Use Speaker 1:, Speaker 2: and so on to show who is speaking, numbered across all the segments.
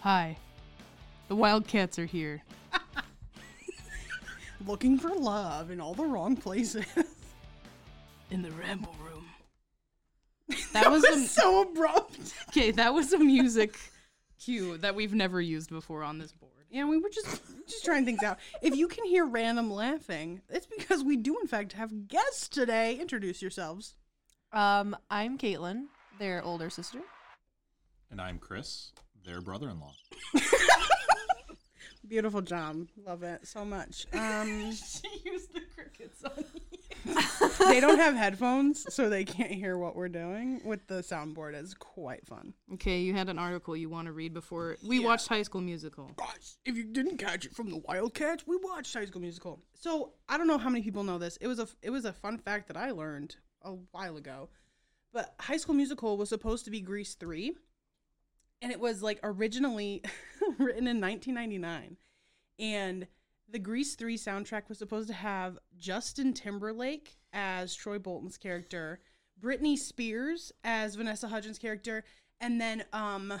Speaker 1: Hi. The Wildcats are here.
Speaker 2: Looking for love in all the wrong places.
Speaker 1: In the ramble room. That was
Speaker 2: It's
Speaker 1: a,
Speaker 2: so abrupt.
Speaker 1: okay, that was a music cue that we've never used before on this board.
Speaker 2: Yeah, we were just just trying things out. If you can hear random laughing, it's because we do in fact have guests today. Introduce yourselves.
Speaker 3: Um, I'm Caitlin, their older sister.
Speaker 4: And I'm Chris, their brother in law.
Speaker 2: Beautiful job. Love it so much. Um,
Speaker 1: She used the crickets on
Speaker 2: they don't have headphones, so they can't hear what we're doing with the soundboard. It's quite fun.
Speaker 1: Okay, you had an article you want to read before we watched High School Musical.
Speaker 2: Guys, if you didn't catch it from the Wildcats, we watched High School Musical. So I don't know how many people know this. It was a it was a fun fact that I learned a while ago, but High School Musical was supposed to be Grease three, and it was like originally written in 1999, and the Grease three soundtrack was supposed to have Justin Timberlake as Troy Bolton's character, Britney Spears as Vanessa Hudgens' character, and then um.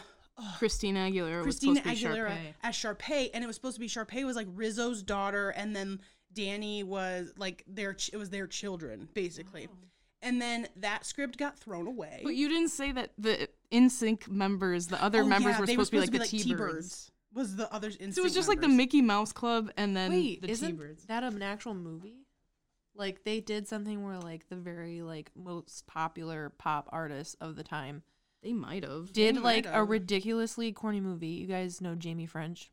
Speaker 1: Christina Aguilera
Speaker 2: Christina
Speaker 1: was supposed to be
Speaker 2: Aguilera
Speaker 1: Sharpay.
Speaker 2: as Sharpay, and it was supposed to be Sharpay was like Rizzo's daughter, and then Danny was like their ch- it was their children basically, and then that script got thrown away.
Speaker 1: Oh. But you didn't say that the In Sync members, the other
Speaker 2: Oh,
Speaker 1: members,
Speaker 2: yeah,
Speaker 1: were
Speaker 2: they
Speaker 1: supposed to be like the
Speaker 2: T-Birds.
Speaker 1: T-Birds.
Speaker 2: Was the others?
Speaker 1: So it was just like the Mickey Mouse Club and then
Speaker 3: Wait,
Speaker 1: the
Speaker 3: isn't
Speaker 1: T-Birds.
Speaker 3: that an actual movie? Like they did something where like the very like most popular pop artists of the time
Speaker 1: They might have.
Speaker 3: did
Speaker 2: They might
Speaker 3: like a
Speaker 2: have.
Speaker 3: ridiculously corny movie. You guys know Jamie French?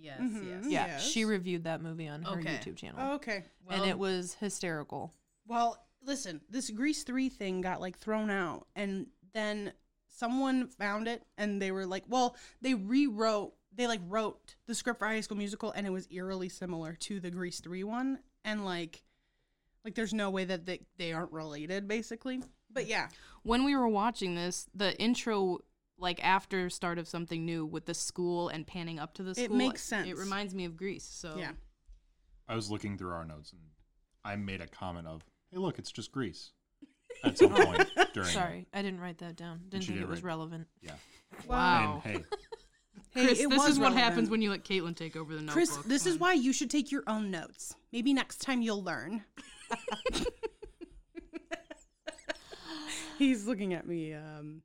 Speaker 1: Yes,
Speaker 2: Mhm.
Speaker 3: Yeah,
Speaker 2: Yes.
Speaker 3: she reviewed that movie on her
Speaker 1: Okay.
Speaker 3: YouTube channel,
Speaker 2: Oh, okay.
Speaker 1: Well,
Speaker 3: and it was hysterical.
Speaker 2: Well, listen, this Grease 3 thing got like thrown out and then someone found it and they were like, well, they rewrote, they like wrote the script for High School Musical and it was eerily similar to the Grease 3 one and like like there's no way that they, they aren't related basically. But yeah.
Speaker 1: when we were watching this, the intro, like after start of something new with the school and panning up to the school,
Speaker 2: makes
Speaker 1: It
Speaker 2: sense.
Speaker 1: reminds me of Greece. So
Speaker 2: Yeah.
Speaker 4: I was looking through our notes and I made a comment of, hey, look, it's just Greece. At some point during.
Speaker 3: Sorry, I didn't write that down. Didn't
Speaker 4: you
Speaker 3: think
Speaker 4: did
Speaker 3: it was
Speaker 4: right.
Speaker 3: relevant.
Speaker 4: Yeah.
Speaker 1: Wow.
Speaker 4: And hey,
Speaker 2: Hey,
Speaker 1: Chris,
Speaker 2: it
Speaker 1: this
Speaker 2: was
Speaker 1: is what
Speaker 2: relevant.
Speaker 1: happens when you let Caitlin take over the notebook.
Speaker 2: Chris, this is why you should take your own notes. Maybe next time you'll learn. He's looking at me um,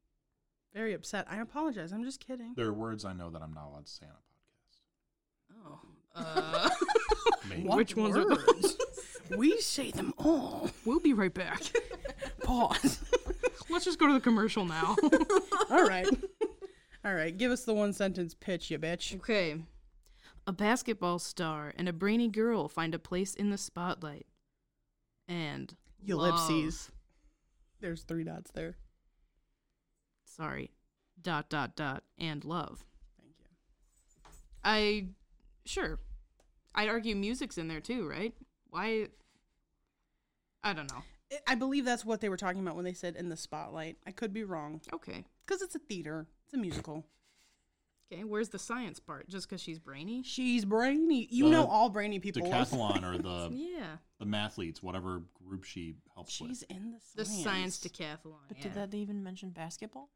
Speaker 2: very upset. I apologize. I'm just kidding.
Speaker 4: there are words I know that I'm not allowed to say on a
Speaker 1: Oh. Uh,
Speaker 4: podcast. Maybe.
Speaker 2: What
Speaker 1: which ones are
Speaker 2: words? we say them all.
Speaker 1: We'll be right back.
Speaker 2: Pause.
Speaker 1: Let's just go to the commercial now.
Speaker 2: all right. All right. Give us the one sentence pitch, you bitch.
Speaker 1: Okay. A basketball star and a brainy girl find a place in the spotlight. And love-
Speaker 2: Ellipses. There's three dots there.
Speaker 1: sorry. Dot dot dot and love.
Speaker 2: Thank you.
Speaker 1: I sure. I'd argue music's in there too, right? Why I don't know.
Speaker 2: I- I believe that's what they were talking about when they said in the spotlight. I could be wrong
Speaker 1: Okay.
Speaker 2: because it's a theater, it's a musical.
Speaker 1: Okay, where's the science part? Just cuz she's brainy?
Speaker 2: She's brainy. You
Speaker 4: The
Speaker 2: know all brainy people. are.
Speaker 4: Decathlon or the,
Speaker 1: Yeah.
Speaker 4: the mathletes, whatever group she helps with.
Speaker 2: She's in the
Speaker 1: The
Speaker 2: science.
Speaker 1: science decathlon.
Speaker 3: But
Speaker 1: yeah.
Speaker 3: did that even mention basketball?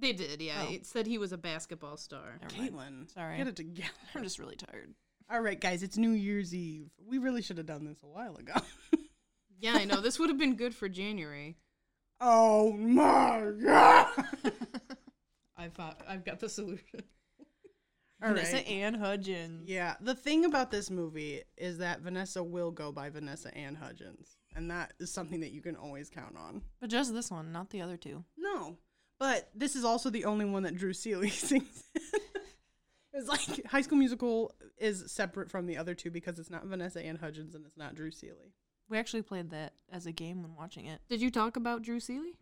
Speaker 1: they did, yeah.
Speaker 3: Oh.
Speaker 1: It said he was a basketball star.
Speaker 3: Never mind.
Speaker 2: Caitlin,
Speaker 3: Sorry.
Speaker 2: get it together.
Speaker 3: I'm just really tired.
Speaker 2: All right, guys, it's New Year's Eve. We really should have done this a while ago.
Speaker 1: Yeah, I know. This would have been good for January.
Speaker 2: oh my god!
Speaker 1: I've got, I've got the solution.
Speaker 2: All
Speaker 3: Vanessa
Speaker 2: right.
Speaker 3: Ann Hudgens.
Speaker 2: Yeah, the thing about this movie is that Vanessa will go by Vanessa Ann Hudgens, and that is something that you can always count on.
Speaker 3: But just this one, not the other two.
Speaker 2: No, but this is also the only one that Drew Seeley sings. in. it was like High School Musical is separate from the other two because it's not Vanessa Ann Hudgens and it's not Drew Seeley.
Speaker 3: We actually played that as a game when watching it.
Speaker 1: Did you talk about Drew Seeley?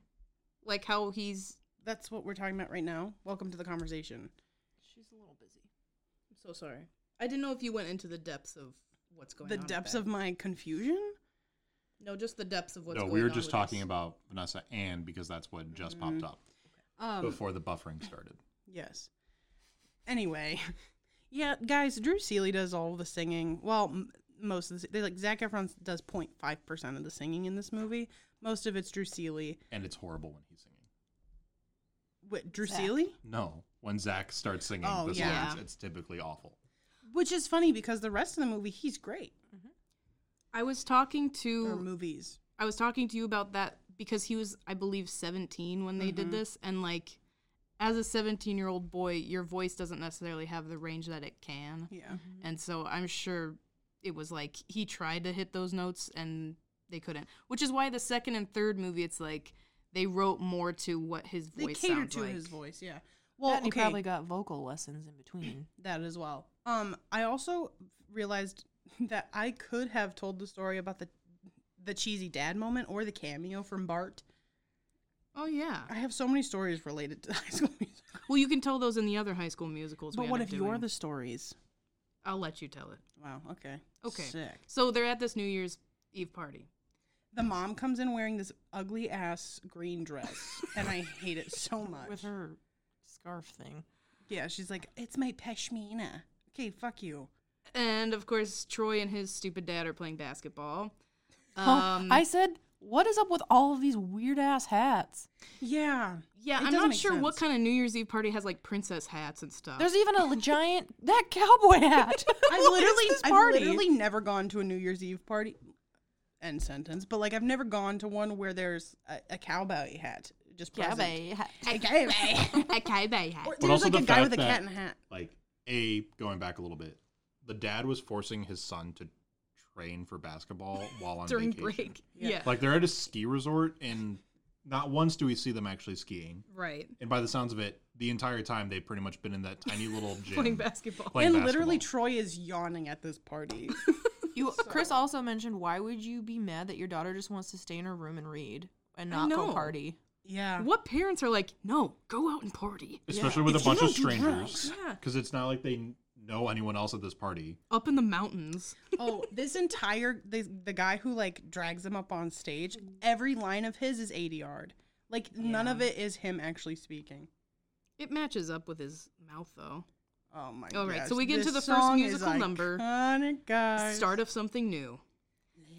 Speaker 1: Like how he's
Speaker 2: That's what we're talking about right now. Welcome to the conversation.
Speaker 3: She's a little busy.
Speaker 1: I'm so sorry. I didn't know if you went into the depths of what's going
Speaker 2: the
Speaker 1: on. with
Speaker 2: depths
Speaker 1: that.
Speaker 2: of my confusion.
Speaker 1: No, just the depths of what's
Speaker 4: no,
Speaker 1: going on.
Speaker 4: we were just
Speaker 1: with
Speaker 4: talking
Speaker 1: this. Mm-hmm.
Speaker 4: about Vanessa Ann because that's what just popped up
Speaker 2: Um,
Speaker 4: before the buffering started.
Speaker 2: Yes. Anyway, yeah, guys, Drew Seeley does all the singing. Well, m- most of the they like Zach Efron does 0.5 percent of the singing in this movie. Most of it's Drew Seeley.
Speaker 4: And it's horrible when he's singing.
Speaker 2: What,
Speaker 3: Zach.
Speaker 2: Drusili?
Speaker 4: No, when Zach starts singing
Speaker 2: Oh,
Speaker 4: the songs,
Speaker 1: yeah.
Speaker 4: it's typically awful.
Speaker 2: Which is funny because the rest of the movie, he's great.
Speaker 1: I was talking
Speaker 2: Or
Speaker 1: to
Speaker 2: movies.
Speaker 1: I was talking to you about that because he was I believe 17 when they
Speaker 2: Mm-hmm.
Speaker 1: did this and like as a 17-year-old boy, your voice doesn't necessarily have the range that it can.
Speaker 2: Yeah. Mm-hmm.
Speaker 1: And so I'm sure it was like he tried to hit those notes and they couldn't. Which is why the second and third movie it's like they wrote more to what his
Speaker 2: They
Speaker 1: voice
Speaker 2: cater
Speaker 1: sounds
Speaker 2: to
Speaker 1: like.
Speaker 2: his voice, yeah. Well,
Speaker 3: and he
Speaker 2: okay.
Speaker 3: probably got vocal lessons in between.
Speaker 2: that as well. Um, I also realized that I could have told the story about the the cheesy dad moment or the cameo from Bart.
Speaker 1: Oh yeah.
Speaker 2: I have so many stories related to High School Musical.
Speaker 1: Well, you can tell those in the other high school musicals. we
Speaker 2: But
Speaker 1: end
Speaker 2: what
Speaker 1: up
Speaker 2: if you're
Speaker 1: doing.
Speaker 2: the stories?
Speaker 1: I'll let you tell it.
Speaker 2: Wow. Okay.
Speaker 1: Okay.
Speaker 2: Sick.
Speaker 1: So they're at this New Year's Eve party.
Speaker 2: The mom comes in wearing this ugly ass green dress, and I hate it so much.
Speaker 3: With her scarf thing.
Speaker 2: Yeah, she's like, "It's my pashmina." Okay, fuck you.
Speaker 1: And of course, Troy and his stupid dad are playing basketball.
Speaker 3: Huh?
Speaker 1: Um,
Speaker 3: I said, what is up with all of these weird ass hats?
Speaker 2: Yeah.
Speaker 1: yeah,
Speaker 2: It
Speaker 1: I'm
Speaker 2: doesn't
Speaker 1: not
Speaker 2: make
Speaker 1: sure what
Speaker 2: sense.
Speaker 1: kind of New Year's Eve party has like princess hats and stuff.
Speaker 3: There's even a giant that cowboy hat.
Speaker 2: I
Speaker 3: What is
Speaker 2: literally,
Speaker 3: this
Speaker 2: I've
Speaker 3: party?
Speaker 2: literally never gone to a New Year's Eve party. End sentence. But like, I've never gone to one where there's a, a cowboy hat just present.
Speaker 3: cowboy hat.
Speaker 2: A cowboy.
Speaker 1: a cowboy hat.
Speaker 2: Or
Speaker 4: But
Speaker 2: there's
Speaker 4: also
Speaker 2: like
Speaker 4: the
Speaker 2: a guy
Speaker 4: fact
Speaker 2: with a
Speaker 4: that-
Speaker 2: cat in a hat.
Speaker 4: Like, A, going back a little bit, the dad was forcing his son to train for basketball while on
Speaker 1: during
Speaker 4: vacation.
Speaker 1: break. Yeah.
Speaker 4: Like, they're at a ski resort, and not once do we see them actually skiing.
Speaker 1: right.
Speaker 4: And by the sounds of it, the entire time they've pretty much been in that tiny little gym
Speaker 1: Playing basketball.
Speaker 4: playing
Speaker 2: and literally,
Speaker 4: basketball.
Speaker 2: Troy is yawning at this party.
Speaker 3: You, Chris also mentioned, why would you be mad that your daughter just wants to stay in her room and read and
Speaker 1: I
Speaker 3: not go
Speaker 1: know.
Speaker 3: party?
Speaker 2: yeah.
Speaker 1: What parents are like, no, go out and party
Speaker 4: especially with a
Speaker 2: You
Speaker 4: bunch of
Speaker 2: can't do
Speaker 4: strangers,
Speaker 1: drugs. Yeah.
Speaker 4: because it's not like they kn- know anyone else at this party.
Speaker 1: up in the mountains.
Speaker 2: Oh, this entire the the guy who like drags them up on stage. Every line of his is eighty yard. Like none of it is him actually speaking.
Speaker 1: It matches up with his mouth though.
Speaker 2: Oh my god.
Speaker 1: All right, so we get into the first musical number.
Speaker 2: Guys. Oh,
Speaker 1: Start of something new.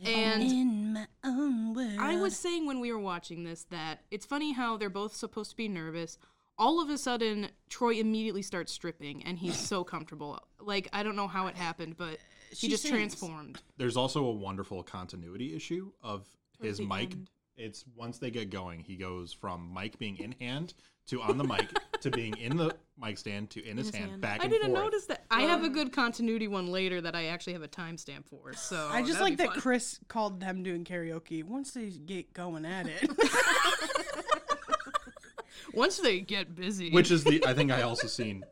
Speaker 1: And
Speaker 2: in my own world.
Speaker 1: I was saying when we were watching this that it's funny how they're both supposed to be nervous. All of a sudden, Troy immediately starts stripping, and he's so comfortable. Like I don't know how it happened, but he
Speaker 2: She
Speaker 1: just
Speaker 2: sings.
Speaker 1: transformed.
Speaker 4: There's also a wonderful continuity issue of his
Speaker 3: the
Speaker 4: mic.
Speaker 3: end.
Speaker 4: It's once they get going, he goes from mic being in hand to on the mic to being in the mic stand to in his, hand, back
Speaker 1: I
Speaker 4: and
Speaker 1: didn't
Speaker 4: forth.
Speaker 1: notice that. I have a good continuity one later that I actually have a timestamp for. So
Speaker 2: I
Speaker 1: Oh,
Speaker 2: just
Speaker 1: that'd
Speaker 2: like
Speaker 1: be
Speaker 2: that
Speaker 1: fun.
Speaker 2: Chris called them doing karaoke. Once they get going at it,
Speaker 1: Once they get busy,
Speaker 4: Which is the I think I also seen.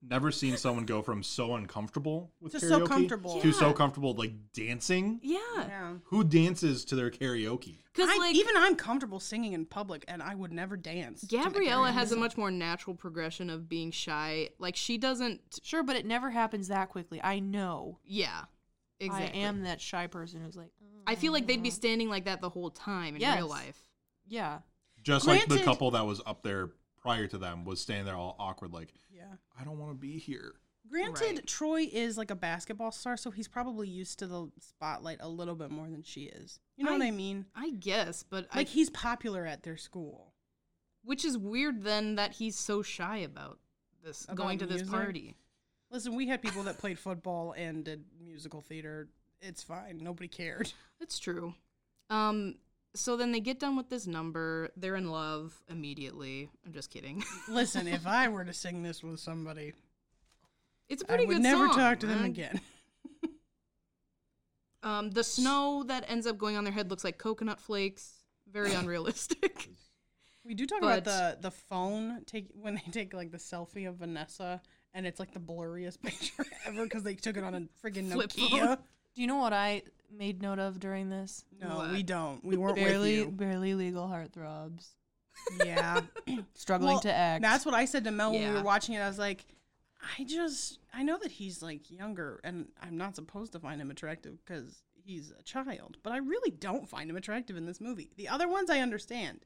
Speaker 4: Never seen someone go from so uncomfortable with
Speaker 2: Just
Speaker 4: karaoke
Speaker 2: so comfortable.
Speaker 4: to so comfortable like dancing.
Speaker 1: yeah,
Speaker 2: yeah.
Speaker 4: Who dances to their karaoke?
Speaker 1: because
Speaker 2: I-
Speaker 1: like
Speaker 2: even I'm comfortable singing in public, and I would never dance. to
Speaker 1: Gabriella
Speaker 2: karaoke.
Speaker 1: has a much more natural progression of being shy. Like she doesn't.
Speaker 3: Sure, but it never happens that quickly. I know.
Speaker 1: Yeah, exactly.
Speaker 3: I am that shy person who's like, "Mm,
Speaker 1: I feel like they'd be standing like that the whole time in real
Speaker 3: Yes.
Speaker 1: life.
Speaker 3: yeah.
Speaker 4: Just like the
Speaker 2: Granted-
Speaker 4: couple that was up there prior to them was standing there all awkward, like,
Speaker 2: Yeah.
Speaker 4: I don't want to be here.
Speaker 2: Granted,
Speaker 1: Right.
Speaker 2: Troy is like a basketball star, so he's probably used to the spotlight a little bit more than she is. You know what
Speaker 1: I-
Speaker 2: I mean?
Speaker 1: I guess, but I,
Speaker 2: Like he's popular at their school.
Speaker 1: which is weird then that he's so shy about this
Speaker 2: About
Speaker 1: going to this
Speaker 2: music?
Speaker 1: party.
Speaker 2: Listen, we had people that played football and did musical theater. It's fine. Nobody cared.
Speaker 1: That's true. Um, so then they get done with this number. They're in love immediately. I'm just kidding.
Speaker 2: Listen, if I were to sing this with somebody,
Speaker 1: It's a
Speaker 2: I
Speaker 1: pretty
Speaker 2: would
Speaker 1: good
Speaker 2: never
Speaker 1: song,
Speaker 2: talk to them
Speaker 1: man.
Speaker 2: again.
Speaker 1: Um, the snow that ends up going on their head looks like coconut flakes. Very unrealistic.
Speaker 2: We do talk about
Speaker 1: But-
Speaker 2: the the phone take when they take like the selfie of Vanessa, and it's like the blurriest picture ever because they took it on a friggin'
Speaker 1: Flip
Speaker 2: Nokia.
Speaker 3: Do you know what I made note of during this?
Speaker 2: No,
Speaker 1: What?
Speaker 2: we don't. We weren't
Speaker 3: barely,
Speaker 2: with
Speaker 3: barely legal heartthrobs
Speaker 2: you. Yeah,
Speaker 3: struggling
Speaker 2: Well,
Speaker 3: to act.
Speaker 2: That's what I said to Mel when we
Speaker 1: Yeah.
Speaker 2: were watching it. I was like, I just I know that he's like younger, and I'm not supposed to find him attractive because he's a child. But I really don't find him attractive in this movie. The other ones I understand.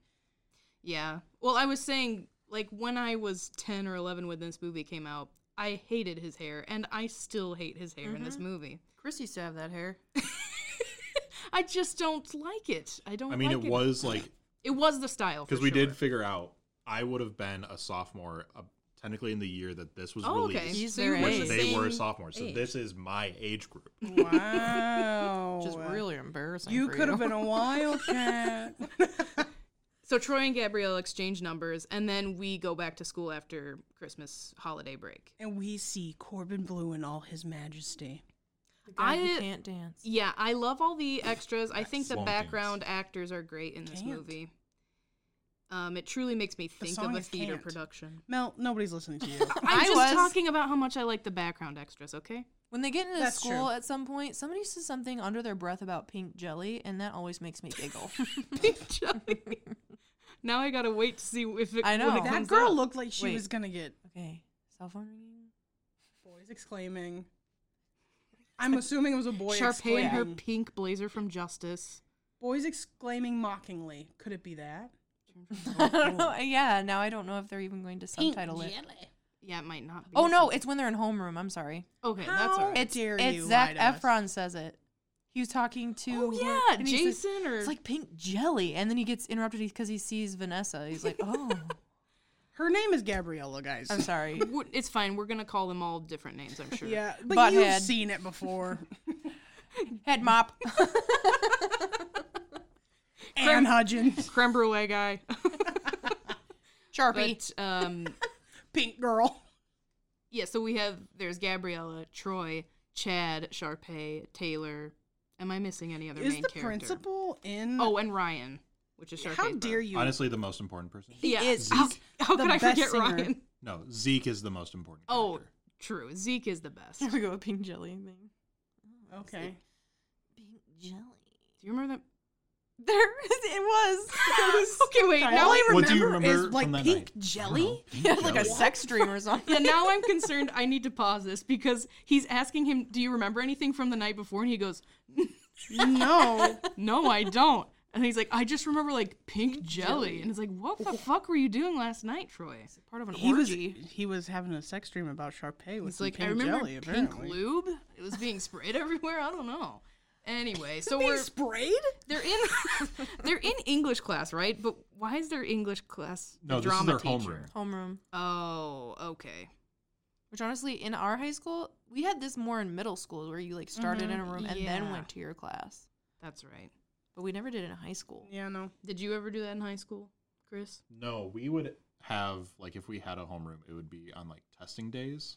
Speaker 1: yeah. Well, I was saying like when I was 10 or 11 when this movie came out, I hated his hair, and I still hate his hair in this
Speaker 2: Mm-hmm.
Speaker 1: movie.
Speaker 3: Chris used to have that hair.
Speaker 1: I just don't like it. I don't.
Speaker 4: I mean,
Speaker 1: like
Speaker 4: it was like
Speaker 1: It was the style
Speaker 4: because
Speaker 1: Oh, for
Speaker 4: we
Speaker 1: sure.
Speaker 4: did figure out I would have been a sophomore uh, technically in the year that this was
Speaker 1: Oh, okay.
Speaker 4: released,
Speaker 3: He's
Speaker 1: So you
Speaker 3: their
Speaker 1: were
Speaker 4: which
Speaker 1: the
Speaker 3: age.
Speaker 4: they were
Speaker 1: same
Speaker 4: sophomores. So
Speaker 1: age.
Speaker 4: this is my age group.
Speaker 2: Wow.
Speaker 3: Which is really embarrassing.
Speaker 2: You
Speaker 3: for
Speaker 2: could have been a wildcat.
Speaker 1: So Troy and Gabrielle exchange numbers, and then we go back to school after Christmas holiday break.
Speaker 2: and we see Corbin Blue in all his majesty.
Speaker 3: The guy
Speaker 1: I-
Speaker 3: who can't dance.
Speaker 1: Yeah, I love all the extras. I think the
Speaker 4: Swamp
Speaker 1: background actors are great in this
Speaker 2: Can't.
Speaker 1: movie. Um, it truly makes me think of
Speaker 2: song
Speaker 1: a
Speaker 2: is
Speaker 1: theater
Speaker 2: Can't.
Speaker 1: production.
Speaker 2: Mel, nobody's listening to you.
Speaker 1: I'm
Speaker 3: I
Speaker 1: just
Speaker 3: was.
Speaker 1: talking about how much I like the background extras. Okay.
Speaker 3: When they get into
Speaker 2: That's
Speaker 3: school
Speaker 2: true.
Speaker 3: at some point, somebody says something under their breath about pink jelly, and that always makes me giggle.
Speaker 1: Pink jelly. now I gotta wait to see if it.
Speaker 3: I know.
Speaker 1: When it
Speaker 3: That
Speaker 2: that
Speaker 1: comes
Speaker 2: girl
Speaker 1: up.
Speaker 2: looked like she
Speaker 3: Wait.
Speaker 2: was gonna get
Speaker 3: okay, cell phone ringing.
Speaker 2: boys exclaiming. I'm assuming it was a boy
Speaker 1: Sharpay
Speaker 2: exclaiming.
Speaker 1: and her pink blazer from Justice.
Speaker 2: boys exclaiming mockingly. Could it be that?
Speaker 3: I don't know. Yeah, now I don't know if they're even going to subtitle it.
Speaker 1: Yeah, it might not be.
Speaker 3: Oh no, it's when they're in homeroom. I'm sorry.
Speaker 1: Okay, that's all
Speaker 2: How
Speaker 1: right.
Speaker 3: It's
Speaker 2: dare
Speaker 3: it's
Speaker 2: you lie
Speaker 3: Zach
Speaker 2: to us.
Speaker 3: Efron says it. He was talking to
Speaker 1: Oh,
Speaker 3: who-
Speaker 1: yeah,
Speaker 3: and he says,
Speaker 1: Jason or-
Speaker 3: it's like pink jelly, and then he gets interrupted because he sees Vanessa. He's like, oh,
Speaker 2: Her name is Gabriella, guys.
Speaker 3: I'm sorry.
Speaker 1: We're- It's fine. We're gonna call them all different names. I'm sure.
Speaker 2: Yeah, but
Speaker 3: Butthead.
Speaker 2: you've seen it before.
Speaker 3: Head mop.
Speaker 2: Anne Hudgens,
Speaker 1: Creme brulee guy.
Speaker 3: Sharpie.
Speaker 1: but um,
Speaker 2: pink girl.
Speaker 1: yeah. So we have there's Gabriella, Troy, Chad, Sharpay, Taylor. Am I missing any other
Speaker 2: Is
Speaker 1: main
Speaker 2: the
Speaker 1: character?
Speaker 2: principal in?
Speaker 1: Oh, and Ryan, which is Sharpay.
Speaker 2: how dare you?
Speaker 4: Honestly, the most important person.
Speaker 1: Yeah.
Speaker 2: is-
Speaker 1: How,
Speaker 2: he's
Speaker 1: how
Speaker 2: the
Speaker 1: could I
Speaker 2: best
Speaker 1: forget
Speaker 2: singer.
Speaker 1: Ryan?
Speaker 4: No, Zeke is the most important.
Speaker 1: Oh,
Speaker 4: character.
Speaker 1: true. Zeke is the best.
Speaker 3: Here
Speaker 1: Do
Speaker 3: we go with pink jelly thing.
Speaker 2: Okay.
Speaker 3: Pink jelly.
Speaker 1: you remember that?
Speaker 3: There it was. It was
Speaker 1: Okay, wait. Now I
Speaker 4: What do you remember
Speaker 2: is like
Speaker 4: from that
Speaker 2: pink
Speaker 4: night?
Speaker 2: jelly.
Speaker 4: Pink
Speaker 3: he had like a
Speaker 4: jelly.
Speaker 3: sex dream or
Speaker 1: yeah,
Speaker 3: something.
Speaker 1: now I'm concerned. I need to pause this because he's asking him, "Do you remember anything from the night before?" And he goes,
Speaker 2: no,
Speaker 1: "No, I don't." And he's like, "I just remember like pink jelly." And it's like, "What the fuck were you doing last night, Troy?" It's part of an
Speaker 2: he was
Speaker 1: orgy.
Speaker 2: he was having a sex dream about Sharpay with
Speaker 1: It's
Speaker 2: some
Speaker 1: like
Speaker 2: pink
Speaker 1: I remember
Speaker 2: jelly.
Speaker 1: pink
Speaker 2: apparently,
Speaker 1: lube. It was being sprayed everywhere. I don't know. Anyway, so
Speaker 2: being
Speaker 1: we're
Speaker 2: sprayed.
Speaker 1: they're in they're in English class, right? But why is their English class
Speaker 4: No,
Speaker 1: a
Speaker 4: this is
Speaker 1: drama
Speaker 4: their
Speaker 1: teacher?
Speaker 4: homeroom.
Speaker 3: Homeroom.
Speaker 1: Oh, okay.
Speaker 3: Which honestly, in our high school, we had this more in middle school where you like started in a room and then
Speaker 1: yeah.
Speaker 3: went to your class.
Speaker 1: That's right.
Speaker 3: But we never did it in high school.
Speaker 2: Yeah, no.
Speaker 1: Did you ever do that in high school, Chris?
Speaker 4: No, we would have like if we had a homeroom, it would be on like testing days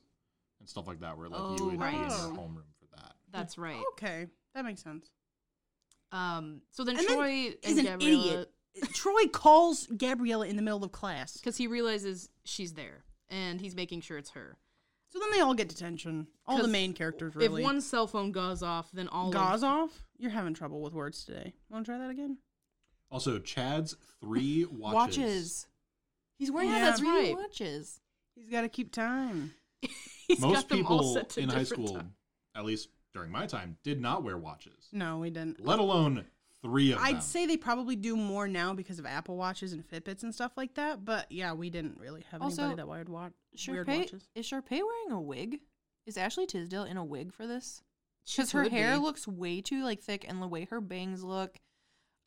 Speaker 4: and stuff like that, where like
Speaker 1: Oh,
Speaker 4: you would be in
Speaker 1: right.
Speaker 4: your homeroom for that.
Speaker 1: That's right.
Speaker 2: Okay, that makes sense.
Speaker 1: Um, so then
Speaker 2: oh. And then
Speaker 1: Troy
Speaker 2: He's
Speaker 1: and
Speaker 2: an idiot. Uh, Troy calls Gabriella in the middle of class,
Speaker 1: because he realizes she's there and he's making sure it's her.
Speaker 2: so then they all get detention. All the
Speaker 1: 'Cause
Speaker 2: main characters really.
Speaker 1: If one cell phone goes off, then all
Speaker 2: gauze
Speaker 1: of
Speaker 2: off, you're having trouble with words today. Want to try that again?
Speaker 4: Also, Chad's three watches.
Speaker 3: Watches. He's wearing
Speaker 1: Yeah,
Speaker 3: yeah,
Speaker 1: that's
Speaker 3: that's
Speaker 1: right.
Speaker 3: watches.
Speaker 2: He's got to keep time.
Speaker 1: he's
Speaker 4: Most
Speaker 1: got them all
Speaker 4: people
Speaker 1: set to
Speaker 4: in high
Speaker 1: different
Speaker 4: school,
Speaker 1: time.
Speaker 4: at least during my time, did not wear watches,
Speaker 2: No, we didn't.
Speaker 4: let alone three of them.
Speaker 2: I'd say they probably do more now because of Apple Watches and Fitbits and stuff like that. But yeah, we didn't really have
Speaker 3: Also,
Speaker 2: anybody that wired watch weird
Speaker 3: Sharpay,
Speaker 2: watches.
Speaker 3: is Sharpay wearing a wig? Is Ashley Tisdale in a wig for this?
Speaker 1: She
Speaker 3: Because her
Speaker 1: could
Speaker 3: hair
Speaker 1: be.
Speaker 3: looks way too like thick, and the way her bangs look,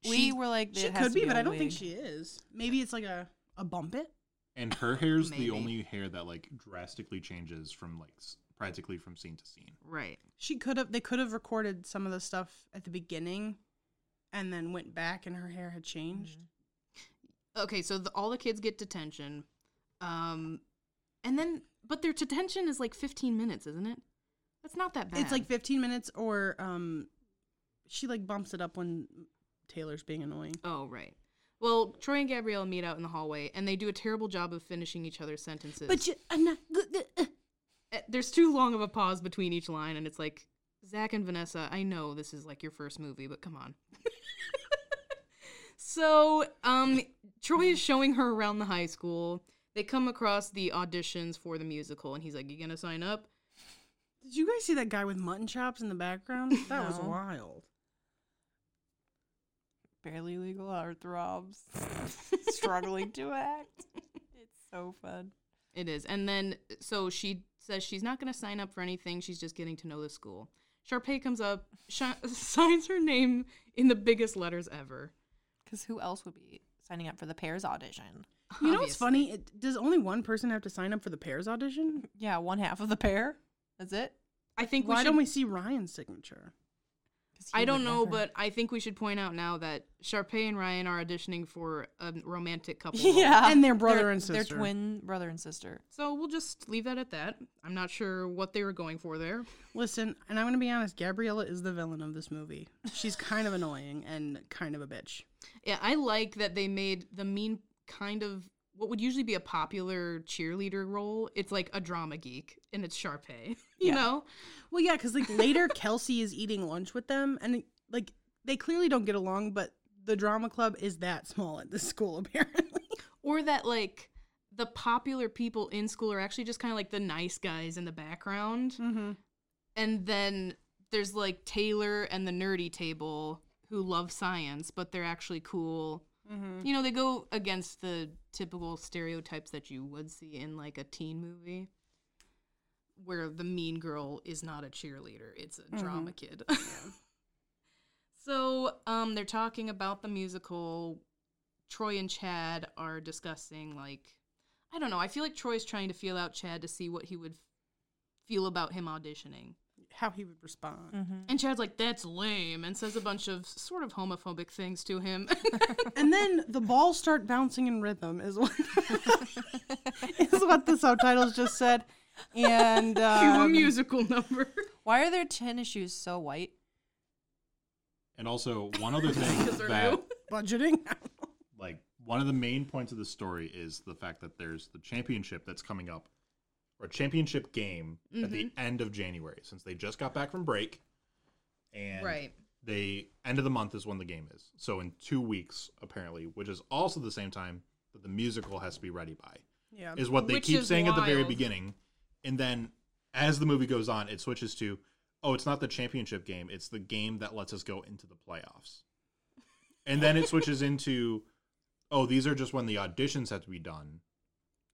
Speaker 3: we
Speaker 1: She-
Speaker 3: were like,
Speaker 2: She
Speaker 3: it has
Speaker 2: could
Speaker 3: to
Speaker 2: be, but
Speaker 3: a
Speaker 2: I don't think
Speaker 3: wig.
Speaker 2: she is. Maybe it's like a a bump it.
Speaker 4: and her hair's
Speaker 1: Maybe.
Speaker 4: the only hair that like drastically changes from like s- practically from scene to scene.
Speaker 1: right.
Speaker 2: She could have. They could have recorded some of the stuff at the beginning, and then went back, and her hair had changed.
Speaker 1: Okay, so the, all the kids get detention, um, and then but their detention is like 15 minutes, isn't it? That's not that bad.
Speaker 2: It's like 15 minutes, or um, she like bumps it up when Taylor's being annoying.
Speaker 1: Oh, right. Well, Troy and Gabrielle meet out in the hallway, and they do a terrible job of finishing each other's sentences.
Speaker 2: But you, I'm not.
Speaker 1: Uh, There's too long of a pause between each line, and it's like, Zach and Vanessa, I know this is like your first movie, but come on. so, um, Troy is showing her around the high school. They come across the auditions for the musical, and he's like, You gonna sign up?
Speaker 2: Did you guys see that guy with mutton chops in the background? That was
Speaker 3: No.
Speaker 2: wild.
Speaker 3: barely legal heartthrobs, struggling to act. It's so fun.
Speaker 1: It is. And then, so she says she's not going to sign up for anything. She's just getting to know the school. Sharpay comes up, sh- signs her name in the biggest letters ever.
Speaker 3: Because who else would be signing up for the Pairs audition?
Speaker 2: You know what's funny? It, does only one person have to sign up for the Pairs audition?
Speaker 3: Yeah, one half of the pair. That's it.
Speaker 1: I think we
Speaker 2: Why
Speaker 1: should.
Speaker 2: don't we see Ryan's signature?
Speaker 3: 'Cause he
Speaker 1: I
Speaker 3: would
Speaker 1: don't know,
Speaker 3: never.
Speaker 1: but I think we should point out now that Sharpay and Ryan are auditioning for a romantic couple. role.
Speaker 3: yeah,
Speaker 2: And their brother
Speaker 3: They're-
Speaker 2: and sister.
Speaker 3: They're twin brother and sister.
Speaker 1: So we'll just leave that at that. I'm not sure what they were going for there.
Speaker 2: Listen, and I'm going to be honest, Gabriella is the villain of this movie. She's kind of annoying and kind of a bitch.
Speaker 1: Yeah, I like that they made the mean kind of what would usually be a popular cheerleader role. It's like a drama geek, and it's Sharpay. You
Speaker 3: Yeah.
Speaker 1: know,
Speaker 2: Well, yeah, because like later Kelsey is eating lunch with them, and like they clearly don't get along. But the drama club is that small at this school, apparently.
Speaker 1: or that like the popular people in school are actually just kind of like the nice guys in the background,
Speaker 2: Mm-hmm.
Speaker 1: and then there's like Taylor and the nerdy table who love science, but they're actually cool.
Speaker 2: Mm-hmm.
Speaker 1: You know, they go against the typical stereotypes that you would see in like a teen movie where the mean girl is not a cheerleader, it's a drama kid. so, um they're talking about the musical. Troy and Chad are discussing like I don't know, I feel like Troy's trying to feel out Chad to see what he would feel about him auditioning.
Speaker 2: How he would respond.
Speaker 1: And Chad's like, "That's lame," and says a bunch of sort of homophobic things to him.
Speaker 2: And then the balls start bouncing in rhythm is what is what the subtitles just said. And
Speaker 1: Cue
Speaker 2: um,
Speaker 1: a musical number.
Speaker 3: Why are their tennis shoes so white?
Speaker 4: And also, one other thing
Speaker 1: they're
Speaker 4: that,
Speaker 1: new.
Speaker 2: budgeting.
Speaker 4: like, one of the main points of the story is the fact that there's the championship that's coming up, or championship game at the
Speaker 1: Mm-hmm.
Speaker 4: end of January, since they just got back from break, and
Speaker 1: Right.
Speaker 4: they end of the month is when the game is. So in two weeks, apparently, which is also the same time that the musical has to be ready by.
Speaker 2: Yeah.
Speaker 4: is what they
Speaker 1: Which
Speaker 4: keep
Speaker 1: is
Speaker 4: saying at the very
Speaker 1: wild.
Speaker 4: beginning. And then as the movie goes on, it switches to, oh, it's not the championship game, it's the game that lets us go into the playoffs. And then it switches into, oh, these are just when the auditions have to be done.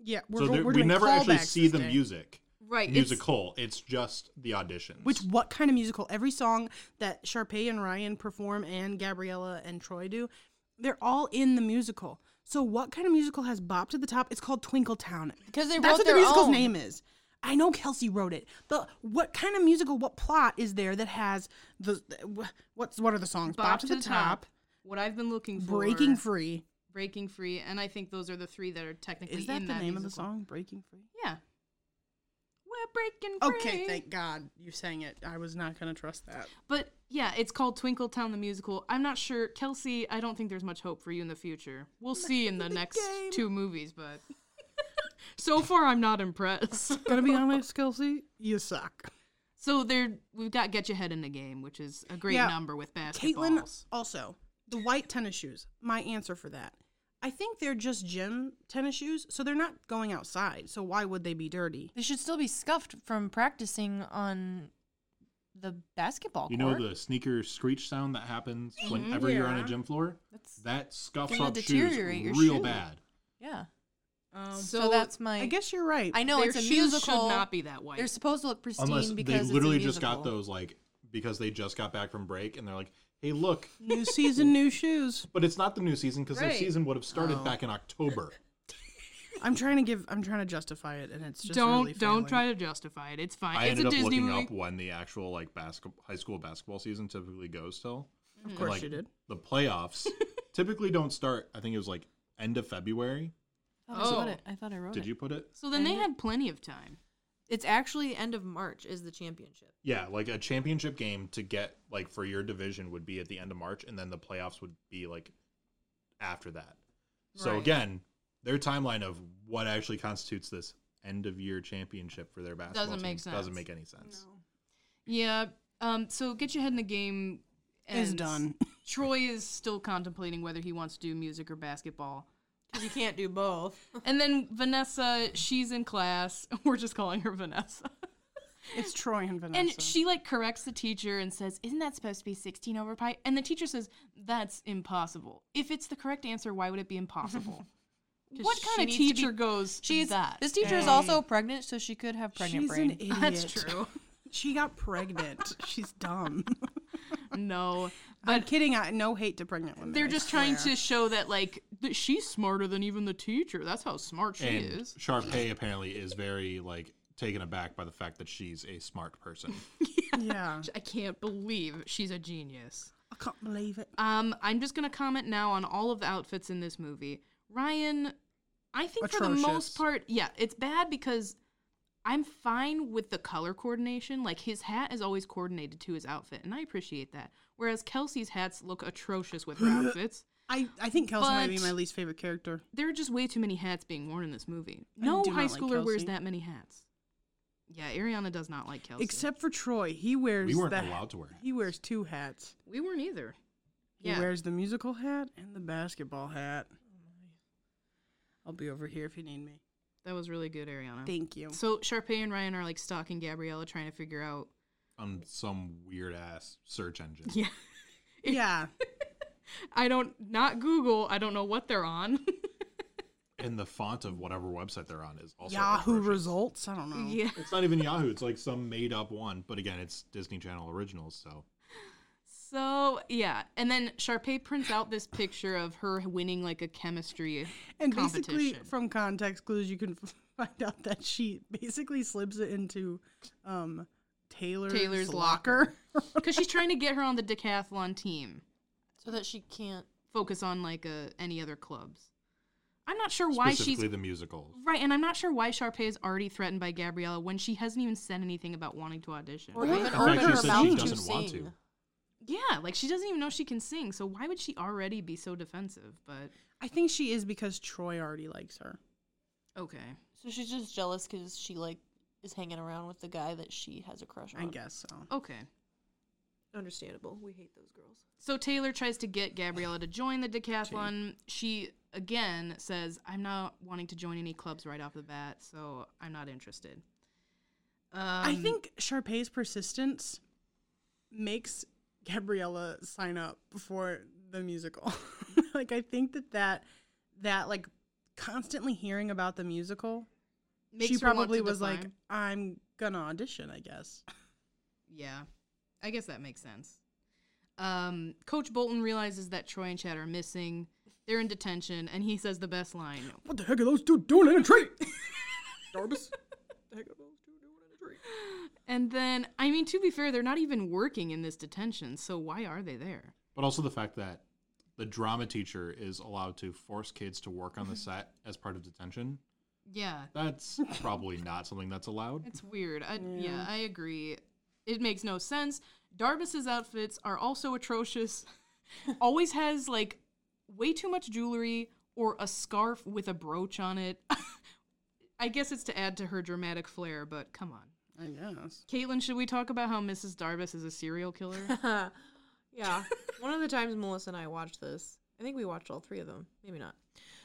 Speaker 2: Yeah.
Speaker 4: so
Speaker 2: go-
Speaker 4: there- we
Speaker 2: doing
Speaker 4: never actually
Speaker 2: callbacks
Speaker 4: see
Speaker 2: this
Speaker 4: the
Speaker 2: day.
Speaker 4: music
Speaker 1: Right. it's-
Speaker 4: musical. It's, just the auditions.
Speaker 2: Which what kind of musical? Every song that Sharpay and Ryan perform and Gabriella and Troy do, they're all in the musical. So what kind of musical has Bop to the top? It's called Twinkle Town.
Speaker 3: Because they
Speaker 2: That's
Speaker 3: wrote
Speaker 2: what the
Speaker 3: their
Speaker 2: musical's
Speaker 3: own.
Speaker 2: name is. I know Kelsey wrote it. The what kind of musical? What plot is there that has the, the what's what are the songs?
Speaker 1: Bob to the top. What I've been looking for.
Speaker 2: Breaking Free.
Speaker 1: Breaking free. And I think those are the three that are technically
Speaker 2: Is that
Speaker 1: in
Speaker 2: the
Speaker 1: that
Speaker 2: name of the
Speaker 1: musical.
Speaker 2: song? Breaking Free.
Speaker 1: Yeah. We're breaking free.
Speaker 2: Okay, thank God you sang it. I was not gonna trust that.
Speaker 1: But yeah, it's called Twinkle Town the Musical. I'm not sure. Kelsey, I don't think there's much hope for you in the future. We'll see in the, next
Speaker 2: game.
Speaker 1: two movies, but so far I'm not impressed.
Speaker 2: Gonna be honest, Kelsey, you suck.
Speaker 1: so there we've got Get Your Head in the Game, which is a great
Speaker 2: Yeah.
Speaker 1: number with basketballs.
Speaker 2: Caitlin, also, the white tennis shoes. My answer for that. I think they're just gym tennis shoes, so they're not going outside. So why would they be dirty?
Speaker 3: They should still be scuffed from practicing on the basketball
Speaker 4: you know
Speaker 3: court.
Speaker 4: the sneaker screech sound that happens whenever you're on a
Speaker 2: Yeah.
Speaker 4: gym floor?
Speaker 3: That's-
Speaker 4: that scuffs
Speaker 3: gonna
Speaker 4: up shoes
Speaker 3: deteriorate your
Speaker 4: real
Speaker 3: shoe.
Speaker 4: bad.
Speaker 3: yeah.
Speaker 2: Um,
Speaker 3: So,
Speaker 1: So,
Speaker 3: that's my.
Speaker 2: I guess you're right.
Speaker 3: I know
Speaker 1: Their
Speaker 3: it's a
Speaker 1: shoes
Speaker 3: musical.
Speaker 1: should not be that white.
Speaker 3: They're supposed to look pristine
Speaker 4: Unless they
Speaker 3: because
Speaker 4: literally
Speaker 3: it's a
Speaker 4: just got
Speaker 3: musical.
Speaker 4: those like because they just got back from break and they're like, hey, look,
Speaker 2: new season, new shoes.
Speaker 4: but it's not the new season because
Speaker 1: Right.
Speaker 4: their season would have started back in October.
Speaker 2: I'm trying to give. I'm trying to justify it, and it's just
Speaker 1: don't
Speaker 2: really
Speaker 1: don't
Speaker 2: failing.
Speaker 1: try to justify it. It's fine. it's
Speaker 4: I
Speaker 1: a
Speaker 4: ended up
Speaker 1: Disney
Speaker 4: looking
Speaker 1: movie.
Speaker 4: up when the actual like basketball high school basketball season typically goes till.
Speaker 2: Of course
Speaker 4: like,
Speaker 2: you did.
Speaker 4: The playoffs typically don't start. I think it was like end of February.
Speaker 3: I thought I wrote
Speaker 1: Oh.
Speaker 3: it. I thought I wrote
Speaker 4: Did
Speaker 3: it.
Speaker 4: you put it?
Speaker 1: So then they had plenty of time.
Speaker 3: It's actually end of March is the championship.
Speaker 4: Yeah, like a championship game to get like for your division would be at the end of March, and then the playoffs would be like after that. So
Speaker 1: Right.
Speaker 4: again, their timeline of what actually constitutes this end of year championship for their basketball
Speaker 1: Doesn't make
Speaker 4: team
Speaker 1: sense.
Speaker 4: doesn't make any sense.
Speaker 1: Yeah. Um. So get your head in the game.
Speaker 2: Is
Speaker 1: and
Speaker 2: done.
Speaker 1: Troy is still contemplating whether he wants to do music or basketball.
Speaker 3: Because you can't do both.
Speaker 1: And then Vanessa, she's in class. We're just calling her Vanessa.
Speaker 2: It's Troy and Vanessa.
Speaker 1: And she like corrects the teacher and says, "Isn't that supposed to be 16 over pi?" And the teacher says, "That's impossible. If it's the correct answer, why would it be impossible?" what
Speaker 3: she
Speaker 1: kind of
Speaker 3: needs to be-
Speaker 1: teacher goes
Speaker 3: She's
Speaker 1: that?
Speaker 3: this teacher is also pregnant, so she could have pregnant
Speaker 2: she's
Speaker 3: brain.
Speaker 2: an idiot.
Speaker 1: That's true.
Speaker 2: She got pregnant. she's dumb.
Speaker 1: no,
Speaker 2: I'm kidding. I no hate to pregnant women.
Speaker 1: They're
Speaker 2: I
Speaker 1: just trying
Speaker 2: swear.
Speaker 1: to show that like that she's smarter than even the teacher. That's how smart she
Speaker 4: and
Speaker 1: is.
Speaker 4: Sharpay apparently is very like taken aback by the fact that she's a smart person.
Speaker 2: Yeah.
Speaker 1: I can't believe she's a genius.
Speaker 2: I can't believe it.
Speaker 1: Um, I'm just gonna comment now on all of the outfits in this movie. Ryan, I think for the
Speaker 2: Atrocious.
Speaker 1: most part, yeah, it's bad because I'm fine with the color coordination. Like his hat is always coordinated to his outfit, and I appreciate that. Whereas Kelsey's hats look atrocious with her outfits.
Speaker 2: I, I think Kelsey might be
Speaker 1: But-
Speaker 2: my least favorite character.
Speaker 1: There are just way too many hats being worn in this movie.
Speaker 2: I
Speaker 1: No
Speaker 2: do
Speaker 1: high
Speaker 2: not like
Speaker 1: schooler wears
Speaker 2: Kelsey.
Speaker 1: that many hats. Yeah, Ariana does not like Kelsey.
Speaker 2: Except for Troy. He wears
Speaker 4: we weren't
Speaker 2: the-
Speaker 4: allowed to wear. it.
Speaker 2: He wears two hats.
Speaker 1: we weren't either.
Speaker 2: He
Speaker 1: Yeah.
Speaker 2: wears the musical hat and the basketball hat. I'll be over here if you need me.
Speaker 1: That was really good, Ariana.
Speaker 2: Thank you.
Speaker 1: So Sharpay and Ryan are like stalking Gabriella, trying to figure out.
Speaker 4: on some weird ass search engine.
Speaker 1: Yeah,
Speaker 2: Yeah.
Speaker 1: I don't not Google. I don't know what they're on.
Speaker 4: And the font of whatever website they're on is also
Speaker 2: Yahoo
Speaker 4: atrocious.
Speaker 2: results. I don't know.
Speaker 1: yeah.
Speaker 4: It's not even Yahoo. It's like some made up one. But again, it's Disney Channel originals. So
Speaker 1: So yeah, and then Sharpay prints out this picture of her winning like a chemistry.
Speaker 2: And basically,
Speaker 1: competition.
Speaker 2: from context clues, you can f- find out that she basically slips it into um, Taylor's,
Speaker 1: Taylor's
Speaker 2: locker.
Speaker 1: because she's trying to get her on the decathlon team.
Speaker 3: so that she can't.
Speaker 1: Focus on like a, any other clubs. I'm not sure why she's
Speaker 4: specifically the musical.
Speaker 1: right, and I'm not sure why Sharpay is already threatened by Gabriella when she hasn't even said anything about wanting to audition.
Speaker 3: Or
Speaker 2: Right.
Speaker 3: even
Speaker 2: In
Speaker 4: fact,
Speaker 3: open
Speaker 4: she
Speaker 3: her
Speaker 4: said
Speaker 3: mouth
Speaker 4: she
Speaker 3: to
Speaker 4: doesn't want
Speaker 3: sing.
Speaker 4: to.
Speaker 1: Yeah, like she doesn't even know she can sing, so why would she already be so defensive? But
Speaker 2: I think she is because Troy already likes her.
Speaker 1: okay.
Speaker 3: So she's just jealous because she like is hanging around with the guy that she has a crush on.
Speaker 2: I guess so.
Speaker 1: Okay.
Speaker 3: Understandable. We hate those girls.
Speaker 1: So Taylor tries to get Gabriella to join the decathlon. She again says, "I'm not wanting to join any clubs right off the bat, so I'm not interested." Um,
Speaker 2: I think Sharpay's persistence makes Gabriella sign up for the musical. like I think that that that like constantly hearing about the musical,
Speaker 1: makes
Speaker 2: she
Speaker 1: her want
Speaker 2: probably
Speaker 1: to
Speaker 2: was like,
Speaker 1: define-
Speaker 2: "I'm gonna audition, I guess."
Speaker 1: "Yeah, I guess that makes sense." Um, Coach Bolton realizes that Troy and Chad are missing. They're in detention, and he says the best line.
Speaker 2: What the heck are those two doing in a tree? Jarvis.
Speaker 1: And then, I mean, to be fair, they're not even working in this detention, so why are they there?
Speaker 4: But also the fact that the drama teacher is allowed to force kids to work on the set as part of detention.
Speaker 1: Yeah,
Speaker 4: That's probably not something that's allowed.
Speaker 1: It's weird. I, yeah. I agree. It makes no sense. Darbus's outfits are also atrocious. Always has like way too much jewelry or a scarf with a brooch on it. I guess it's to add to her dramatic flair, but come on.
Speaker 2: I guess.
Speaker 1: Caitlin, should we talk about how Mrs. Darbus is a serial killer?
Speaker 3: yeah. One of the times Melissa and I watched this, I think we watched all three of them. Maybe not.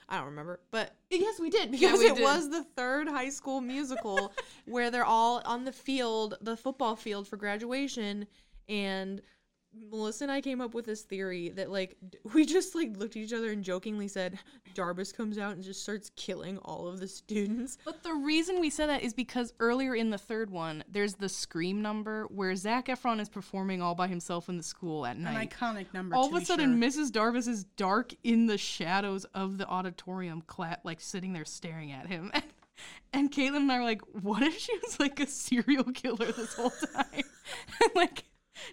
Speaker 3: I don't remember. But yes, we did because
Speaker 1: we
Speaker 3: it
Speaker 1: did.
Speaker 3: was the third high school musical where they're all on the field, the football field for graduation. And Melissa and I came up with this theory that, like, d- we just like looked at each other and jokingly said, Darbus comes out and just starts killing all of the students.
Speaker 1: but the reason we said that is because earlier in the third one, there's the scream number where Zach Efron is performing all by himself in the school at
Speaker 2: An
Speaker 1: night.
Speaker 2: iconic number.
Speaker 1: all
Speaker 2: to
Speaker 1: of a
Speaker 2: be
Speaker 1: sudden
Speaker 2: sure.
Speaker 1: mrs darvis is dark in the shadows of the auditorium clap like sitting there staring at him and, and caitlin and i were like what if she was like a serial killer this whole time and like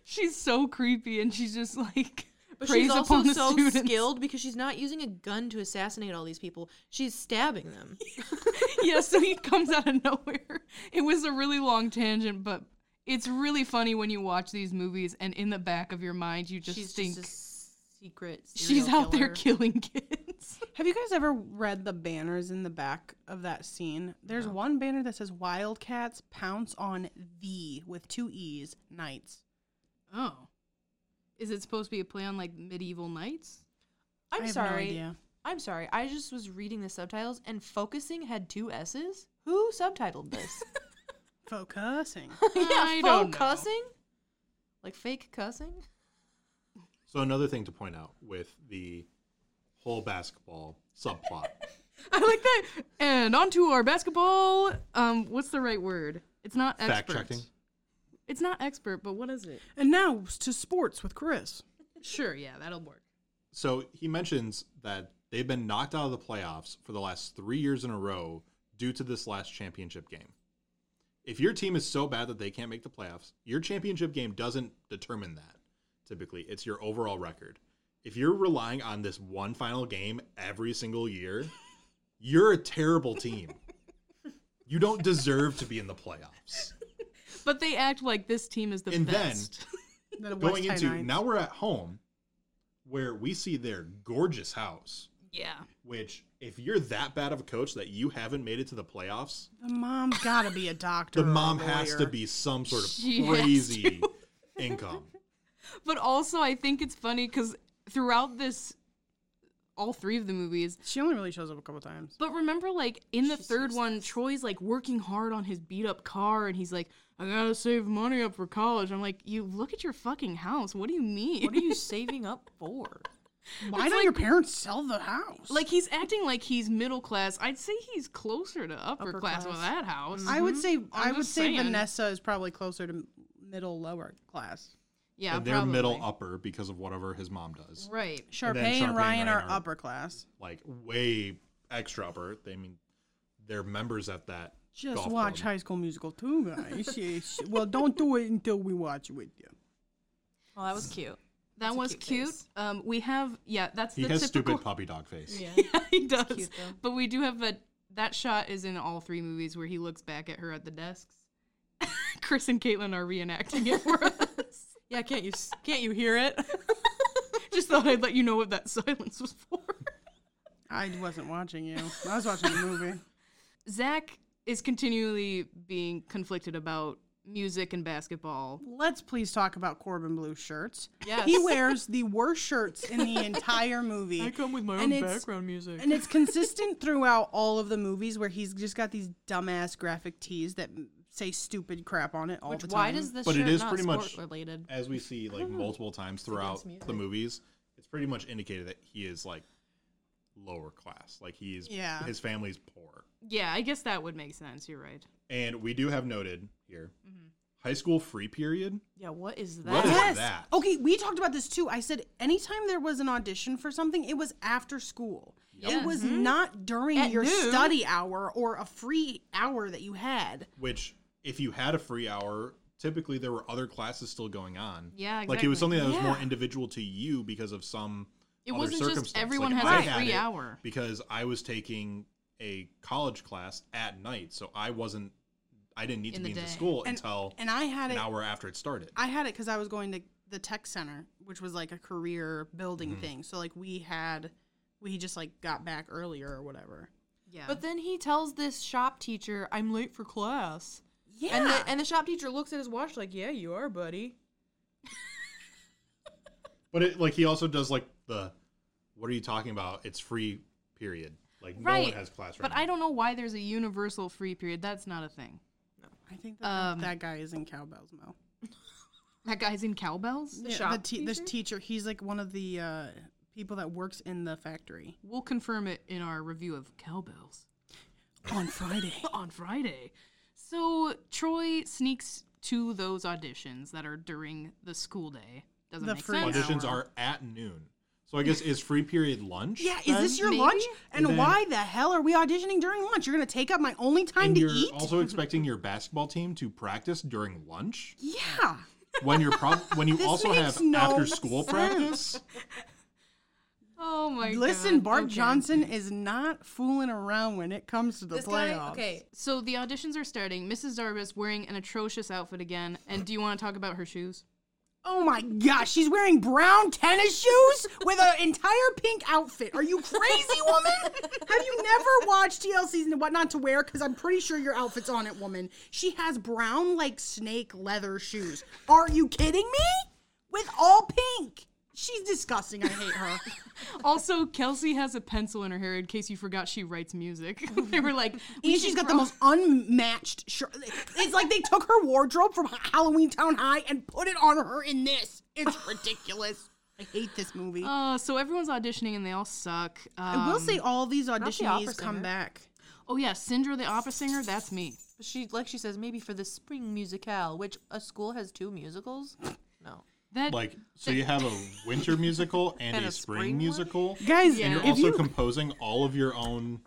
Speaker 1: she's so creepy and she's just like
Speaker 3: But
Speaker 1: preys
Speaker 3: she's also
Speaker 1: upon the
Speaker 3: so
Speaker 1: students.
Speaker 3: skilled because she's not using a gun to assassinate all these people. She's stabbing them.
Speaker 1: yeah so he comes out of nowhere it was a really long tangent but it's really funny when you watch these movies and in the back of your mind you just
Speaker 3: she's
Speaker 1: think
Speaker 3: just a secret.
Speaker 1: she's
Speaker 3: serial
Speaker 1: out there
Speaker 3: killer.
Speaker 1: killing kids
Speaker 2: Have you guys ever read the banners in the back of that scene? There's one banner that says Wildcats pounce on the with two E's nights.
Speaker 1: Oh. Is it supposed to be a play on like medieval knights?
Speaker 2: I
Speaker 3: I'm
Speaker 2: have no
Speaker 3: sorry.
Speaker 2: idea.
Speaker 3: I'm sorry. I just was reading the subtitles and focusing had two S's. Who subtitled this?
Speaker 2: Focusing.
Speaker 3: yeah,
Speaker 1: I
Speaker 3: faux
Speaker 1: don't know.
Speaker 3: cussing. Like fake cussing.
Speaker 4: So another thing to point out with the whole basketball subplot.
Speaker 1: I like that. And onto our basketball. Um, what's the right word? It's not expert.
Speaker 4: Fact checking.
Speaker 1: It's not expert, but what is it?
Speaker 2: and now to sports with Chris.
Speaker 1: Sure, yeah, that'll work.
Speaker 4: So he mentions that They've been knocked out of the playoffs for the last three years in a row due to this last championship game. If your team is so bad that they can't make the playoffs, your championship game doesn't determine that typically. It's your overall record. If you're relying on this one final game every single year, you're a terrible team. You don't deserve to be in the playoffs.
Speaker 1: But they act like this team is the
Speaker 4: And then-
Speaker 1: best.
Speaker 2: Then it was
Speaker 4: Going into
Speaker 2: 10-9.
Speaker 4: now we're at home where we see their gorgeous house,
Speaker 1: yeah.
Speaker 4: which if you're that bad of a coach that you haven't made it to the playoffs,
Speaker 2: the mom's gotta be a doctor.
Speaker 4: the
Speaker 2: or a
Speaker 4: mom has to
Speaker 2: lawyer.
Speaker 4: be some sort of
Speaker 1: She has
Speaker 4: crazy income.
Speaker 1: But also, I think it's funny because throughout this, all three of the movies.
Speaker 2: She only really shows up a couple times.
Speaker 1: But remember, like in the third one, Troy's like working hard on his beat up car, and he's like, "I gotta save money up for college." I'm like, "You look at your fucking house. What do you mean?
Speaker 5: What are you saving up for?
Speaker 2: Why don't your parents sell the house?
Speaker 1: Like he's acting like he's middle class. I'd say he's closer to upper,
Speaker 5: Upper
Speaker 1: class, with
Speaker 5: class. Mm.
Speaker 1: that house.
Speaker 2: I would say, i would
Speaker 1: just
Speaker 2: say
Speaker 1: saying.
Speaker 2: Vanessa is probably closer to middle lower class.
Speaker 1: yeah,
Speaker 4: and they're
Speaker 1: probably.
Speaker 4: middle upper because of whatever his mom does.
Speaker 1: Right.
Speaker 2: Sharpay
Speaker 4: Sharpay
Speaker 2: and
Speaker 4: and
Speaker 2: Ryan are
Speaker 4: Ryan are-
Speaker 2: upper class.
Speaker 4: Like way extra upper. They I mean they're members at that.
Speaker 2: Just
Speaker 4: golf
Speaker 2: watch
Speaker 4: club.
Speaker 2: High School Musical too, guys. Yes. well, don't do it until we watch it with you.
Speaker 5: Well, that was cute.
Speaker 1: That
Speaker 5: a
Speaker 1: was
Speaker 5: cute
Speaker 1: cute.
Speaker 5: face.
Speaker 1: Um, we have yeah. That's
Speaker 4: He
Speaker 1: the
Speaker 4: has
Speaker 1: typical.
Speaker 4: stupid puppy dog face.
Speaker 5: Yeah.
Speaker 1: yeah, he does.
Speaker 5: cute, though.
Speaker 1: but we do have a that shot is in all three movies where he looks back at her at the desks. Chris and Caitlin are reenacting it for us.
Speaker 5: Yeah, can't you can't you hear it?
Speaker 1: Just thought I'd let you know what that silence was for.
Speaker 2: I wasn't watching you. I was watching the movie.
Speaker 1: Zach is continually being conflicted about music and basketball.
Speaker 2: Let's please talk about Corbin Blue shirts.
Speaker 5: Yes.
Speaker 2: He wears the worst shirts in the entire movie.
Speaker 3: come with my
Speaker 2: And own it's-
Speaker 3: music.
Speaker 2: And it's consistent throughout all of the movies where he's just got these dumbass graphic tees that m- say stupid crap on it all
Speaker 5: Which
Speaker 2: the time.
Speaker 5: why does this
Speaker 4: But it
Speaker 5: shirt
Speaker 4: is
Speaker 5: not
Speaker 4: pretty
Speaker 5: sport
Speaker 4: much-
Speaker 5: related?
Speaker 4: As we see like multiple times throughout the movies, it's pretty much indicated that he is like lower class. Like he's
Speaker 2: Yeah.
Speaker 4: his family's poor.
Speaker 1: Yeah, I guess that would make sense. You're right.
Speaker 4: And we do have noted here
Speaker 1: Mm-hmm.
Speaker 4: high school free period.
Speaker 5: Yeah, what is that?
Speaker 4: What is
Speaker 2: Yes.
Speaker 4: that?
Speaker 2: Okay, we talked about this too. I said anytime there was an audition for something, it was after school. It was not during
Speaker 5: At
Speaker 2: your
Speaker 5: noon.
Speaker 2: study hour or a free hour that you had.
Speaker 4: which if you had a free hour typically there were other classes still going on
Speaker 1: Yeah,
Speaker 4: like it was
Speaker 1: exactly.
Speaker 4: something that was more
Speaker 5: Yeah.
Speaker 4: individual to you because of some
Speaker 1: It
Speaker 4: other
Speaker 1: wasn't just
Speaker 4: circumstance.
Speaker 1: everyone
Speaker 4: like,
Speaker 1: has
Speaker 4: I
Speaker 1: a
Speaker 4: had
Speaker 1: free
Speaker 4: it
Speaker 1: hour.
Speaker 4: because i was taking a college class at night so i wasn't i didn't need
Speaker 1: In the
Speaker 4: to be in
Speaker 1: day.
Speaker 4: the school
Speaker 2: And-
Speaker 4: until
Speaker 2: And I had
Speaker 4: an
Speaker 2: it.
Speaker 4: hour after it started
Speaker 2: I had it because I was going to the tech center, which was like a career building
Speaker 4: Mm-hmm.
Speaker 2: thing. So like we had, we just like got back earlier or whatever.
Speaker 1: Yeah.
Speaker 3: But then he tells this shop teacher, "I'm late for class."
Speaker 2: Yeah.
Speaker 3: And the, and the shop teacher looks at his watch like, "Yeah, you are, buddy."
Speaker 4: but it like he also does like the what are you talking about it's free period like no one
Speaker 1: Right.
Speaker 4: has class right
Speaker 1: but I don't know why there's a universal free period. That's not a thing.
Speaker 2: I think that,
Speaker 1: Um,
Speaker 2: that guy is in cowbells, Mo.
Speaker 1: That guy's in cowbells.
Speaker 2: The,
Speaker 3: shop
Speaker 2: te- This teacher, he's like one of the uh, people that works in the factory
Speaker 1: We'll confirm it in our review of cowbells.
Speaker 2: on Friday.
Speaker 1: on Friday. So Troy sneaks to those auditions that are during the school day. Doesn't
Speaker 2: The
Speaker 1: make
Speaker 2: free
Speaker 1: sense.
Speaker 4: auditions
Speaker 2: hour.
Speaker 4: are at noon so i guess is free period lunch
Speaker 2: yeah, is this your
Speaker 1: maybe?
Speaker 2: lunch? And
Speaker 4: then-
Speaker 2: why the hell are we auditioning during lunch? You're gonna take up my only time
Speaker 4: and
Speaker 2: to
Speaker 4: you're
Speaker 2: eat?
Speaker 4: also expecting your basketball team to practice during lunch
Speaker 2: yeah.
Speaker 1: Oh
Speaker 4: when you're prob- when you
Speaker 2: This
Speaker 4: also
Speaker 2: makes
Speaker 4: have
Speaker 2: no
Speaker 4: after school
Speaker 2: sense.
Speaker 4: practice.
Speaker 1: Oh my god.
Speaker 2: Listen, Bart
Speaker 1: Okay.
Speaker 2: Johnson is not fooling around when it comes to the playoffs.
Speaker 1: So the auditions are starting. Mrs. Darvis wearing an atrocious outfit again. And do you want to talk about her shoes?
Speaker 2: Oh my gosh, she's wearing brown tennis shoes with an entire pink outfit. Are you crazy, woman? Have you never watched TLC's and what not to wear? Because I'm pretty sure your outfit's on it, woman. She has brown, like snake leather shoes. Are you kidding me? With all pink. She's disgusting. I hate her.
Speaker 1: Also, Kelsey has a pencil in her hair in case you forgot she writes music. they were like, we
Speaker 2: And
Speaker 1: should
Speaker 2: she's got the
Speaker 1: throw-
Speaker 2: most unmatched shirt. It's like they took her wardrobe from Halloween Town High and put it on her in this. It's ridiculous. I hate this movie.
Speaker 1: Uh, so everyone's auditioning and they all suck. Um,
Speaker 2: I will say all these
Speaker 5: opera
Speaker 2: auditionees come
Speaker 5: singer.
Speaker 2: back.
Speaker 1: oh yeah, Sindra, the opera singer, that's me.
Speaker 5: But she like she says maybe for the spring musicale, which a school has two musicals. No,
Speaker 1: That
Speaker 4: Like, so you have a winter musical and,
Speaker 5: And
Speaker 4: a
Speaker 5: a
Speaker 4: spring,
Speaker 5: spring one?
Speaker 4: musical,
Speaker 2: Guys,
Speaker 1: Yeah.
Speaker 4: and you're
Speaker 2: if
Speaker 4: also
Speaker 2: you
Speaker 4: composing all of your own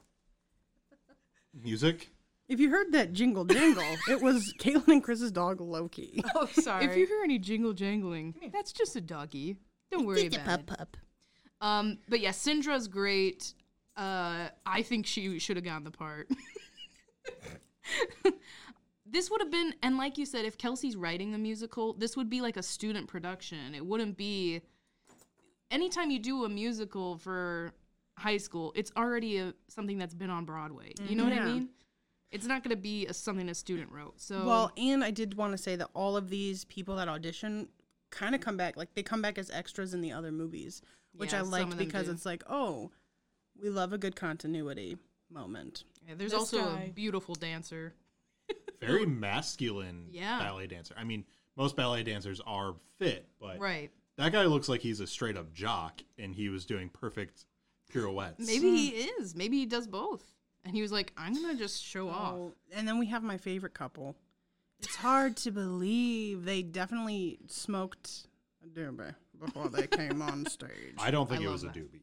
Speaker 4: music.
Speaker 2: if you heard that jingle jangle, it was Caitlin and Chris's dog Loki.
Speaker 5: Oh, sorry.
Speaker 1: if you hear any jingle jangling, that's just a doggy. Don't worry about it.
Speaker 2: pup.
Speaker 1: Um, but yeah, Syndra's great. Uh, I think she should have gotten the part. this would have been, and like you said, if Kelsey's writing the musical, this would be like a student production. It wouldn't be. Anytime you do a musical for high school, it's already a, something that's been on Broadway. You know
Speaker 5: Mm-hmm.
Speaker 1: what I
Speaker 2: Yeah.
Speaker 1: mean? It's not going to be a, something a student wrote. So
Speaker 2: Well, and I did want to say that all of these people that audition kind of come back, like they come back as extras in the other movies, which
Speaker 1: Yeah,
Speaker 2: I
Speaker 1: some
Speaker 2: liked
Speaker 1: of them
Speaker 2: because
Speaker 1: do.
Speaker 2: it's like, oh, we love a good continuity moment.
Speaker 1: yeah, there's
Speaker 3: this
Speaker 1: also
Speaker 3: guy.
Speaker 1: a beautiful dancer.
Speaker 4: Very masculine
Speaker 1: Yeah.
Speaker 4: ballet dancer. I mean, most ballet dancers are fit, but
Speaker 1: Right.
Speaker 4: that guy looks like he's a straight up jock, and he was doing perfect pirouettes.
Speaker 1: Maybe he is. Maybe he does both. And he was like, I'm gonna just show off.
Speaker 2: Oh, and then we have my favorite couple. It's hard to believe they definitely smoked a doobie before they came on stage.
Speaker 4: I don't think
Speaker 1: I
Speaker 4: it
Speaker 1: love
Speaker 4: was
Speaker 1: that.
Speaker 4: a doobie.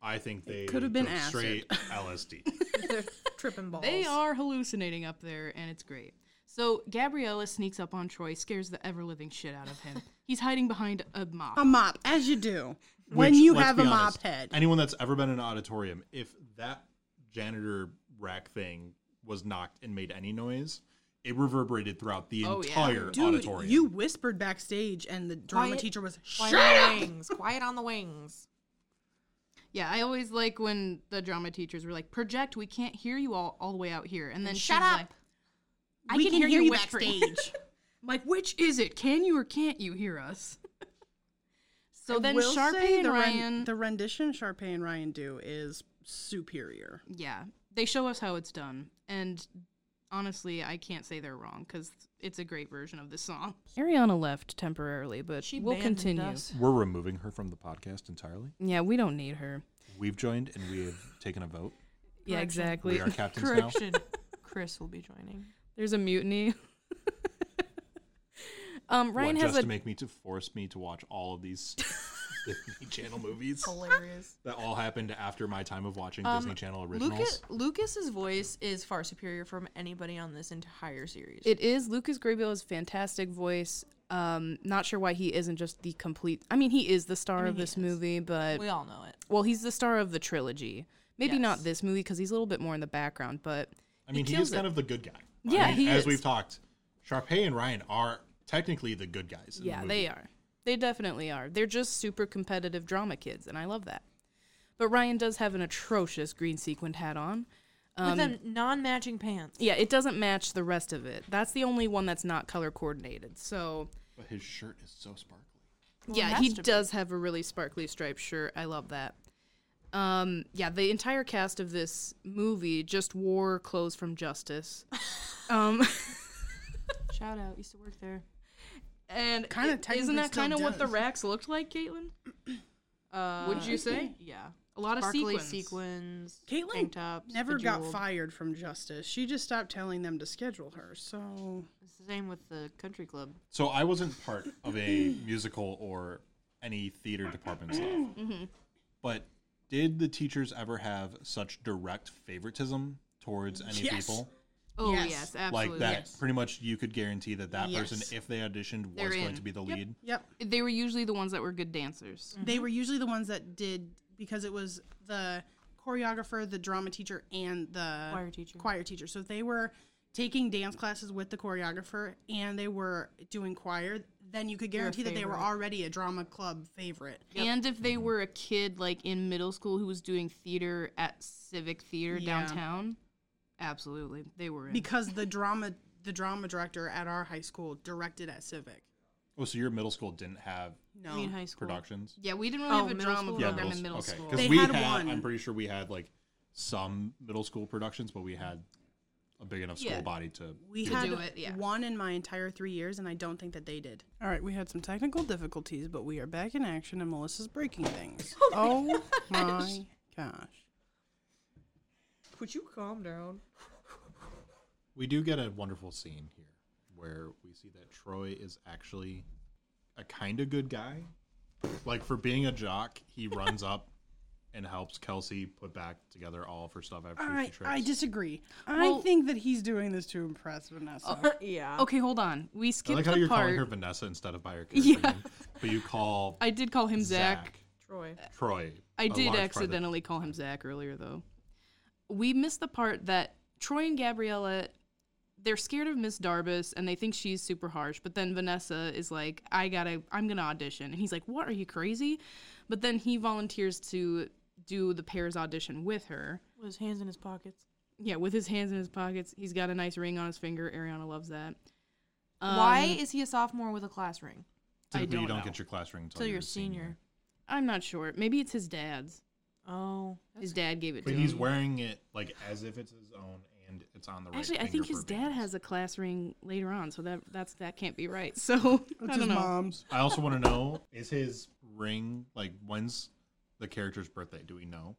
Speaker 4: I think they
Speaker 2: could have been
Speaker 4: took
Speaker 2: acid.
Speaker 4: straight LSD.
Speaker 3: They're tripping balls.
Speaker 1: They are hallucinating up there, and it's great. So Gabriella sneaks up on Troy, scares the ever living shit out of him. He's hiding behind a mop.
Speaker 2: a mop, as you do when
Speaker 4: Which,
Speaker 2: you
Speaker 4: let's
Speaker 2: have
Speaker 4: be
Speaker 2: a mop
Speaker 4: honest,
Speaker 2: head.
Speaker 4: Anyone that's ever been in an auditorium, if that janitor rack thing was knocked and made any noise, it reverberated throughout the
Speaker 1: Oh, yeah.
Speaker 4: entire
Speaker 2: Dude,
Speaker 4: auditorium.
Speaker 2: you whispered backstage, and the drama
Speaker 3: Quiet-
Speaker 2: teacher was
Speaker 3: Quiet
Speaker 2: shut
Speaker 3: on
Speaker 2: up.
Speaker 3: the wings. Quiet on the wings.
Speaker 1: Yeah, I always like when the drama teachers were like, "Project, we can't hear you all all the way out here," and then
Speaker 3: shut
Speaker 1: she's
Speaker 3: up.
Speaker 1: like, I can, hear, you whispering. I'm like, which is it? Can you or can't you hear us? so
Speaker 2: I
Speaker 1: then
Speaker 2: will say
Speaker 1: Sharpay and
Speaker 2: the ren-
Speaker 1: Ryan,
Speaker 2: the rendition Sharpay and Ryan do is superior.
Speaker 1: yeah, they show us how it's done, and honestly, I can't say they're wrong because it's a great version of this song. Ariana left temporarily, but
Speaker 5: She
Speaker 1: we'll
Speaker 5: abandoned
Speaker 1: continue.
Speaker 5: us.
Speaker 4: We're removing her from the podcast entirely.
Speaker 1: Yeah, we don't need her.
Speaker 4: We've joined and we have taken a vote.
Speaker 1: Yeah,
Speaker 5: Correction.
Speaker 1: exactly.
Speaker 4: We are captains now.
Speaker 5: Correction. Chris will be joining.
Speaker 1: There's a mutiny. um,
Speaker 4: What,
Speaker 1: Ryan
Speaker 4: just
Speaker 1: has a
Speaker 4: to make me to force me to watch all of these Disney Channel movies
Speaker 3: Hilarious.
Speaker 4: that all happened after my time of watching
Speaker 2: Um,
Speaker 4: Disney Channel originals.
Speaker 3: Lucas Lucas's voice is far superior from anybody on this entire series.
Speaker 1: It is Lucas Grabill's fantastic voice. Um, not sure why he isn't just the complete. I mean, he is the star of
Speaker 3: he
Speaker 1: this
Speaker 3: is.
Speaker 1: movie, but
Speaker 3: we all know it.
Speaker 1: well, he's the star of the trilogy. Maybe not
Speaker 3: Yes.
Speaker 1: this movie because he's a little bit more in the background, but
Speaker 4: I mean, he,
Speaker 1: kills
Speaker 4: is kind
Speaker 1: it.
Speaker 4: of the good guy.
Speaker 1: Yeah,
Speaker 4: I mean,
Speaker 1: he
Speaker 4: as
Speaker 1: is.
Speaker 4: we've talked, Sharpay and Ryan are technically the good guys. in the
Speaker 1: yeah,
Speaker 4: movie.
Speaker 1: they are. They definitely are. They're just super competitive drama kids, and I love that. But Ryan does have an atrocious green sequined hat on.
Speaker 3: With them non-matching pants.
Speaker 1: Yeah, it doesn't match the rest of it. That's the only one that's not color coordinated. So
Speaker 4: But his shirt is so sparkly.
Speaker 3: Well, it
Speaker 1: yeah,
Speaker 3: has
Speaker 1: he
Speaker 3: to be.
Speaker 1: does have a really sparkly striped shirt. I love that. Um, yeah, the entire cast of this movie just wore clothes from Justice. um,
Speaker 5: Shout out. Used to work there.
Speaker 1: and
Speaker 2: Kinda
Speaker 1: it-
Speaker 2: technically
Speaker 1: isn't that
Speaker 2: still
Speaker 1: kind of what the
Speaker 2: does.
Speaker 1: racks looked like, Caitlin?
Speaker 5: Uh,
Speaker 1: Would you say
Speaker 5: Yeah.
Speaker 1: a lot of
Speaker 5: Sparkly
Speaker 1: sequins?
Speaker 5: sequins.
Speaker 2: Caitlyn
Speaker 5: tank tops,
Speaker 2: never got
Speaker 5: bejeweled.
Speaker 2: fired from Justice. She just stopped telling them to schedule her. So
Speaker 5: It's the same with the country club.
Speaker 4: So I wasn't part of a musical or any theater department stuff.
Speaker 1: Mm-hmm.
Speaker 4: But did the teachers ever have such direct favoritism towards any
Speaker 2: Yes.
Speaker 4: people?
Speaker 1: Oh
Speaker 2: Yes.
Speaker 1: yes,
Speaker 4: Like
Speaker 1: absolutely.
Speaker 4: that,
Speaker 2: Yes.
Speaker 4: pretty much you could guarantee that that
Speaker 2: Yes.
Speaker 4: person, if they auditioned, was
Speaker 1: They're
Speaker 4: going
Speaker 1: in.
Speaker 4: to be the lead.
Speaker 2: yep,
Speaker 1: They were usually the ones that were good dancers.
Speaker 5: Mm. Mm-hmm.
Speaker 2: they were usually the ones that did because it was the choreographer, the drama teacher, and the
Speaker 5: Choir teacher.
Speaker 2: Choir teacher. So if they were taking dance classes with the choreographer and they were doing choir. Then you could guarantee that they were
Speaker 5: favorite.
Speaker 2: already a drama club favorite.
Speaker 1: And if they were a kid like in middle school who was doing theater at Civic Theater
Speaker 2: Yeah.
Speaker 1: downtown, absolutely they were in.
Speaker 2: because the drama the drama director at our high school directed at Civic.
Speaker 4: Oh, so your middle school didn't have
Speaker 2: No,
Speaker 5: I mean high school.
Speaker 4: productions?
Speaker 1: yeah, we didn't really
Speaker 5: Oh,
Speaker 1: have a
Speaker 5: middle
Speaker 1: drama
Speaker 5: school? Yeah,
Speaker 1: program
Speaker 4: middle
Speaker 1: in middle
Speaker 4: s- okay,
Speaker 1: school.
Speaker 4: 'cause
Speaker 2: They
Speaker 4: we
Speaker 2: had
Speaker 4: had,
Speaker 2: one.
Speaker 4: I'm pretty sure we had like some middle school productions, but we had a big enough school
Speaker 1: Yeah.
Speaker 4: body to.
Speaker 2: we
Speaker 4: do
Speaker 2: had
Speaker 1: do it, yeah.
Speaker 2: one in my entire three years, and I don't think that they did. All right, we had some technical difficulties, but we are back in action, and Melissa's breaking things. Oh my gosh!
Speaker 3: Could you calm down?
Speaker 4: We do get a wonderful scene here where we see that Troy is actually a kind of good guy. Like for being a jock, he runs up and helps Kelsey put back together all of her stuff after
Speaker 2: I,
Speaker 4: she trips.
Speaker 2: I disagree. I
Speaker 1: Well-
Speaker 2: think that he's doing this to impress Vanessa.
Speaker 3: Yeah.
Speaker 5: Oh.
Speaker 1: Okay, hold on. We
Speaker 4: I
Speaker 1: skipped
Speaker 4: like how
Speaker 1: the
Speaker 4: you're
Speaker 1: part.
Speaker 4: calling her Vanessa instead of by her character
Speaker 1: Yeah.
Speaker 4: name, but you call
Speaker 1: I did call him Zach.
Speaker 4: Zach
Speaker 3: Troy.
Speaker 5: Uh,
Speaker 4: Troy.
Speaker 1: I
Speaker 4: a large
Speaker 1: did
Speaker 4: part of the-
Speaker 1: accidentally call him Zach earlier, though. We missed the part that Troy and Gabriella, they're scared of Miss Darbus and they think she's super harsh. But then Vanessa is like, I gotta, I'm gonna audition. And he's like, What? Are you crazy? But then he volunteers to do the pair's audition with her.
Speaker 5: With his hands in his pockets.
Speaker 1: Yeah, with his hands in his pockets. He's got a nice ring on his finger. Ariana loves that.
Speaker 5: Why
Speaker 1: Um,
Speaker 5: is he a sophomore with a class ring?
Speaker 4: Typically, you
Speaker 1: don't
Speaker 4: don't
Speaker 1: know.
Speaker 4: get your class ring until
Speaker 5: Till
Speaker 4: Oh, you're
Speaker 5: you're
Speaker 4: a senior.
Speaker 1: I'm not sure. Maybe it's his dad's.
Speaker 5: Oh.
Speaker 1: His dad gave it
Speaker 4: But
Speaker 1: to
Speaker 4: he's
Speaker 1: him.
Speaker 4: wearing it like as if it's his own and it's on the right.
Speaker 1: Actually, I
Speaker 4: finger
Speaker 1: think
Speaker 4: for
Speaker 1: his dad
Speaker 4: bands.
Speaker 1: has a class ring later on, so that that's that can't be right. So
Speaker 2: It's
Speaker 1: I
Speaker 2: his
Speaker 1: don't know.
Speaker 2: mom's.
Speaker 4: I also want to know is his ring like when's the character's birthday? Do we know?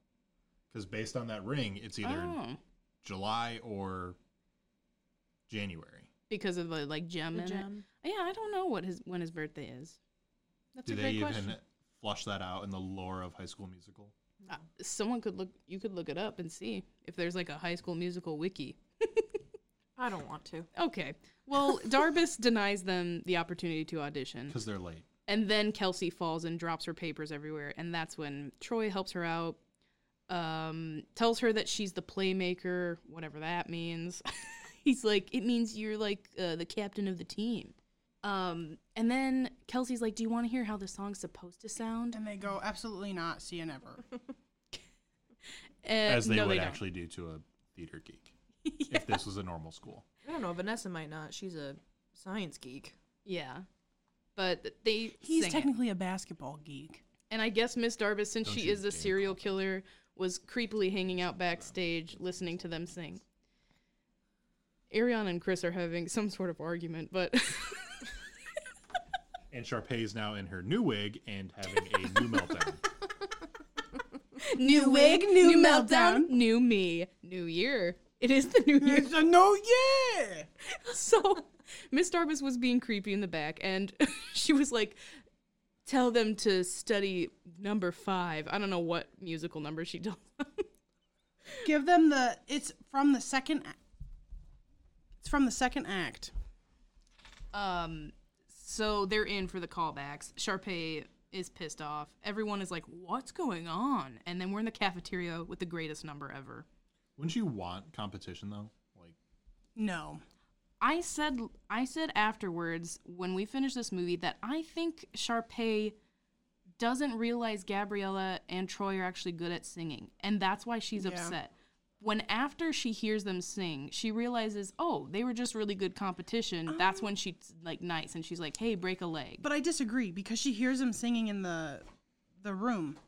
Speaker 4: Because based on that ring, it's either in
Speaker 1: Oh,
Speaker 4: July or January.
Speaker 1: because of the like gem
Speaker 5: The
Speaker 1: in
Speaker 5: gem.
Speaker 1: it. Yeah, I don't know what his when his birthday is. That's
Speaker 4: Do
Speaker 1: a
Speaker 4: they
Speaker 1: great
Speaker 4: even
Speaker 1: question.
Speaker 4: flush that out in the lore of High School Musical?
Speaker 5: Oh.
Speaker 1: Uh, someone could look. You could look it up and see if there's like a High School Musical wiki.
Speaker 5: I don't want to.
Speaker 1: Okay. Well, Darbus denies them the opportunity to audition,
Speaker 4: Because they're late.
Speaker 1: and then Kelsey falls and drops her papers everywhere, and that's when Troy helps her out. Um, tells her that she's the playmaker, whatever that means. He's like, it means you're like uh, the captain of the team. Um, and then Kelsey's like, do you want to hear how the song's supposed to sound?
Speaker 2: And they go, absolutely not, see you never.
Speaker 1: Uh,
Speaker 4: As they
Speaker 1: no,
Speaker 4: would
Speaker 1: don't.
Speaker 4: actually do to a theater geek if this was a normal school.
Speaker 5: I don't know. Vanessa might not. She's a science geek.
Speaker 1: Yeah, but they
Speaker 2: He's
Speaker 1: sing it.
Speaker 2: technically a basketball geek.
Speaker 1: And I guess Miss Darbus, since
Speaker 4: Don't
Speaker 1: she
Speaker 4: you
Speaker 1: is a
Speaker 4: dare
Speaker 1: serial
Speaker 4: call her.
Speaker 1: killer, was creepily hanging out backstage listening to them sing. Ariana and Chris are having some sort of argument, but
Speaker 4: And Sharpay's now in her new wig and having a new meltdown.
Speaker 1: new
Speaker 2: wig, new meltdown.
Speaker 1: new me, new year. It is the new year.
Speaker 2: It's a no, yeah!
Speaker 1: so Miss Darbus was being creepy in the back, and she was like, "Tell them to study number five. I don't know what musical number she told them.
Speaker 2: Give them the, it's from the second, a- it's from the second act.
Speaker 1: Um, so they're in for the callbacks. Sharpay is pissed off. Everyone is like, "What's going on?" And then we're in the cafeteria with the greatest number ever.
Speaker 4: Wouldn't you want competition though? Like
Speaker 2: No.
Speaker 1: I said, I said afterwards when we finished this movie that I think Sharpay doesn't realize Gabriella and Troy are actually good at singing, and that's why she's
Speaker 2: Yeah.
Speaker 1: upset. When after she hears them sing, she realizes, oh, they were just really good competition. That's when she's like nice, and she's like, hey, break a leg.
Speaker 2: Oh. But I disagree because she hears him singing in the the room.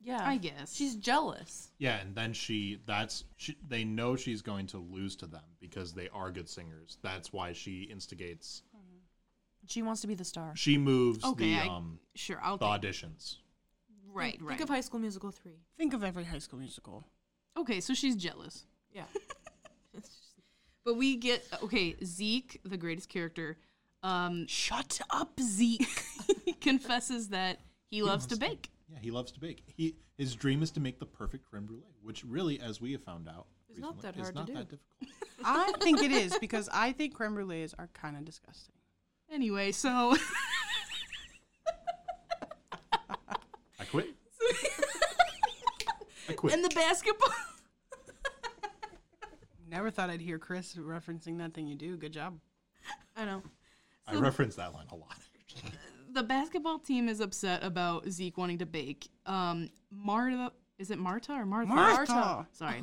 Speaker 5: Yeah.
Speaker 1: I guess
Speaker 5: She's jealous.
Speaker 4: Yeah, and then she that's she, they know she's going to lose to them because they are good singers. That's why she instigates.
Speaker 5: She wants to be the star.
Speaker 4: She moves
Speaker 1: Okay,
Speaker 4: the
Speaker 1: I-
Speaker 4: um
Speaker 1: Sure, I'll
Speaker 4: the
Speaker 1: take
Speaker 4: auditions.
Speaker 1: right,
Speaker 5: Think-
Speaker 1: right.
Speaker 5: Think of High School Musical 3.
Speaker 2: Think of every high school musical.
Speaker 1: okay, so she's jealous.
Speaker 5: Yeah.
Speaker 1: But we get okay, Zeke, the greatest character, um
Speaker 2: Shut up, Zeke.
Speaker 1: confesses that he loves to bake.
Speaker 4: Yeah, he loves to bake. He his dream is to make the perfect creme brulee, which really, as we have found out,
Speaker 5: It's not
Speaker 4: recently,
Speaker 5: that hard
Speaker 4: is
Speaker 5: to
Speaker 4: not
Speaker 5: do.
Speaker 4: that difficult.
Speaker 2: I think it is because I think creme brulees are kind of disgusting.
Speaker 1: Anyway, so
Speaker 4: I quit. I quit.
Speaker 1: and the basketball
Speaker 2: Never thought I'd hear Chris referencing that thing you do. Good job.
Speaker 5: I know.
Speaker 4: I reference that line a lot. actually.
Speaker 1: the basketball team is upset about Zeke wanting to bake. Um Martha is it Marta or Martha?
Speaker 2: Martha.
Speaker 1: Sorry.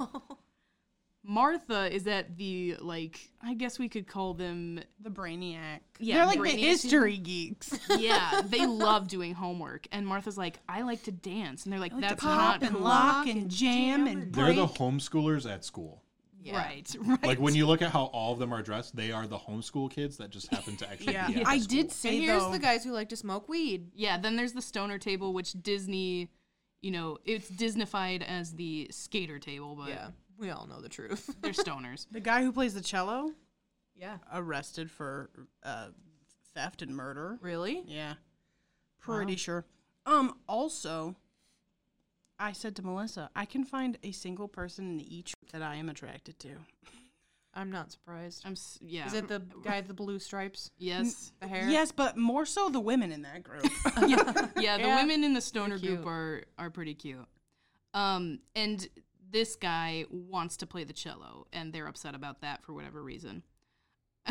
Speaker 1: Martha is at the like I guess we could call them
Speaker 2: The brainiac.
Speaker 1: Yeah,
Speaker 2: They're like
Speaker 1: brainiac
Speaker 2: the history geeks.
Speaker 1: yeah, they love doing homework. And Martha's like, I like to dance. And they're like, that's not
Speaker 2: Pop and
Speaker 1: cool.
Speaker 2: lock and jam and
Speaker 4: They're
Speaker 2: break.
Speaker 4: the homeschoolers at school.
Speaker 1: Right, right.
Speaker 4: Like when you look at how all of them are dressed, they are the homeschool kids that just happen to actually
Speaker 2: yeah,
Speaker 4: be at
Speaker 2: I
Speaker 4: school.
Speaker 2: did say
Speaker 5: And here's
Speaker 2: though.
Speaker 5: the guys who like to smoke weed.
Speaker 1: yeah, then there's the stoner table, which Disney, you know, it's Disneyfied as the skater table, but
Speaker 5: We all know the truth.
Speaker 1: they're stoners.
Speaker 2: the guy who plays the cello
Speaker 5: Yeah.
Speaker 2: arrested for uh, theft and murder.
Speaker 1: Really?
Speaker 2: Yeah. Pretty sure. Um, also, I said to Melissa, I can find a single person in each that I am attracted to.
Speaker 5: I'm not surprised.
Speaker 1: I'm. s- Yeah.
Speaker 5: Is it the guy with the blue stripes?
Speaker 1: Yes.
Speaker 5: The hair?
Speaker 2: Yes, but more so the women in that group.
Speaker 1: yeah, the
Speaker 5: Yeah.
Speaker 1: women in the stoner
Speaker 5: They're
Speaker 1: group
Speaker 5: cute.
Speaker 1: are are pretty cute. Um, and this guy wants to play the cello, and they're upset about that for whatever reason.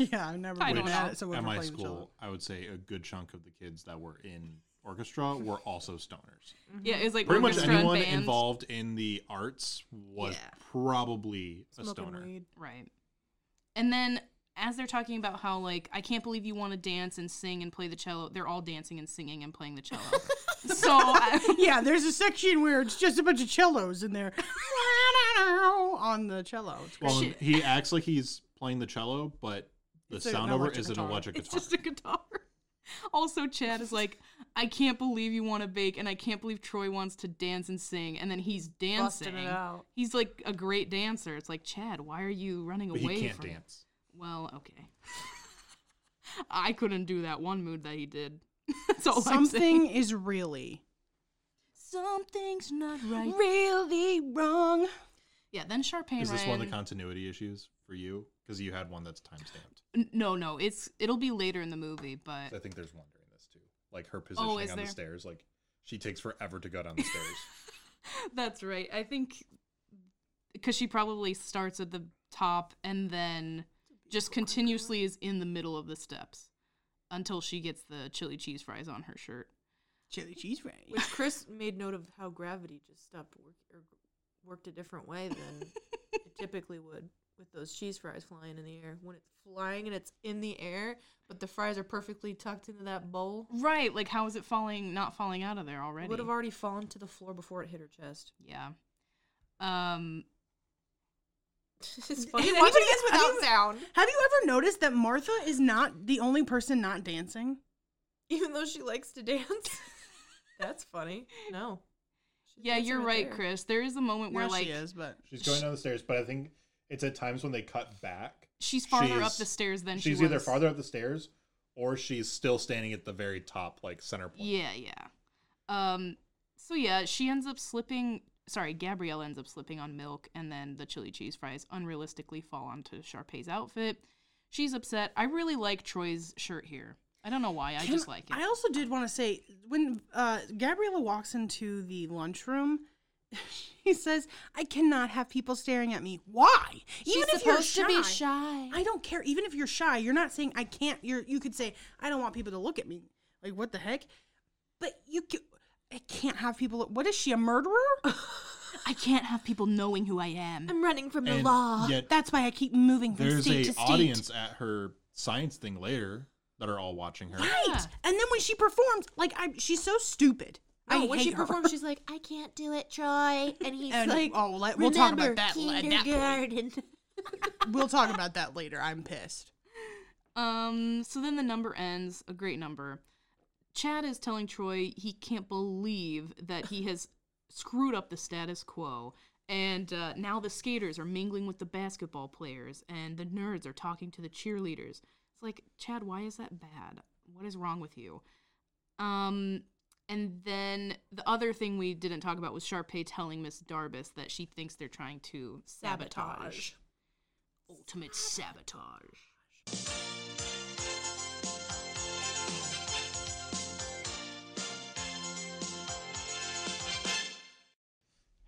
Speaker 2: yeah, I've never
Speaker 1: I
Speaker 2: been
Speaker 1: don't
Speaker 2: at
Speaker 1: know.
Speaker 2: it, so we're
Speaker 4: At my
Speaker 2: playing each other.
Speaker 4: school, I would say a good chunk of the kids that were in orchestra were also stoners.
Speaker 1: Yeah, it's like
Speaker 4: Pretty much
Speaker 1: Mm-hmm. orchestra and
Speaker 4: anyone
Speaker 1: band.
Speaker 4: involved in the arts was
Speaker 1: Yeah.
Speaker 4: probably a
Speaker 5: Smoking
Speaker 4: stoner.
Speaker 5: weed.
Speaker 1: Right. And then as they're talking about how like I can't believe you want to dance and sing and play the cello, they're all dancing and singing and playing the cello. so I,
Speaker 2: Yeah, there's a section where it's just a bunch of cellos in there on the cello. It's great.
Speaker 4: Well, and he acts like he's playing the cello, but the
Speaker 2: an
Speaker 4: sound over
Speaker 2: electric
Speaker 4: is an
Speaker 2: guitar.
Speaker 4: electric
Speaker 1: it's
Speaker 4: guitar.
Speaker 1: just a guitar. Also, Chad is like, I can't believe you want to bake, and I can't believe Troy wants to dance and sing, and then he's dancing.
Speaker 5: Busting it out.
Speaker 1: He's like a great dancer. It's like Chad, why are you running
Speaker 4: But
Speaker 1: away?
Speaker 4: he can't
Speaker 1: from
Speaker 4: dance.
Speaker 1: Well, okay. I couldn't do that one mood that he did. That's all I'm saying.
Speaker 2: Something is really,
Speaker 1: Something's not right.
Speaker 2: really wrong.
Speaker 1: Yeah. Then Sharpay
Speaker 4: Is this
Speaker 1: Ryan.
Speaker 4: one of the continuity issues for you? Because you had one that's time stamped.
Speaker 1: N- No, no, it's it'll be later in the movie, but
Speaker 4: I think there's one during this too. Like her positioning
Speaker 1: Uh, Oh, is
Speaker 4: on
Speaker 1: there?
Speaker 4: the stairs. Like she takes forever to go down the stairs.
Speaker 1: that's right. I think because she probably starts at the top and then just continuously is in the middle of the steps until she gets the chili cheese fries on her shirt.
Speaker 2: Chili cheese ray.
Speaker 3: Which Chris made note of how gravity just stopped work or worked a different way than it typically would with those cheese fries flying in the air. When it's flying and it's in the air, but the fries are perfectly tucked into that bowl.
Speaker 1: Right, like how is it falling not falling out of there already?
Speaker 3: It would have already fallen to the floor before it hit her chest.
Speaker 1: yeah. Um
Speaker 3: it's funny.
Speaker 2: Did
Speaker 3: watching
Speaker 2: anybody- have
Speaker 3: this without
Speaker 2: you-
Speaker 3: sound,
Speaker 2: Have you ever noticed that Martha is not the only person not dancing?
Speaker 3: even though she likes to dance. That's funny. No. She's
Speaker 1: yeah,
Speaker 3: dancing
Speaker 1: you're
Speaker 3: right
Speaker 1: right,
Speaker 3: there.
Speaker 1: Chris. There is a moment where
Speaker 2: Now
Speaker 1: like
Speaker 2: she is, but
Speaker 4: She's going down the stairs, but I think it's at times when they cut back.
Speaker 1: she's farther up
Speaker 4: She's-
Speaker 1: the stairs than
Speaker 4: she's
Speaker 1: she was.
Speaker 4: either farther up the stairs or she's still standing at the very top, like center point.
Speaker 1: Yeah, yeah. Um, so yeah, she ends up slipping. Sorry, Gabrielle ends up slipping on milk, and then the chili cheese fries unrealistically fall onto Sharpay's outfit. She's upset. I really like Troy's shirt here. I don't know why. I
Speaker 2: Can-
Speaker 1: just like it.
Speaker 2: I also did want to say when uh, Gabriella walks into the lunchroom, she says, "I cannot have people staring at me. Why? Even if you're shy,
Speaker 5: shy.
Speaker 2: I don't care. Even if you're shy, you're not saying I can't. You're you could say I don't want people to look at me. Like what the heck? But you can, I can't have people. What is she a murderer?
Speaker 1: I can't have people knowing who I am.
Speaker 3: I'm running from the
Speaker 4: And
Speaker 3: law.
Speaker 4: yet
Speaker 2: That's why I keep moving from
Speaker 4: there's
Speaker 2: state
Speaker 4: a
Speaker 2: to state.
Speaker 4: audience at her science thing later that are all watching her.
Speaker 2: Right.
Speaker 1: Yeah.
Speaker 2: And then when she performs, like I, she's so stupid.
Speaker 3: No,
Speaker 2: I
Speaker 3: Oh, when
Speaker 2: hate
Speaker 3: she
Speaker 2: her.
Speaker 3: performs, she's like, "I can't do it, Troy," and he's
Speaker 2: And-
Speaker 3: like,
Speaker 2: oh, let- we'll talk about
Speaker 3: "Remember
Speaker 2: that la- at that point."
Speaker 3: kindergarten."
Speaker 2: We'll talk about that later. I'm pissed.
Speaker 1: Um, so then the number ends, a great number. Chad is telling Troy he can't believe that he has screwed up the status quo. And uh, now the skaters are mingling with the basketball players, and the nerds are talking to the cheerleaders. It's like, Chad, why is that bad? What is wrong with you? Um, and then the other thing we didn't talk about was Sharpay telling Miss Darbus that she thinks they're trying to sabotage.
Speaker 3: Sabotage.
Speaker 1: Ultimate sabotage.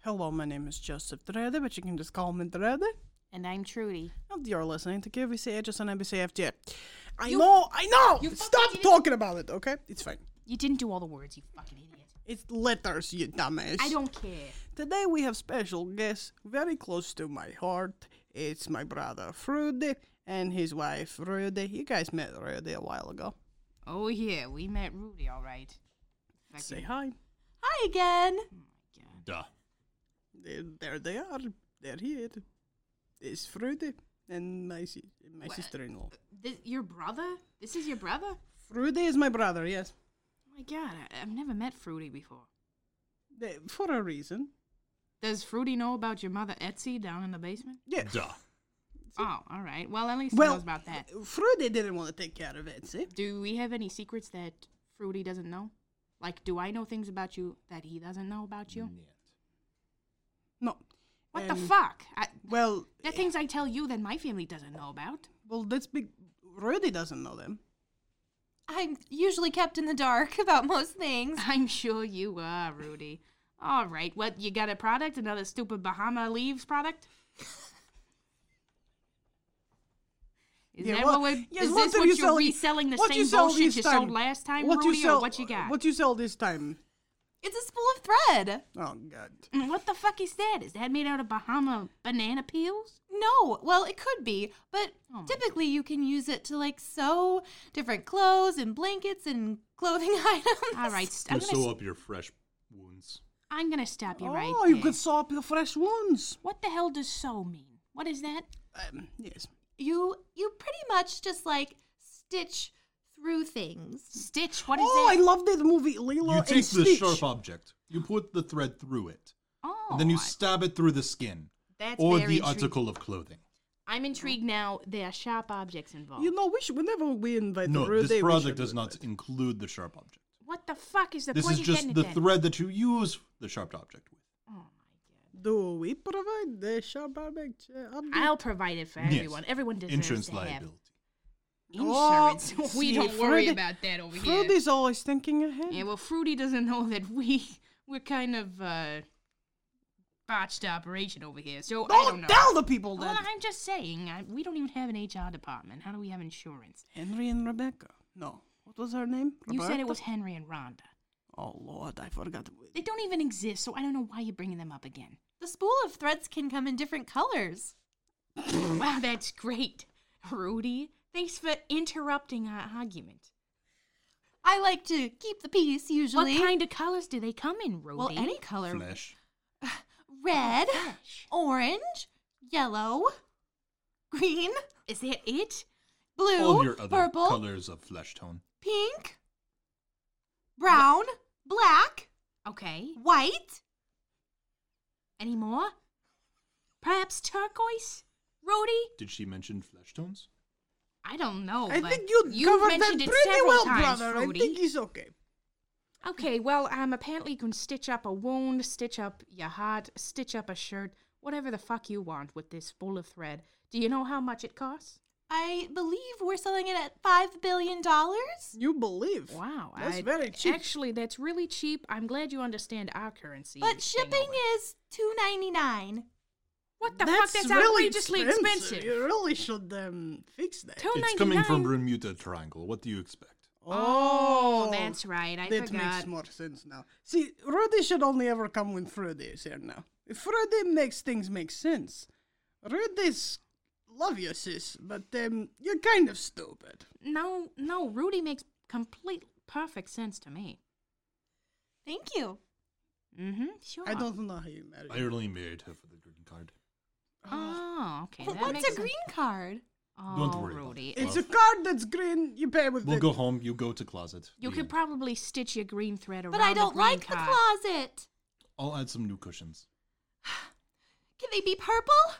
Speaker 2: Hello, my name is Joseph Drede, but you can just call me Drede.
Speaker 1: And I'm Trudy.
Speaker 2: And you're listening to KVC just on NBC FT. I know, I know! Stop talking about it, okay? It's fine.
Speaker 1: You didn't do all the words, you fucking idiot.
Speaker 2: It's letters, you dumbass.
Speaker 1: I don't care.
Speaker 2: Today we have special guest, very close to my heart. It's my brother Frude and his wife Rude. You guys met Rude a while ago.
Speaker 1: Oh yeah, we met Rudy, all right.
Speaker 2: Say hi.
Speaker 5: Hi again.
Speaker 4: Duh.
Speaker 2: There, there they are. They're here. er It's Frude and my si- my sister-in-law.
Speaker 1: This, your brother? This is your brother? Oh
Speaker 2: Frude is my brother. Yes,
Speaker 1: my god, I, I've never met Fruity before.
Speaker 2: They- for a reason.
Speaker 1: Does Fruity know about your mother Etsy down in the basement?
Speaker 2: Yeah,
Speaker 4: Duh.
Speaker 1: Oh, all right. Well, at least he
Speaker 2: Well-
Speaker 1: knows about that.
Speaker 2: Fruity didn't want to take care of it, see?
Speaker 1: Do we have any secrets that Fruity doesn't know? Like, do I know things about you that he doesn't know about you?
Speaker 2: No.
Speaker 1: What the
Speaker 2: Mm. Um,
Speaker 1: fuck? I,
Speaker 2: Well,
Speaker 1: there are things I tell you that my family doesn't know about.
Speaker 2: well, that's big. Rudy doesn't know them.
Speaker 5: I'm usually kept in the dark about most things.
Speaker 1: I'm sure you are, Rudy. All right, what, you got a product? Another stupid Bahama Leaves product? Is that
Speaker 2: well,
Speaker 1: what, we're,
Speaker 2: yes,
Speaker 1: is
Speaker 2: what
Speaker 1: this
Speaker 2: do
Speaker 1: what
Speaker 2: you
Speaker 1: you're
Speaker 2: sell-
Speaker 1: reselling the
Speaker 2: what
Speaker 1: same
Speaker 2: you sell
Speaker 1: bullshit
Speaker 2: this
Speaker 1: you
Speaker 2: time?
Speaker 1: sold last time,
Speaker 2: What you
Speaker 1: Rudy,
Speaker 2: sell- uh,
Speaker 1: or what you got?
Speaker 2: What you sell this time?
Speaker 5: It's a spool of thread.
Speaker 2: Oh God!
Speaker 1: Mm, what the fuck is that? Is that made out of Bahama banana peels?
Speaker 5: No, well, it could be, but
Speaker 1: Oh my
Speaker 5: typically you can use it to like sew different clothes and blankets and clothing items.
Speaker 1: All right, st- I'm
Speaker 4: To
Speaker 1: gonna,
Speaker 4: sew
Speaker 1: s-
Speaker 4: up your fresh wounds.
Speaker 1: I'm gonna stop you right
Speaker 2: oh,
Speaker 1: there.
Speaker 2: you could sew up your fresh wounds.
Speaker 1: What the hell does sew mean? What is that?
Speaker 2: Um, yes.
Speaker 5: You you pretty much just like stitch through things.
Speaker 1: Stitch? What is
Speaker 2: Oh,
Speaker 1: that?
Speaker 2: I love that movie, Lilo
Speaker 4: You
Speaker 2: and
Speaker 4: take the
Speaker 2: Stitch.
Speaker 4: sharp object, you put the thread through it,
Speaker 1: oh,
Speaker 4: and then you
Speaker 1: I-
Speaker 4: stab it through the skin
Speaker 1: that's
Speaker 4: or
Speaker 1: very
Speaker 4: the
Speaker 1: intriguing.
Speaker 4: article of clothing.
Speaker 1: I'm intrigued now. There are sharp objects involved.
Speaker 2: You know, we should whenever we invite
Speaker 4: No,
Speaker 2: Rudy,
Speaker 4: this
Speaker 2: we
Speaker 4: project
Speaker 2: should
Speaker 4: does
Speaker 2: do
Speaker 4: not
Speaker 2: that.
Speaker 4: include the sharp object.
Speaker 1: what the fuck is the
Speaker 4: this
Speaker 1: point
Speaker 4: is
Speaker 1: of
Speaker 4: just
Speaker 1: getting
Speaker 4: the
Speaker 1: it then?
Speaker 4: thread that you use the sharp object with.
Speaker 1: Oh my
Speaker 2: Do we provide the sharp object? uh, object?
Speaker 1: god! I'll provide it for
Speaker 4: Yes.
Speaker 1: everyone. Everyone deserves
Speaker 4: Insurance
Speaker 1: to have
Speaker 4: liability.
Speaker 1: insurance.
Speaker 2: Oh,
Speaker 1: we
Speaker 2: see,
Speaker 1: don't worry
Speaker 2: Fruity-
Speaker 1: about that over here.
Speaker 2: Rudy's always thinking ahead.
Speaker 1: Yeah, well, Fruity doesn't know that we we're kind of uh, botched operation over here. So I don't
Speaker 2: don't
Speaker 1: know.
Speaker 2: tell the people
Speaker 1: Well,
Speaker 2: that
Speaker 1: I'm just saying, I, we don't even have an HR department. How do we have insurance?
Speaker 2: Henry and Rebecca. No, what was her name?
Speaker 1: You said
Speaker 2: Roberta?
Speaker 1: it was Henry and Rhonda.
Speaker 2: Oh Lord, I forgot.
Speaker 1: They don't even exist, so I don't know why you're bringing them up again.
Speaker 5: The spool of threads can come in different colors.
Speaker 1: Wow, that's great, Rudy. Thanks for interrupting our argument.
Speaker 5: I like to keep the peace usually.
Speaker 1: What kind of colors do they come in, Rudy?
Speaker 5: Well, any color.
Speaker 4: Flesh.
Speaker 5: Red,
Speaker 1: Flesh.
Speaker 5: orange, yellow, green,
Speaker 1: Is that it?
Speaker 5: blue,
Speaker 4: All of your other
Speaker 5: purple,
Speaker 4: colors of flesh tone.
Speaker 5: pink, brown, black,
Speaker 1: Okay.
Speaker 5: white.
Speaker 1: Any more? Perhaps turquoise, Rudy?
Speaker 4: Did she mention flesh tones?
Speaker 1: I don't know.
Speaker 2: I
Speaker 1: but
Speaker 2: think you,
Speaker 1: you
Speaker 2: covered that
Speaker 1: mentioned
Speaker 2: pretty
Speaker 1: it several
Speaker 2: well,
Speaker 1: times,
Speaker 2: brother.
Speaker 1: Rudy.
Speaker 2: I think he's okay.
Speaker 1: Okay, well, um, apparently you can stitch up a wound, stitch up your heart, stitch up a shirt, whatever the fuck you want with this spool of thread. Do you know how much it costs?
Speaker 5: I believe we're selling it at five billion dollars.
Speaker 2: You believe?
Speaker 1: Wow,
Speaker 2: that's
Speaker 1: I-
Speaker 2: very cheap.
Speaker 1: Actually, that's really cheap. I'm glad you understand our currency.
Speaker 5: But
Speaker 1: thing
Speaker 5: shipping
Speaker 1: over.
Speaker 5: is two ninety nine.
Speaker 1: what the
Speaker 2: that's
Speaker 1: fuck? That's
Speaker 2: really
Speaker 1: outrageously
Speaker 2: expensive.
Speaker 1: expensive.
Speaker 2: You really should um, fix that.
Speaker 1: Two
Speaker 4: It's coming from
Speaker 1: $2.99?
Speaker 4: Bermuda Triangle. What do you expect?
Speaker 1: Oh, that's right. I
Speaker 2: that
Speaker 1: forgot.
Speaker 2: makes more sense now. See, Rudy should only ever come when Freddy is here now. If Rudy makes things make sense, Rudy's love you, sis, but um, you're kind of stupid.
Speaker 1: no, no, Rudy makes complete perfect sense to me.
Speaker 5: Thank you.
Speaker 1: Mm-hmm. Sure.
Speaker 2: I don't know how you married.
Speaker 4: I only married her for the green card.
Speaker 1: Oh, okay.
Speaker 5: But
Speaker 1: that
Speaker 5: What's a
Speaker 1: makes sense.
Speaker 5: green card?
Speaker 1: Oh,
Speaker 4: Don't worry about
Speaker 1: Rudy.
Speaker 4: it.
Speaker 2: It's a card that's green. You pay with
Speaker 4: We'll
Speaker 2: it.
Speaker 4: go home. You go to closet.
Speaker 1: You
Speaker 4: The
Speaker 1: could
Speaker 4: end.
Speaker 1: probably stitch your green thread around.
Speaker 5: But I
Speaker 1: the
Speaker 5: don't
Speaker 1: green
Speaker 5: like the
Speaker 1: card.
Speaker 5: closet.
Speaker 4: I'll add some new cushions.
Speaker 5: Can they be purple?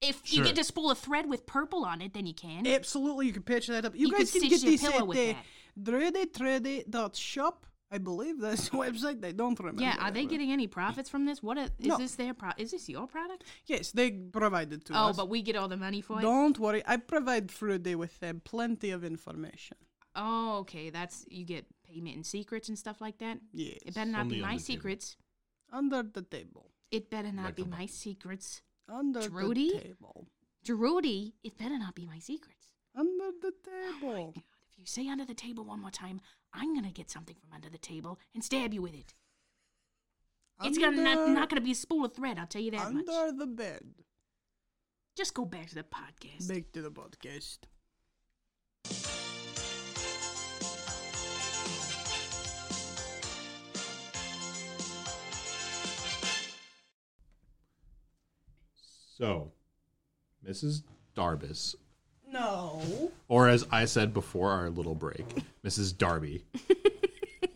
Speaker 1: If you
Speaker 4: Sure.
Speaker 1: get to spool a thread with purple on it, then you can.
Speaker 2: Absolutely, you can patch that up. You,
Speaker 1: You could
Speaker 2: guys can
Speaker 1: stitch
Speaker 2: get
Speaker 1: your
Speaker 2: this
Speaker 1: pillow
Speaker 2: at
Speaker 1: with
Speaker 2: the
Speaker 1: that.
Speaker 2: dreadytready.shop. I believe that's the website. I don't remember.
Speaker 1: yeah, are they
Speaker 2: but-
Speaker 1: getting any profits from this? What a, is
Speaker 2: No.
Speaker 1: this their pro? Is this your product?
Speaker 2: Yes, they provided to
Speaker 1: Oh,
Speaker 2: us.
Speaker 1: but we get all the money for it.
Speaker 2: don't worry, I provide Friday with um, plenty of information.
Speaker 1: Oh, okay. That's you get payment in secrets and stuff like that.
Speaker 2: Yes.
Speaker 1: It better not
Speaker 4: Only
Speaker 1: be
Speaker 4: on
Speaker 1: my
Speaker 4: the table.
Speaker 1: secrets.
Speaker 2: Under the table.
Speaker 1: It better not
Speaker 4: Like
Speaker 1: be
Speaker 4: a
Speaker 1: my
Speaker 4: bubble.
Speaker 1: secrets.
Speaker 2: Under
Speaker 1: Trudy?
Speaker 2: the table.
Speaker 1: Drudy, it better not be my secrets.
Speaker 2: Under the table.
Speaker 1: God, if you say under the table one more time, I'm gonna get something from under the table and stab you with it. It's gonna not,
Speaker 2: Under-
Speaker 1: not gonna be a spool of thread. I'll tell you that
Speaker 2: Under
Speaker 1: much.
Speaker 2: the bed.
Speaker 1: Just go back to the podcast.
Speaker 2: Back to the podcast.
Speaker 4: So, Mrs. Darbus,
Speaker 2: No.
Speaker 4: or as I said before our little break, Mrs. Darby,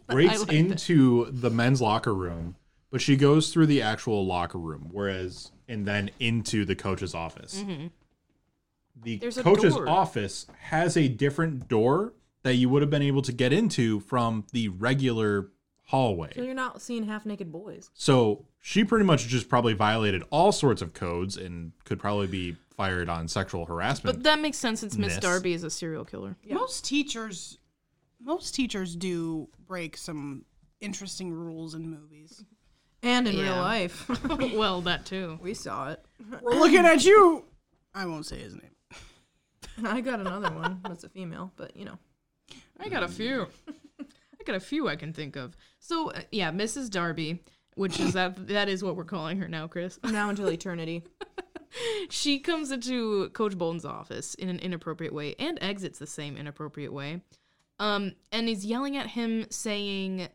Speaker 4: breaks
Speaker 1: like that.
Speaker 4: into the men's locker room, but she goes through the actual locker room, whereas, and then into the coach's office. the
Speaker 3: Mm-hmm. There's a
Speaker 4: coach's
Speaker 3: door.
Speaker 4: office has a different door that you would have been able to get into from the regular hallway.
Speaker 3: So you're not seeing half naked boys.
Speaker 4: So she pretty much just probably violated all sorts of codes and could probably be fired on sexual harassment.
Speaker 1: But that makes sense since Miss
Speaker 4: Miss.
Speaker 1: Darby is a serial killer.
Speaker 3: Yeah.
Speaker 2: Most teachers, most teachers do break some interesting rules in movies.
Speaker 6: And in real
Speaker 1: Yeah.
Speaker 6: life,
Speaker 1: well, that too.
Speaker 6: we saw it.
Speaker 2: We're looking at you. I won't say his name.
Speaker 6: I got another one. That's a female, but you know.
Speaker 1: I got a few. I got a few I can think of. So uh, yeah, Mrs. Darby, which is that that is what we're calling her now, Chris.
Speaker 6: From now until eternity.
Speaker 1: she comes into Coach Bolton's office in an inappropriate way and exits the same inappropriate way. Um, and is yelling at him, saying,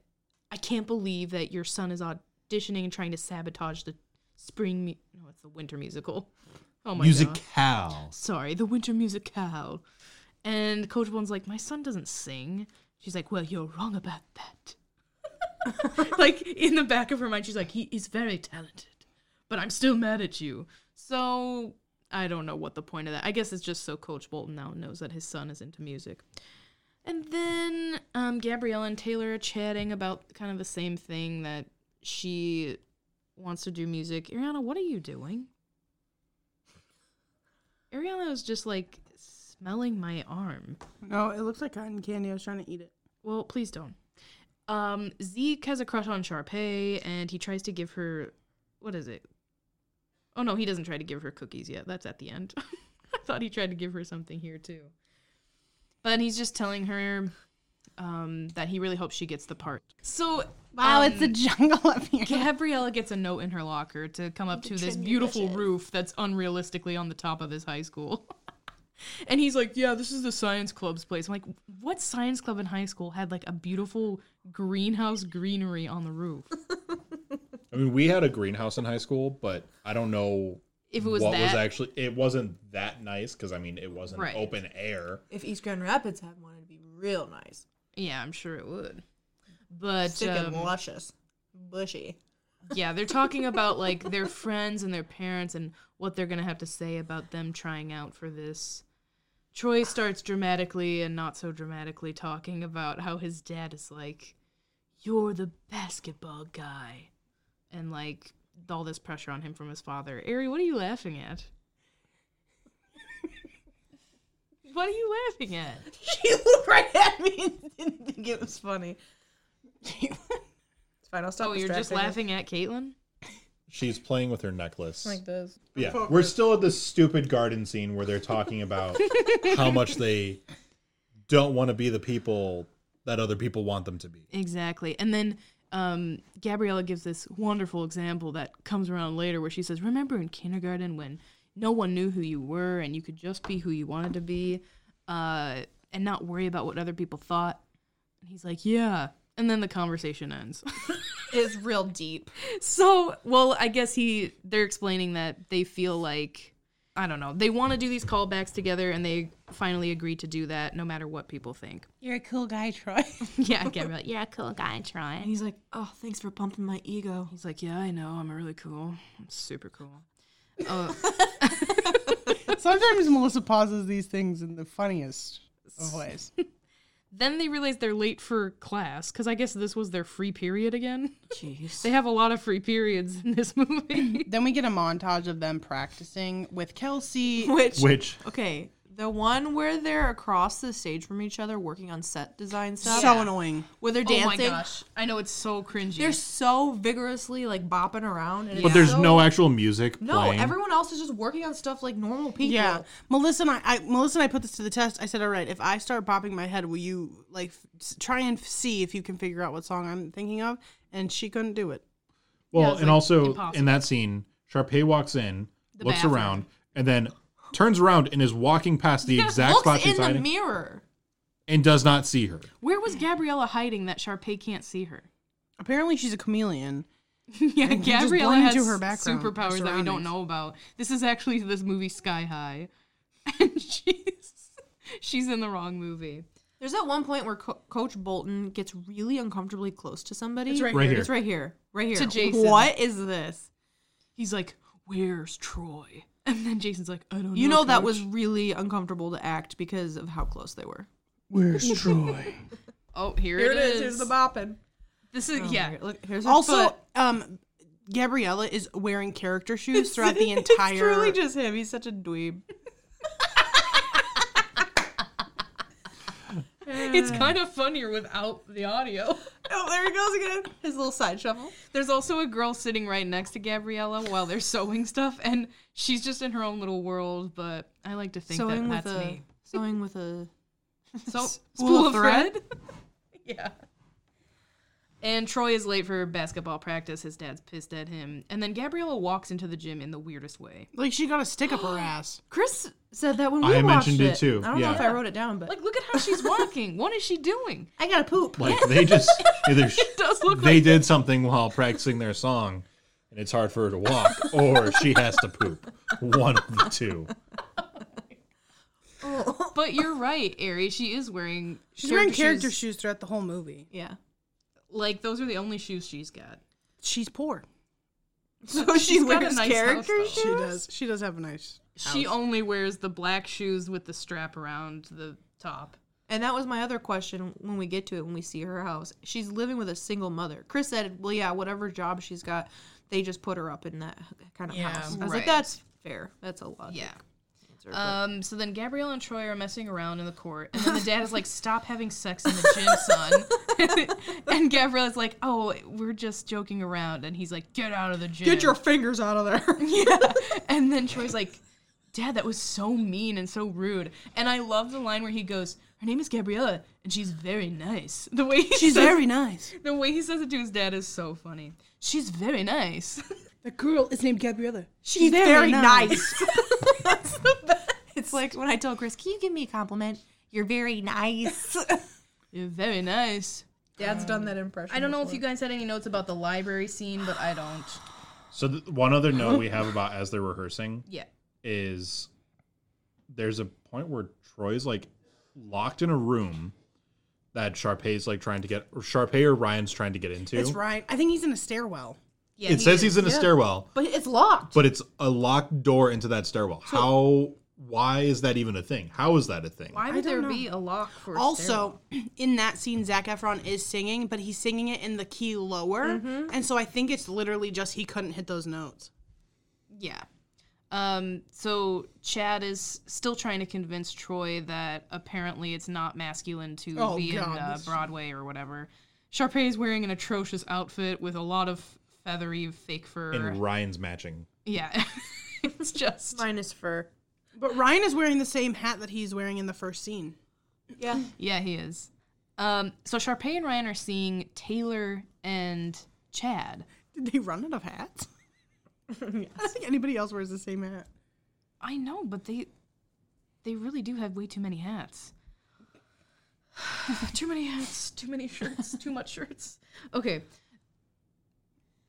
Speaker 1: I can't believe that your son is auditioning and trying to sabotage the spring, mu- no, it's the winter musical. Oh my God.
Speaker 4: Musicale.
Speaker 1: Sorry, the winter musicale. And Coach Bolton's like, My son doesn't sing. She's like, Well, you're wrong about that. like, in the back of her mind, she's like, He is very talented, but I'm still mad at you. So, I don't know what the point of that. I guess it's just so Coach Bolton now knows that his son is into music. And then um, Gabrielle and Taylor are chatting about kind of the same thing that she wants to do music. Ariana, what are you doing? Ariana was just like smelling my arm.
Speaker 2: No, it looks like cotton candy. I was trying to eat it.
Speaker 1: Well, please don't. Um, Zeke has a crush on Sharpay, and he tries to give her what is it? Oh no, he doesn't try to give her cookies yet. That's at the end. I thought he tried to give her something here too. But he's just telling her um, that he really hopes she gets the part. So
Speaker 5: Wow,
Speaker 1: um,
Speaker 5: it's a
Speaker 2: Jungle up here.
Speaker 1: Gabriella gets a note in her locker to come up to this beautiful roof that's unrealistically on the top of his high school. and he's like, Yeah, this is the science club's place. I'm like, What science club in high school had like a beautiful greenhouse greenery on the roof?
Speaker 4: I mean, we had a greenhouse in high school, but I don't know
Speaker 1: If it was
Speaker 4: what
Speaker 1: that.
Speaker 4: was actually. It wasn't that nice because I mean, it wasn't
Speaker 1: Right.
Speaker 4: open air.
Speaker 6: If East Grand Rapids had one, it'd be real nice.
Speaker 1: yeah, I'm sure it would. But
Speaker 6: Thick and
Speaker 1: um,
Speaker 6: luscious. Bushy.
Speaker 1: yeah, they're talking about like their friends and their parents and what they're going to have to say about them trying out for this. Troy starts dramatically and not so dramatically talking about how his dad is like, You're the basketball guy. And like all this pressure on him from his father. Ari, what are you laughing at? what are you laughing at?
Speaker 6: She looked right at me and didn't think it was funny. it's fine. I'll stop.
Speaker 1: Oh, you're just
Speaker 6: distracting her.
Speaker 1: laughing at Caitlin?
Speaker 4: She's playing with her necklace.
Speaker 6: like this.
Speaker 4: yeah, we're still at this stupid garden scene where they're talking about how much they don't want to be the people that other people want them to be.
Speaker 1: Exactly. And then um, Gabriella gives this wonderful example that comes around later where she says, Remember in kindergarten when no one knew who you were and you could just be who you wanted to be uh, and not worry about what other people thought? And he's like, Yeah. And then the conversation ends.
Speaker 6: It's real deep.
Speaker 1: so, well, I guess he, they're explaining that they feel like, I don't know, they want to do these callbacks together and they finally agree to do that no matter what people think.
Speaker 5: You're a cool guy, Troy.
Speaker 1: Yeah, Gabriella, you're a cool guy, Try.
Speaker 6: And he's like, "Oh, thanks for pumping my ego."
Speaker 1: He's like, yeah, I know. I'm really cool. I'm super cool. Oh.
Speaker 2: Sometimes Melissa pauses these things in the funniest of ways.
Speaker 1: Then they realize they're late for class because I guess this was their free period again. Jeez. they have a lot of free periods in this movie.
Speaker 2: then we get a montage of them practicing with Kelsey.
Speaker 6: Which,
Speaker 4: Which
Speaker 6: okay, the one where they're across the stage from each other working on set design stuff.
Speaker 2: So annoying.
Speaker 6: where they're
Speaker 1: Oh
Speaker 6: dancing.
Speaker 1: I know it's so cringy.
Speaker 6: They're so vigorously like bopping around, and
Speaker 4: But
Speaker 6: it's
Speaker 4: there's
Speaker 6: so-
Speaker 4: no actual music
Speaker 6: no.
Speaker 4: playing.
Speaker 6: Everyone else is just working on stuff like normal people.
Speaker 2: Yeah, Melissa and I, I. Melissa and I put this to the test. I said, "All right, if I start bopping my head, will you like f- s- try and f- see if you can figure out what song I'm thinking of?" And she couldn't do it.
Speaker 4: Well,
Speaker 1: it's,
Speaker 4: and
Speaker 1: like,
Speaker 4: also in
Speaker 1: impossible.
Speaker 4: that scene, Sharpay walks in, looks
Speaker 1: bathroom.
Speaker 4: around, and then turns around and is walking past the exact spot
Speaker 6: looks in
Speaker 4: she's
Speaker 6: the
Speaker 4: hiding
Speaker 6: mirror.
Speaker 4: and does not see her.
Speaker 1: Where was Gabriella hiding that Sharpay can't see her?
Speaker 2: Apparently, she's a chameleon.
Speaker 1: yeah,
Speaker 2: And he just
Speaker 1: Gabriella has
Speaker 2: blends into her background, her
Speaker 1: superpowers that we don't
Speaker 2: surroundings.
Speaker 1: know about. This is actually this movie Sky High, and she's she's in the wrong movie.
Speaker 6: There's that one point where Co- Coach Bolton gets really uncomfortably close to somebody. It's
Speaker 4: Right here.
Speaker 6: It's right here. Right here.
Speaker 1: To Jason.
Speaker 6: What is this?
Speaker 1: He's like, "Where's Troy?" And then Jason's like, "I don't know."
Speaker 6: You know that
Speaker 1: Coach."
Speaker 6: was really uncomfortable to act because of how close they were.
Speaker 4: Where's Troy?
Speaker 1: Oh, here,
Speaker 6: Here it is. Here's the bopping.
Speaker 1: This is
Speaker 6: Oh my
Speaker 1: yeah.
Speaker 6: God, Look, here's her
Speaker 2: Also,
Speaker 6: foot.
Speaker 2: um, Gabriella is wearing character shoes throughout the entire.
Speaker 6: It's truly just him. He's such a dweeb.
Speaker 1: It's kind of funnier without the audio.
Speaker 6: Oh, there he goes again. His little side shuffle.
Speaker 1: There's also a girl sitting right next to Gabriella while they're sewing stuff, and she's just in her own little world. But I like to think
Speaker 6: sewing
Speaker 1: that
Speaker 6: with
Speaker 1: that's
Speaker 6: a
Speaker 1: me.
Speaker 6: sewing with a
Speaker 1: So
Speaker 6: spool
Speaker 1: spool
Speaker 6: of
Speaker 1: of thread. yeah. And Troy is late for basketball practice. His dad's pissed at him. And then Gabriella walks into the gym in the weirdest way.
Speaker 2: like she got a stick up her ass.
Speaker 6: Chris said that when we
Speaker 4: I
Speaker 6: watched
Speaker 4: mentioned it too,
Speaker 6: I don't know
Speaker 4: yeah.
Speaker 6: if I wrote it down, but
Speaker 1: Like, look at how she's walking. what is she doing?
Speaker 6: I got to poop.
Speaker 4: Like they just either sh-
Speaker 1: does look
Speaker 4: they did something while practicing their song, and it's hard for her to walk, or she has to poop. One of the two.
Speaker 1: But you're right, Ari. She is wearing.
Speaker 2: She's wearing character shoes throughout the whole movie.
Speaker 6: Yeah.
Speaker 1: Like those are the only shoes she's got.
Speaker 2: She's poor.
Speaker 6: So she
Speaker 1: She's got a
Speaker 6: wears
Speaker 1: nice house,
Speaker 6: character
Speaker 1: though.
Speaker 6: shoes.
Speaker 2: She does. She does have a nice.
Speaker 1: She only wears the black shoes with the strap around the top.
Speaker 6: And that was my other question when we get to it when we see her house. She's living with a single mother. Chris said, "Well, yeah, whatever job she's got, they just put her up in that kind of
Speaker 2: Yeah.
Speaker 6: house." I was
Speaker 1: Right.
Speaker 6: like, "That's fair. That's a lot."
Speaker 1: Yeah. Um, so then Gabrielle and Troy are messing around in the court, and then the dad is like, "Stop having sex in the gym, son." and Gabrielle's like, "Oh, we're just joking around," and he's like, "Get out of the gym."
Speaker 2: Get your fingers out of there.
Speaker 1: And then Troy's like, "Dad, that was so mean and so rude." And I love the line where he goes, "Her name is Gabriella, and she's very nice." The way he says,
Speaker 2: nice.
Speaker 1: the way he says it to his dad is so funny. She's very nice.
Speaker 2: The girl is named Gabriella.
Speaker 6: she's very, nice.
Speaker 5: That's the best. It's like when I tell Chris, "Can you give me a compliment? You're very nice."
Speaker 1: You're very nice.
Speaker 6: Dad's done that impression.
Speaker 1: I don't know if you guys had any notes about the library scene, but I don't.
Speaker 4: So th- one other note we have about as they're rehearsing
Speaker 1: Yeah.
Speaker 4: is there's a point where Troy's like locked in a room that Sharpay's like trying to get or Sharpay or Ryan's trying to get into.
Speaker 2: It's Ryan. I think he's in a stairwell.
Speaker 1: Yeah,
Speaker 4: It says he's in a stairwell,
Speaker 6: But it's locked.
Speaker 4: but it's a locked door into that stairwell. How why is that even a thing? How is that a thing?
Speaker 1: Why would there be a lock for a stairwell?
Speaker 2: Also, in that scene, Zach Efron is singing, but he's singing it in the key lower, and so I think it's literally just he couldn't hit those notes.
Speaker 1: yeah. Um, so Chad is still trying to convince Troy that apparently it's not masculine to
Speaker 2: Oh,
Speaker 1: be
Speaker 2: God,
Speaker 1: in uh,
Speaker 2: this-
Speaker 1: Broadway or whatever. Sharpay is wearing an atrocious outfit with a lot of feathery fake fur.
Speaker 4: And Ryan's matching.
Speaker 1: yeah, it's just
Speaker 6: Minus fur.
Speaker 2: But Ryan is wearing the same hat that he's wearing in the first scene.
Speaker 6: Yeah.
Speaker 1: yeah, he is. Um, so Sharpay and Ryan are seeing Taylor and Chad.
Speaker 2: Did they run out of hats? I don't think anybody else wears the same hat.
Speaker 1: I know, but they they really do have way too many hats. too many hats, too many shirts, too much shirts. Okay.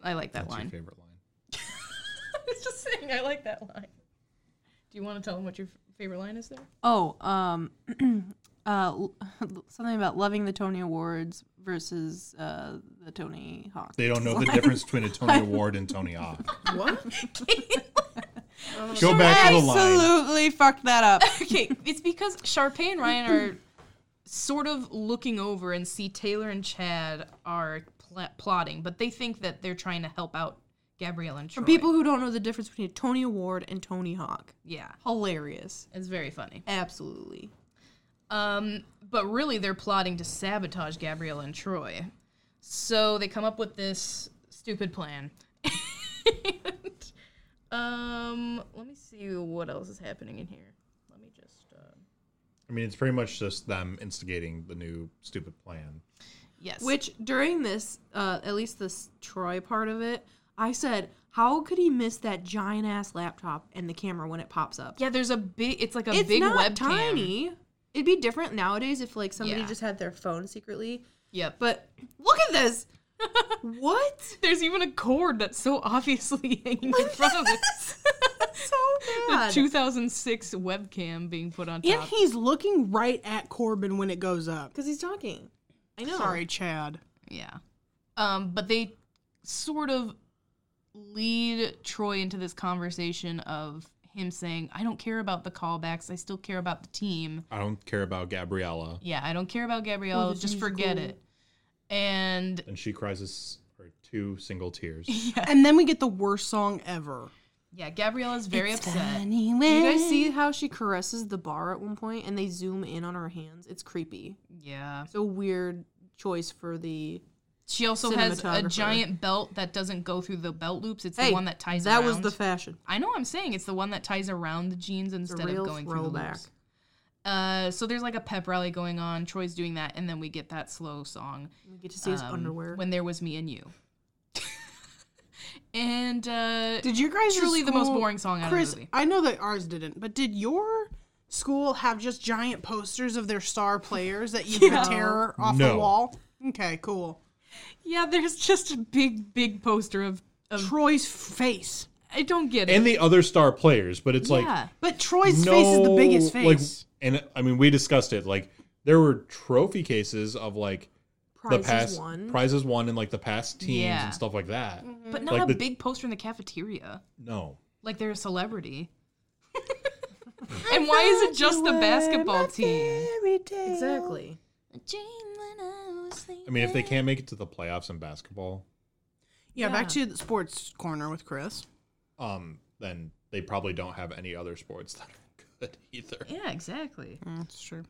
Speaker 1: I like that
Speaker 4: That's your
Speaker 1: line.
Speaker 4: favorite line.
Speaker 1: I was just saying I like that line. Do you want to tell them what your f- favorite line is there?
Speaker 6: Oh, um, uh, l- something about loving the Tony Awards versus uh, the Tony Hawk.
Speaker 4: They don't know the difference between a Tony Award and Tony Hawk.
Speaker 2: What?
Speaker 4: Go back to the line.
Speaker 6: Absolutely fucked that up.
Speaker 1: Okay, it's because Sharpay and Ryan are sort of looking over and see Taylor and Chad are pl- plotting, but they think that they're trying to help out Gabrielle and Troy.
Speaker 6: For people who don't know the difference between a Tony Award and Tony Hawk,
Speaker 1: yeah,
Speaker 6: hilarious.
Speaker 1: it's very funny.
Speaker 6: Absolutely.
Speaker 1: Um, but really, they're plotting to sabotage Gabrielle and Troy. So they come up with this stupid plan. and, um, let me see what else is happening in here. Let me just. Uh,
Speaker 4: I mean, it's pretty much just them instigating the new stupid plan.
Speaker 1: yes.
Speaker 6: Which during this, uh, at least this Troy part of it, I said, how could he miss that giant ass laptop and the camera when it pops up?
Speaker 1: yeah, there's a big. It's like a
Speaker 6: it's
Speaker 1: big
Speaker 6: not
Speaker 1: webcam.
Speaker 6: tiny. It'd be different nowadays if like somebody
Speaker 1: Yeah.
Speaker 6: just had their phone secretly.
Speaker 1: Yep. But
Speaker 6: But look at this. what?
Speaker 1: there's even a cord that's so obviously hanging in front of it.
Speaker 6: so
Speaker 1: The
Speaker 6: bad.
Speaker 1: 2006 webcam being put on
Speaker 2: And
Speaker 1: top.
Speaker 2: he's looking right at Corbin when it goes up.
Speaker 6: Because he's talking. I know.
Speaker 2: Sorry, Chad.
Speaker 1: Yeah. Um, but they sort of lead Troy into this conversation of him saying, I don't care about the callbacks. I still care about the team.
Speaker 4: I don't care about Gabriella.
Speaker 1: Yeah, I don't care about Gabrielle.
Speaker 6: the
Speaker 1: Just
Speaker 6: team's
Speaker 1: forget
Speaker 6: cool."
Speaker 1: it. And
Speaker 4: And she cries us her two single tears.
Speaker 2: And then we get the worst song ever.
Speaker 1: yeah, Gabrielle is very upset.
Speaker 6: Do you guys see how she caresses the bar at one point and they zoom in on her hands? It's creepy.
Speaker 1: Yeah.
Speaker 6: It's a weird choice for the.
Speaker 1: She also has a
Speaker 6: Cinematographer.
Speaker 1: giant belt that doesn't go through the belt loops. It's
Speaker 6: Hey,
Speaker 1: the one that ties
Speaker 6: That
Speaker 1: around.
Speaker 6: was the fashion.
Speaker 1: I know I'm saying it's the one that ties around the jeans instead
Speaker 6: real
Speaker 1: of going through the
Speaker 6: throwback.
Speaker 1: loops. Uh, so there's like a pep rally going on. Troy's doing that, and then we get that slow song.
Speaker 6: We get to see his
Speaker 1: um,
Speaker 6: underwear.
Speaker 1: When there was me and you. and uh,
Speaker 2: Did your guys'
Speaker 1: truly the most
Speaker 2: school-
Speaker 1: boring song out
Speaker 2: Chris,
Speaker 1: of the movie.
Speaker 2: I know that ours didn't, but did your school have just giant posters of their star players that you could tear off the
Speaker 4: No.
Speaker 2: wall? Okay, cool.
Speaker 1: Yeah, there's just a big, big poster of. of
Speaker 2: Troy's face.
Speaker 1: I don't get it.
Speaker 4: And the other star players, but it's like
Speaker 1: yeah.
Speaker 2: But Troy's
Speaker 4: no,
Speaker 2: face is the biggest
Speaker 4: Like,
Speaker 2: face.
Speaker 4: and I mean, we discussed it. Like, there were trophy cases of like
Speaker 6: Prizes
Speaker 4: the past
Speaker 6: won.
Speaker 4: prizes won in like the past teams
Speaker 1: Yeah. Mm-hmm.
Speaker 4: and stuff like that.
Speaker 1: But not
Speaker 4: Like
Speaker 1: a
Speaker 4: the-
Speaker 1: big poster in the cafeteria.
Speaker 4: No,
Speaker 1: Like they're a celebrity. and why is it just the basketball team?
Speaker 6: exactly.
Speaker 4: I mean, if they can't make it to the playoffs in basketball,
Speaker 2: yeah, back to the sports corner with Chris.
Speaker 4: um, then they probably don't have any other sports that are good either.
Speaker 1: Yeah, exactly.
Speaker 2: That's true.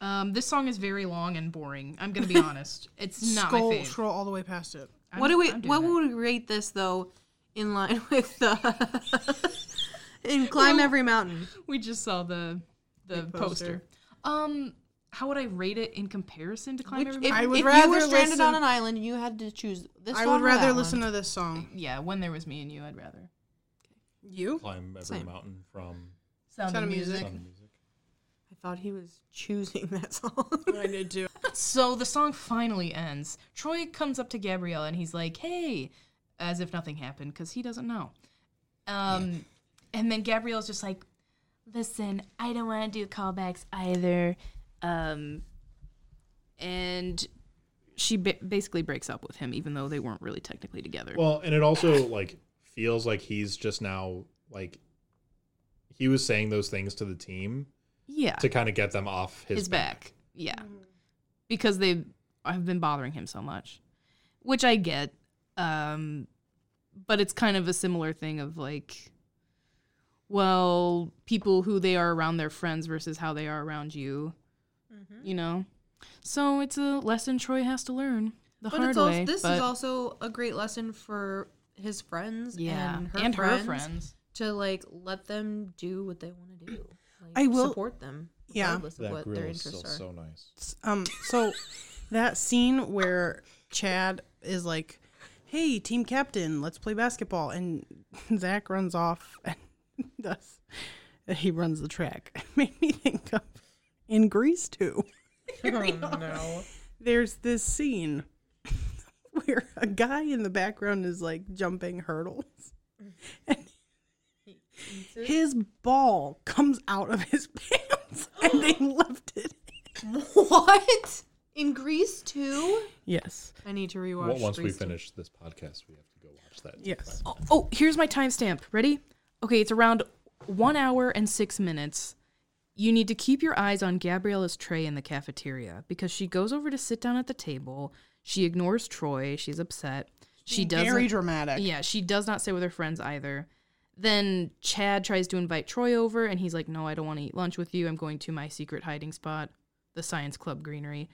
Speaker 1: Um, this song is very long and boring. I'm gonna be honest. It's not
Speaker 2: Scroll,
Speaker 1: my fave.
Speaker 2: scroll all the way past it.
Speaker 1: I'm-
Speaker 6: what do we?
Speaker 1: I'm doing
Speaker 6: What
Speaker 1: that.
Speaker 6: would we rate this though? In line with the. in climb every mountain.
Speaker 1: we just saw the the poster.
Speaker 6: poster.
Speaker 1: Um, how would I rate it in comparison to Climb Every
Speaker 6: If,
Speaker 1: Mountain?
Speaker 2: would
Speaker 6: if you
Speaker 2: rather
Speaker 6: were stranded
Speaker 2: listen-
Speaker 6: on an island, and you had to choose this.
Speaker 2: I
Speaker 6: song
Speaker 2: would
Speaker 6: or
Speaker 2: rather
Speaker 6: that
Speaker 2: listen
Speaker 6: one.
Speaker 2: to this song.
Speaker 1: Yeah, when there was me and you, I'd rather
Speaker 2: You?
Speaker 4: Climb every
Speaker 6: Same.
Speaker 4: mountain from
Speaker 1: sound
Speaker 2: Sound
Speaker 1: of
Speaker 2: of
Speaker 1: music.
Speaker 2: Music.
Speaker 4: Sound of Music.
Speaker 6: I thought he was choosing that song.
Speaker 2: I did too.
Speaker 1: So the song finally ends. Troy comes up to Gabrielle and he's like, "Hey," as if nothing happened because he doesn't know. Um, and then Gabrielle's just like, "Listen, I don't want to do callbacks either." Um, and she ba- basically breaks up with him, even though they weren't really technically together.
Speaker 4: Well, and it also like feels like he's just now like he was saying those things to the team
Speaker 1: yeah,
Speaker 4: to kind of get them off his,
Speaker 1: his, back. Yeah. Because they have been bothering him so much, which I get. Um, but it's kind of a similar thing of like, well, people who they are around their friends versus how they are around you,
Speaker 6: Mm-hmm.
Speaker 1: you know? So it's a lesson Troy has to learn the
Speaker 6: But
Speaker 1: hard
Speaker 6: it's also,
Speaker 1: way.
Speaker 6: this
Speaker 1: but
Speaker 6: is also a great lesson for his friends
Speaker 1: yeah,
Speaker 6: and her
Speaker 1: and
Speaker 6: friends
Speaker 1: her friends.
Speaker 6: to like let them do what they want to do. Like,
Speaker 2: I will-
Speaker 6: support them,
Speaker 2: Yeah.
Speaker 6: regardless of
Speaker 4: That
Speaker 6: what
Speaker 4: grill
Speaker 6: their
Speaker 4: is still
Speaker 6: interests are.
Speaker 4: so nice.
Speaker 2: Um, so that scene where Chad is like, "Hey, team captain, let's play basketball," and Zach runs off and does he runs the track It made me think of in Grease too. There's this scene where a guy in the background is like jumping hurdles. And his ball comes out of his pants and they left it.
Speaker 6: What in Greece too?
Speaker 2: Yes.
Speaker 6: I need to rewatch.
Speaker 4: Well, once we
Speaker 6: Grease too.
Speaker 4: finish this podcast, we have to go watch that.
Speaker 2: Yes.
Speaker 1: Oh, oh, here's my timestamp. Ready? Okay, it's around one hour and six minutes. You need to keep your eyes on Gabriella's tray in the cafeteria because she goes over to sit down at the table. She ignores Troy. She's upset. She doesn't.
Speaker 2: very dramatic.
Speaker 1: yeah, she does not stay with her friends either. Then Chad tries to invite Troy over, and he's like, "No, I don't want to eat lunch with you. I'm going to my secret hiding spot, the Science Club Greenery."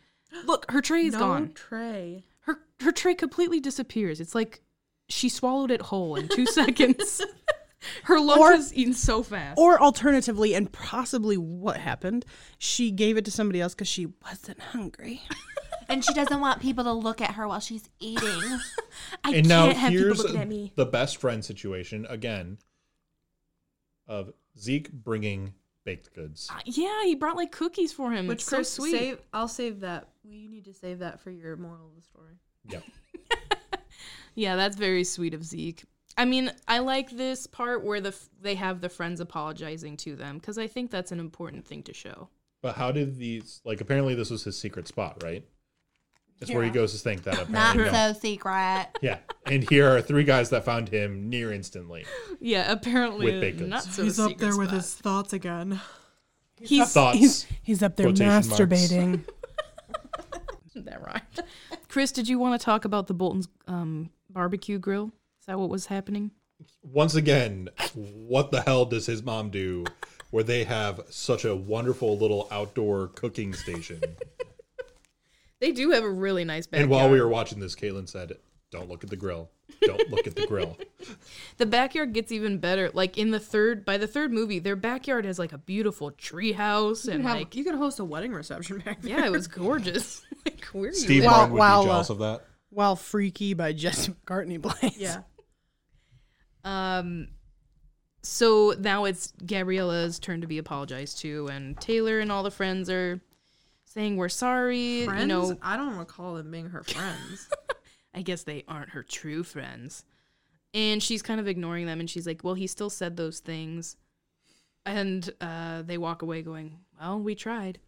Speaker 1: Look, her tray is
Speaker 6: no
Speaker 1: gone.
Speaker 6: Trey.
Speaker 1: Her her tray completely disappears. It's like she swallowed it whole in two seconds. Her lunch
Speaker 2: Or-
Speaker 1: was eaten so fast.
Speaker 2: Or alternatively, and possibly what happened, she gave it to somebody else because she wasn't hungry.
Speaker 5: And she doesn't want people to look at her while she's eating. I
Speaker 4: and now
Speaker 5: can't have people
Speaker 4: here's
Speaker 5: looking at me.
Speaker 4: the best friend situation again of Zeke bringing baked goods.
Speaker 1: Uh, yeah, he brought like cookies for him.
Speaker 6: Which
Speaker 1: it's
Speaker 6: Chris,
Speaker 1: Mm, so sweet.
Speaker 6: save. I'll save that. You need to save that for your moral of the story.
Speaker 4: Yep.
Speaker 1: Yeah, that's very sweet of Zeke. I mean, I like this part where the f- they have the friends apologizing to them because I think that's an important thing to show.
Speaker 4: But how did these like apparently this was his secret spot, right? That's where he goes to think that
Speaker 5: Not
Speaker 4: apparently. no.
Speaker 5: so secret.
Speaker 4: Yeah, and here are three guys that found him near instantly.
Speaker 1: Yeah, apparently
Speaker 4: With bacon.
Speaker 1: not so
Speaker 6: He's up there with
Speaker 1: spot.
Speaker 6: his thoughts again.
Speaker 1: He's
Speaker 4: Thoughts.
Speaker 2: He's, he's up there
Speaker 4: Quotation marks.
Speaker 2: masturbating.
Speaker 1: that right. Chris, did you want to talk about the Bolton's um, barbecue grill? Is that what was happening?
Speaker 4: Once again, what the hell does his mom do? Where they have such a wonderful little outdoor cooking station.
Speaker 1: They do have a really nice backyard.
Speaker 4: and while we were watching this, Caitlin said, "Don't look at the grill. Don't look at the grill."
Speaker 1: the backyard gets even better. Like in the third, by the third movie, their backyard has like a beautiful tree house and like
Speaker 6: you could host a wedding reception back there.
Speaker 1: yeah, it was gorgeous. like where are you?
Speaker 4: Steve
Speaker 1: at?
Speaker 2: Wow,
Speaker 4: Martin would
Speaker 2: wow,
Speaker 4: be jealous
Speaker 2: uh,
Speaker 4: of that.
Speaker 2: While Freaky by Jess McCartney plays.
Speaker 6: Yeah.
Speaker 1: Um, so now it's Gabriella's turn to be apologized to, and Taylor and all the friends are saying we're sorry.
Speaker 6: Friends?
Speaker 1: You know,
Speaker 6: I don't recall them being her friends.
Speaker 1: I guess they aren't her true friends. And she's kind of ignoring them and she's like, Well, he still said those things. And uh, they walk away going, Well, we tried.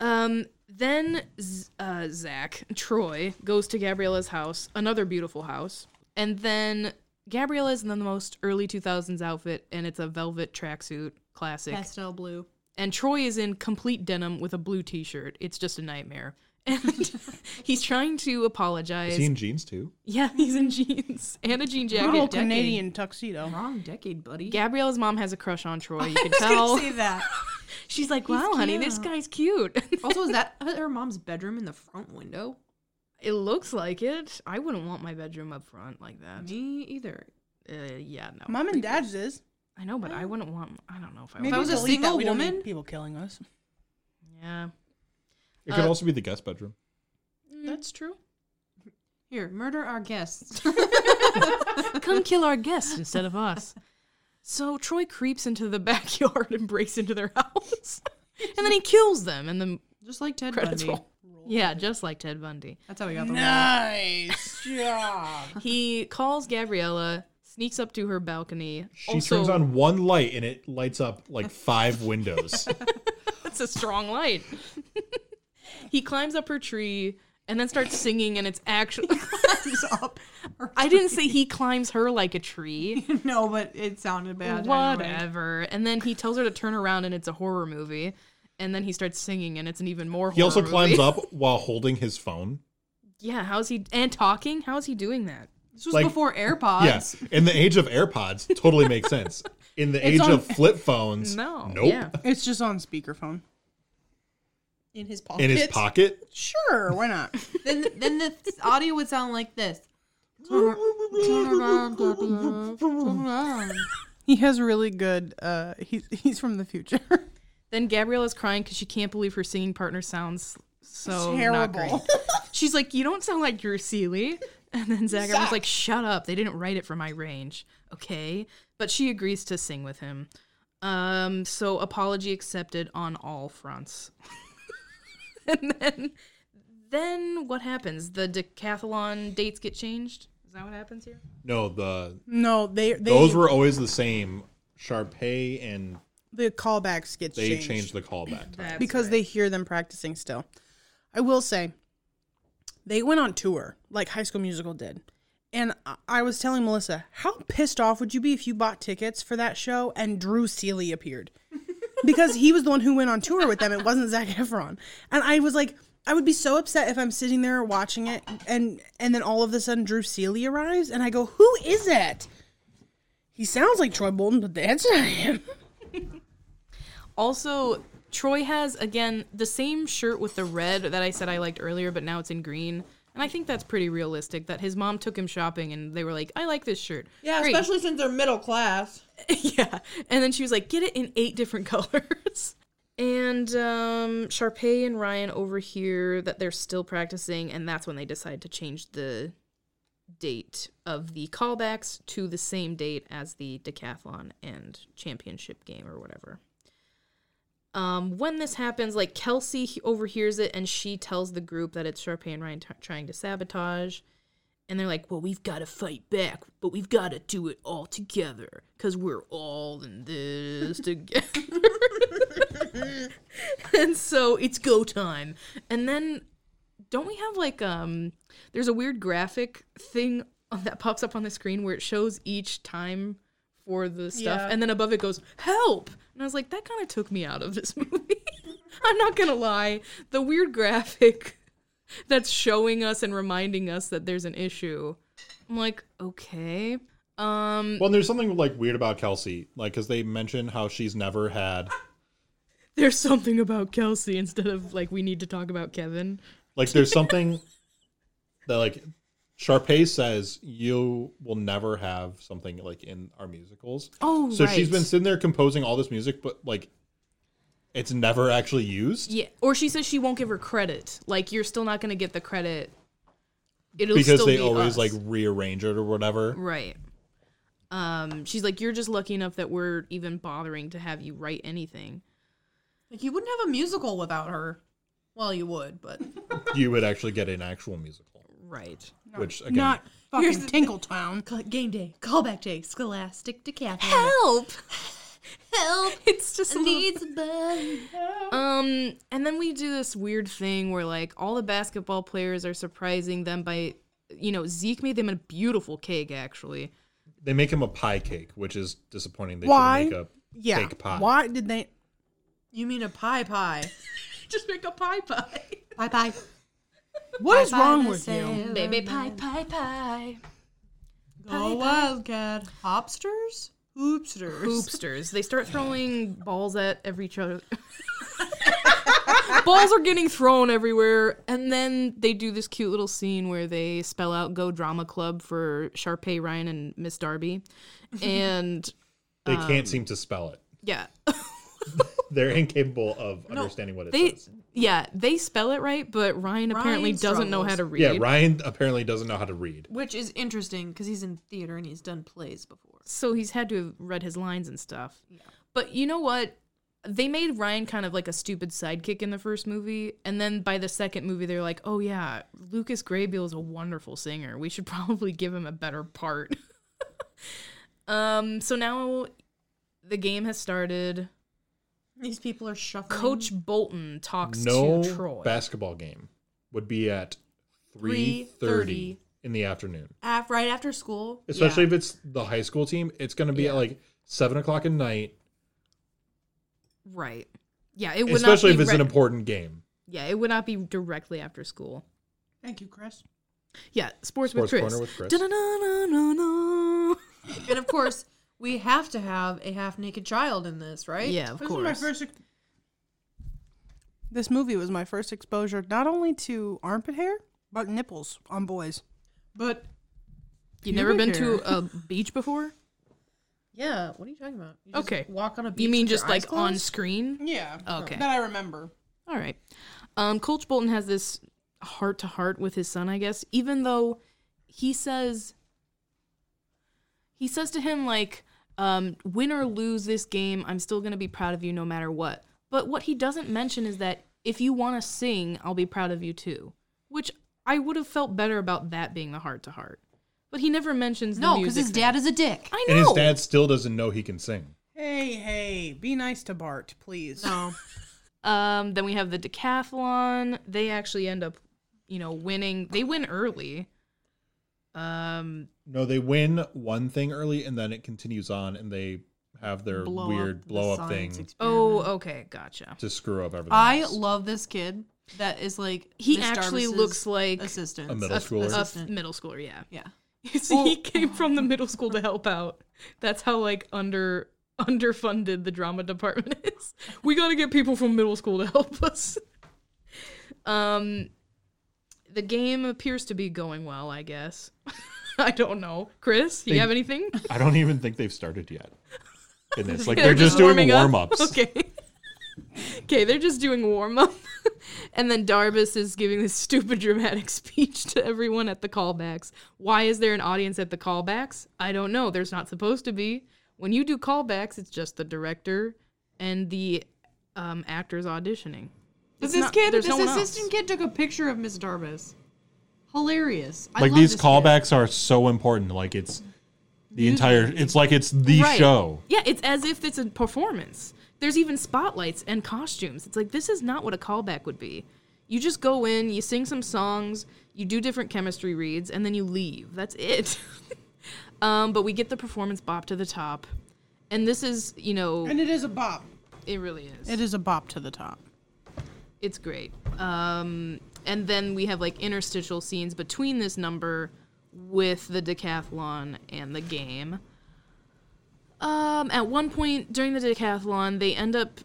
Speaker 1: Um, then Z- uh, Zach, Troy, goes to Gabriella's house, another beautiful house. And then Gabriella is in the most early 2000s outfit, and it's a velvet tracksuit classic.
Speaker 6: Pastel blue.
Speaker 1: And Troy is in complete denim with a blue t shirt. It's just a nightmare. And he's trying to apologize.
Speaker 4: Is he in jeans too?
Speaker 1: Yeah, he's in jeans and a jean jacket.
Speaker 2: Good old
Speaker 1: decade.
Speaker 2: Canadian tuxedo.
Speaker 6: Wrong decade, buddy.
Speaker 1: Gabriella's mom has a crush on Troy. You can tell.
Speaker 5: See that.
Speaker 1: She's like, "Wow, honey, this
Speaker 6: cute."
Speaker 1: guy's cute."
Speaker 6: Also, is that her mom's bedroom in the front window?
Speaker 1: it looks like it. I wouldn't want my bedroom up front like that.
Speaker 6: Me either.
Speaker 1: Uh, yeah, no.
Speaker 2: Mom and Dad's is.
Speaker 1: I know, but I wouldn't want. I don't know if I
Speaker 2: Maybe
Speaker 1: would.
Speaker 6: I was a
Speaker 2: delete that.
Speaker 6: single
Speaker 2: We don't need
Speaker 6: woman-
Speaker 2: people killing us.
Speaker 1: Yeah,
Speaker 4: It could
Speaker 1: Uh,
Speaker 4: also be the guest bedroom.
Speaker 1: that's true.
Speaker 6: Here, murder our guests.
Speaker 1: Come kill our guests instead of us. So Troy creeps into the backyard and breaks into their house, and then he kills them. And the
Speaker 6: Just like Ted
Speaker 1: credits
Speaker 6: Bundy.
Speaker 1: roll. Yeah, just like Ted Bundy.
Speaker 6: That's how we got the role.
Speaker 2: Nice job.
Speaker 1: He calls Gabriella, sneaks up to her balcony.
Speaker 4: She
Speaker 1: also,
Speaker 4: turns on one light and it lights up like five windows.
Speaker 1: That's a strong light. he climbs up her tree and then starts singing, and it's actually.
Speaker 6: up.
Speaker 1: I didn't say he climbs her like a tree.
Speaker 6: no, but it sounded bad. anyway.
Speaker 1: Whatever. And then he tells her to turn around, and it's a horror movie. And then he starts singing, and it's an even more.
Speaker 4: He also
Speaker 1: horror
Speaker 4: climbs
Speaker 1: movie.
Speaker 4: up while holding his phone.
Speaker 1: Yeah, how's he and talking? How's he doing that?
Speaker 6: This was
Speaker 4: Like-
Speaker 6: before AirPods.
Speaker 4: Yes. In the age of AirPods, totally makes sense. In the age
Speaker 2: on-
Speaker 4: of flip phones,
Speaker 1: No.
Speaker 4: nope.
Speaker 1: Yeah.
Speaker 2: It's just on speakerphone.
Speaker 3: in his pocket.
Speaker 4: In his pocket,
Speaker 2: Sure, why not?
Speaker 6: Then, then the audio would sound like this.
Speaker 2: he has really good. Uh, he's he's from the future.
Speaker 1: Then Gabriella's crying because she can't believe her singing partner sounds so not great.
Speaker 2: Terrible.
Speaker 1: She's like, "You don't sound like you're Seeley." And then Zach was like, "Shut up! They didn't write it for my range, okay?" But she agrees to sing with him. Um, so apology accepted on all fronts. and then, then what happens? The decathlon dates get changed. Is that what happens here?
Speaker 4: no, the
Speaker 2: no, they they
Speaker 4: those were always the same. Sharpay and
Speaker 2: the callbacks get
Speaker 4: they
Speaker 2: changed,
Speaker 4: changed, the callback time.
Speaker 2: because they hear them practicing still. I will say, they went on tour like High School Musical did, and I- I was telling Melissa, how pissed off would you be if you bought tickets for that show and Drew Seeley appeared? because he was the one who went on tour with them. It wasn't Zach Efron. And I was like, I would be so upset if I'm sitting there watching it and and then all of a sudden Drew Seeley arrives and I go, Who is it? He sounds like Troy Bolton, but that's not him.
Speaker 1: Also, Troy has again the same shirt with the red that I said I liked earlier, but now it's in green. And I think that's pretty realistic that his mom took him shopping and they were like, I like this shirt.
Speaker 3: yeah,
Speaker 1: Great.
Speaker 3: especially since they're middle class.
Speaker 1: yeah. And then she was like, get it in eight different colors. And um, Sharpay and Ryan overhear that they're still practicing, and that's when they decide to change the date of the callbacks to the same date as the decathlon and championship game or whatever. Um, when this happens, like Kelsey he- overhears it, and she tells the group that it's Sharpay and Ryan t- trying to sabotage. And they're like, well, we've got to fight back, but we've got to do it all together because we're all in this together. and so it's go time. And then don't we have like um there's a weird graphic thing that pops up on the screen where it shows each time for the stuff
Speaker 2: Yeah.
Speaker 1: and then above it goes help and i was like that kind of took me out of this movie i'm not gonna lie the weird graphic that's showing us and reminding us that there's an issue i'm like okay um
Speaker 4: Well, and there's something like weird about Kelsey, like because they mention how she's never had
Speaker 1: there's something about kelsey instead of like we need to talk about kevin
Speaker 4: like there's something that like Sharpay says you will never have something like in our musicals.
Speaker 6: Oh,
Speaker 4: so she's been sitting there composing all this music, but like it's never actually used
Speaker 1: Yeah, or she says she won't give her credit. Like you're still not going to get the credit. It'll
Speaker 4: because
Speaker 1: still
Speaker 4: they
Speaker 1: be
Speaker 4: always
Speaker 1: us.
Speaker 4: like rearrange it or whatever.
Speaker 1: right. Um, she's like, you're just lucky enough that we're even bothering to have you write anything.
Speaker 6: Like you wouldn't have a musical without her. Well, you would, but
Speaker 1: Mm-hmm.
Speaker 4: You would actually get an actual musical,
Speaker 1: Right.
Speaker 4: which again,
Speaker 6: not fucking
Speaker 5: Here's the thing.
Speaker 6: Tinkletown.
Speaker 5: Call- Game day, callback day, scholastic decathlon.
Speaker 1: Help!
Speaker 5: Help
Speaker 1: It's just a little-
Speaker 5: needs a bun.
Speaker 1: Um, and then we do this weird thing where like all the basketball players are surprising them by, you know, Zeke made them a beautiful cake actually.
Speaker 4: they make him a pie cake, which is disappointing. They should
Speaker 2: Why?
Speaker 4: make a
Speaker 2: Yeah.
Speaker 4: cake pie.
Speaker 2: Why did they?
Speaker 6: You mean a pie pie?
Speaker 1: Just make a pie pie.
Speaker 5: Bye bye.
Speaker 2: What is wrong with you?
Speaker 6: Oh,
Speaker 5: Baby pie pie.
Speaker 2: Oh,
Speaker 6: Go wildcat. Hopsters? Hoopsters.
Speaker 1: hoopsters. They start throwing balls at every each other. balls are getting thrown everywhere, and then they do this cute little scene where they spell out "Go Drama Club" for Sharpay Ryan and Miss Darby, and
Speaker 4: They
Speaker 1: Um,
Speaker 4: can't seem to spell it.
Speaker 1: yeah,
Speaker 4: They're incapable of understanding what it
Speaker 1: they
Speaker 4: says.
Speaker 1: yeah they spell it right, but Ryan apparently
Speaker 6: Ryan
Speaker 1: doesn't know how to read.
Speaker 4: Yeah, Ryan apparently doesn't know how to read.
Speaker 6: Which is interesting because he's in theater and he's done plays before.
Speaker 1: so he's had to have read his lines and stuff. But you know what? They made Ryan kind of like a stupid sidekick in the first movie, and then by the second movie, they're like, "Oh yeah, Lucas Grabeel is a wonderful singer. We should probably give him a better part." um. So now the game has started.
Speaker 6: These people are shuffling.
Speaker 1: Coach Bolton talks
Speaker 4: no
Speaker 1: to Troy.
Speaker 4: basketball game would be at 3.30
Speaker 6: 3:30.
Speaker 4: in the afternoon
Speaker 6: af- right after school.
Speaker 4: especially if it's the high school team it's going to be at like 7 o'clock at night
Speaker 1: right. Yeah. It would
Speaker 4: especially
Speaker 1: not
Speaker 4: if
Speaker 1: be
Speaker 4: it's an
Speaker 1: re-
Speaker 4: important game
Speaker 1: yeah. It would not be directly after school.
Speaker 2: Thank you, Chris.
Speaker 1: Yeah. Sports,
Speaker 4: Sports
Speaker 1: with Chris.
Speaker 4: Corner with Chris.
Speaker 1: Da-da-da-da-da-da.
Speaker 6: and of course, we have to have a half naked child in this, right?
Speaker 1: Yeah, of
Speaker 2: This was
Speaker 1: course.
Speaker 2: my first. ex- This movie was my first exposure not only to armpit hair but nipples on boys.
Speaker 6: But
Speaker 1: You've never been
Speaker 6: Pubic
Speaker 1: to a beach before?
Speaker 6: yeah, what are you talking about? You just
Speaker 1: Okay.
Speaker 6: Walk on a beach.
Speaker 1: You mean
Speaker 6: with your
Speaker 1: just
Speaker 6: eyes
Speaker 1: like on
Speaker 6: closed?
Speaker 1: screen?
Speaker 2: Yeah.
Speaker 1: Okay.
Speaker 2: That I remember.
Speaker 1: All right. Um, Coach Bolton has this heart to heart with his son, I guess, even though he says he says to him like, um, win or lose this game, I'm still gonna be proud of you no matter what. But what he doesn't mention is that if you wanna sing, I'll be proud of you too. Which I would have felt better about that being the heart to heart. But he never mentions the
Speaker 5: No, because
Speaker 1: music
Speaker 5: his
Speaker 1: thing.
Speaker 5: dad is a dick.
Speaker 1: I know
Speaker 4: and his dad still doesn't know he can sing
Speaker 2: Hey, hey, be nice to Bart, please.
Speaker 6: No.
Speaker 1: Um, then we have the decathlon. They actually end up, you know, winning. They win early. Um,
Speaker 4: no they win one thing early and then it continues on and they have their
Speaker 6: Blow up
Speaker 4: weird
Speaker 6: the
Speaker 4: blow up thing
Speaker 6: science
Speaker 1: oh,
Speaker 6: experiment.
Speaker 1: okay, gotcha.
Speaker 4: to screw up everything
Speaker 6: I
Speaker 4: else.
Speaker 6: love this kid. That is like
Speaker 1: He
Speaker 6: Miss
Speaker 1: actually
Speaker 6: Jarvis's
Speaker 1: looks like
Speaker 6: assistant,
Speaker 4: A middle
Speaker 1: a,
Speaker 4: schooler.
Speaker 1: a
Speaker 6: Assistant.
Speaker 1: middle schooler, yeah.
Speaker 6: yeah.
Speaker 1: So he came from the middle school to help out. That's how like under underfunded the drama department is. We got to get people from middle school to help us. Um, the game appears to be going well, I guess. I don't know, Chris. Do you
Speaker 4: They-
Speaker 1: have anything?
Speaker 4: i don't even think they've started yet in this like
Speaker 1: Yeah,
Speaker 4: they're just doing
Speaker 1: warming up.
Speaker 4: warm-ups
Speaker 1: Okay. Okay, they're just doing warm up. and then Darbus is giving this stupid dramatic speech to everyone at the callbacks. Why is there an audience at the callbacks? I don't know. There's not supposed to be. When you do callbacks, it's just the director and the um, actors auditioning.
Speaker 6: But
Speaker 1: It's
Speaker 6: this
Speaker 1: not-
Speaker 6: kid,
Speaker 1: there's
Speaker 6: this
Speaker 1: no one
Speaker 6: assistant kid took a picture of Miss Darbus. Hilarious. I
Speaker 4: like
Speaker 6: love
Speaker 4: these
Speaker 6: this
Speaker 4: callbacks are so important like it's the entire it's like it's the
Speaker 1: Right.
Speaker 4: show
Speaker 1: Yeah, it's as if it's a performance. There's even spotlights and costumes. It's like this is not what a callback would be. You just go in, you sing some songs, you do different chemistry reads, and then you leave. That's it. um, but we get the performance bop to the top. And this is, you know,
Speaker 2: And it is a bop.
Speaker 1: it really is.
Speaker 2: It is a bop to the top.
Speaker 1: It's great. Um, and then we have like interstitial scenes between this number with the decathlon and the game. Um, at one point during the decathlon, they end up.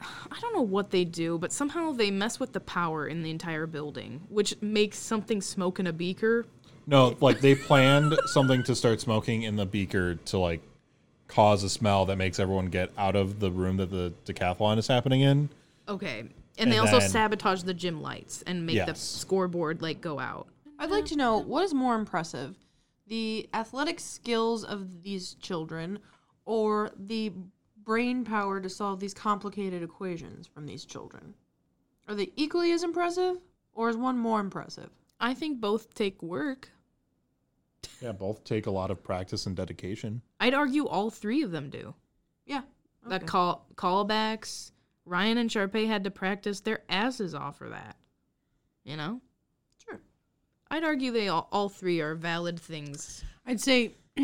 Speaker 1: I don't know what they do, but somehow they mess with the power in the entire building, which makes something smoke in a beaker.
Speaker 4: No, like they planned something to start smoking in the beaker to like cause a smell that makes everyone get out of the room that the decathlon is happening in.
Speaker 1: Okay. And they
Speaker 4: And
Speaker 1: also
Speaker 4: then-
Speaker 1: sabotage the gym lights and make the
Speaker 4: Yes.
Speaker 1: scoreboard like go out.
Speaker 6: I'd like to know what is more impressive, the athletic skills of these children or the brain power to solve these complicated equations from these children? Are they equally as impressive or is one more impressive?
Speaker 1: I think both take work.
Speaker 4: Yeah, both take a lot of practice and dedication.
Speaker 1: I'd argue all three of them do.
Speaker 6: Yeah.
Speaker 1: The call callbacks. Ryan and Sharpay had to practice their asses off for that. You know?
Speaker 6: Sure.
Speaker 1: I'd argue they all, all three are valid things.
Speaker 2: I'd say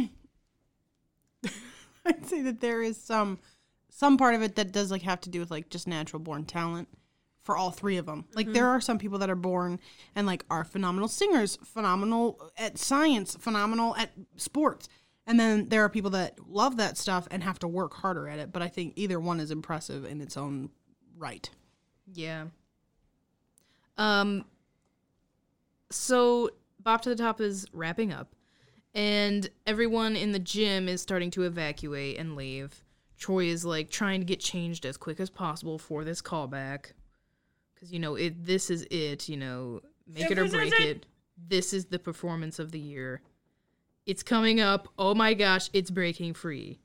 Speaker 2: I'd say that there is some some part of it that does like have to do with like just natural born talent for all three of them. Like there are some people that are born and like are phenomenal singers, phenomenal at science, phenomenal at sports. And then there are people that love that stuff and have to work harder at it, but I think either one is impressive in its own right.
Speaker 1: Yeah. Um so Bop to the Top is wrapping up and everyone in the gym is starting to evacuate and leave. Troy is like trying to get changed as quick as possible for this callback. Cuz you know, it this is it, you know, make it or break it. This is the performance of the year. It's coming up. Oh my gosh, it's breaking free.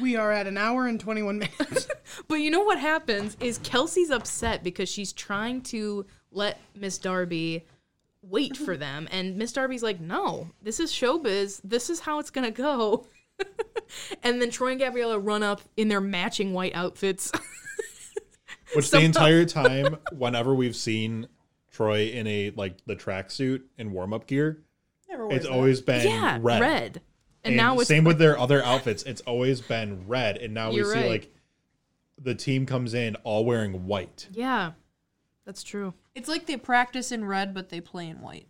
Speaker 2: We are at an hour and 21 minutes.
Speaker 1: But you know what happens is Kelsey's upset because she's trying to let Miss Darby wait for them, and Miss Darby's like, "No, this is showbiz. This is how it's gonna go." and then Troy and Gabriella run up in their matching white outfits.
Speaker 4: Which the entire time, whenever we've seen Troy in a like the tracksuit and warm up gear, it's always been
Speaker 1: yeah,
Speaker 4: red.
Speaker 1: red. And, now it's
Speaker 4: same with their other outfits. It's always been red, and now we
Speaker 1: You're
Speaker 4: see
Speaker 1: right.
Speaker 4: like the team comes in all wearing white,
Speaker 1: yeah, that's true.
Speaker 6: It's like they practice in red but they play in white.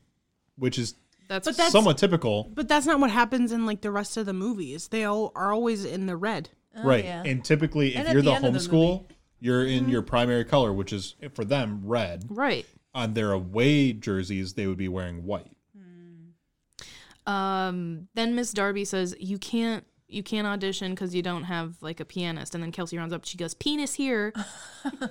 Speaker 4: which is
Speaker 1: That's,
Speaker 2: But that's-
Speaker 4: somewhat typical,
Speaker 2: but that's not what happens in like the rest of the movies. They all are always in the red.
Speaker 4: right?
Speaker 7: Oh, yeah.
Speaker 4: And typically, if
Speaker 7: And at
Speaker 4: you're
Speaker 7: the
Speaker 4: the,
Speaker 7: end of the Mm-hmm.
Speaker 4: homeschool, you're in your primary color, which is for them red.
Speaker 1: right.
Speaker 4: On their away jerseys, they would be wearing white.
Speaker 1: Um, then Miss Darby says, "You can't, you can't audition because you don't have like a pianist." And then Kelsey runs up. She goes, "Penis here."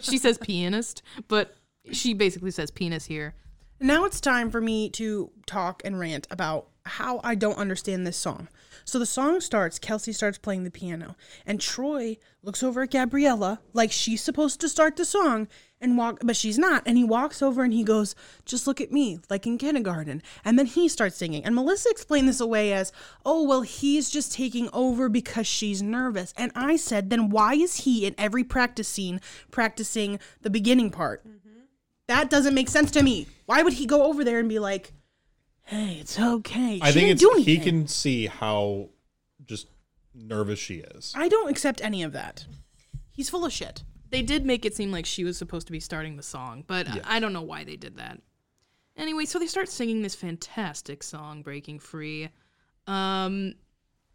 Speaker 1: she says pianist, but she basically says penis here.
Speaker 2: Now it's time for me to talk and rant about how I don't understand this song. So the song starts, Kelsey starts playing the piano, and Troy looks over at Gabriella like she's supposed to start the song and walk but she's not and he walks over and he goes just look at me like in kindergarten and then he starts singing and melissa explained this away as oh well he's just taking over because she's nervous and i said then why is he in every practice scene practicing the beginning part that doesn't make sense to me. Why would he go over there and be like, "Hey, it's okay"?
Speaker 4: I
Speaker 2: she
Speaker 4: think
Speaker 2: didn't
Speaker 4: it's
Speaker 2: do
Speaker 4: he
Speaker 2: anything.
Speaker 4: can see how just nervous she is.
Speaker 2: I don't accept any of that. He's full of shit.
Speaker 1: They did make it seem like she was supposed to be starting the song, but I- I don't know why they did that. Anyway, so they start singing this fantastic song, "Breaking Free," um,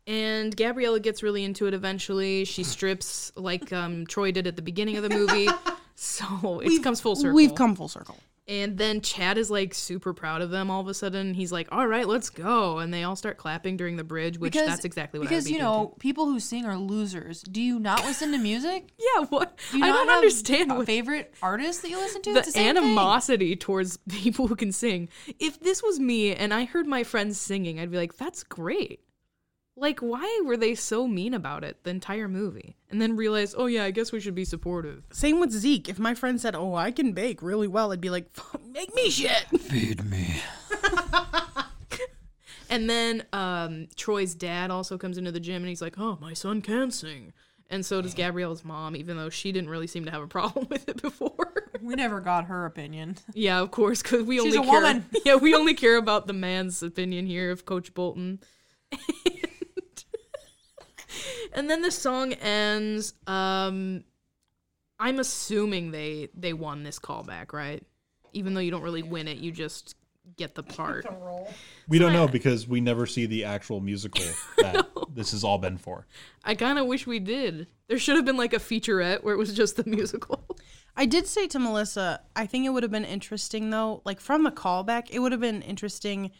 Speaker 1: and Gabriella gets really into it. Eventually, she strips like um, Troy did at the beginning of the movie. So it comes full circle.
Speaker 2: We've come full circle.
Speaker 1: And then Chad is like super proud of them all of a sudden. He's like, all right, let's go. And they all start clapping during the bridge, which that's exactly what
Speaker 6: because
Speaker 1: I would be
Speaker 6: you know people who sing are losers. Do you not listen to music?
Speaker 1: doing. Yeah, what?
Speaker 6: Do you
Speaker 1: I
Speaker 6: not
Speaker 1: don't
Speaker 6: have
Speaker 1: understand
Speaker 6: a
Speaker 1: what
Speaker 6: favorite artists that you listen to. it's
Speaker 1: the
Speaker 6: the same thing.
Speaker 1: animosity towards people who can sing. If this was me and I heard my friends singing, I'd be like, that's great. Like, why were they so mean about it the entire movie? And then realize, oh yeah, I guess we should be supportive.
Speaker 2: Same with Zeke. If my friend said, "Oh, I can bake really well," I'd be like, "Fuck, "Make me shit."
Speaker 1: And then um, Troy's dad also comes into the gym and he's like, "Oh, my son can sing." and so does Gabrielle's mom, even though she didn't really seem to have a problem with it before.
Speaker 6: We never got her opinion.
Speaker 1: yeah, of course, because we
Speaker 6: She's
Speaker 1: only
Speaker 6: a
Speaker 1: care,
Speaker 6: woman.
Speaker 1: Yeah, we only care about the man's opinion here of Coach Bolton. And, and then the song ends. Um, I'm assuming they they won this callback, right? Even though you don't really win it, you just get the part.
Speaker 8: We don't know because we never see the actual musical that this has all been for.
Speaker 1: I kind of wish we did. There should have been like a featurette where it was just the musical.
Speaker 2: I did say to Melissa, I think it would have been interesting though, like from the callback, it would have been interesting.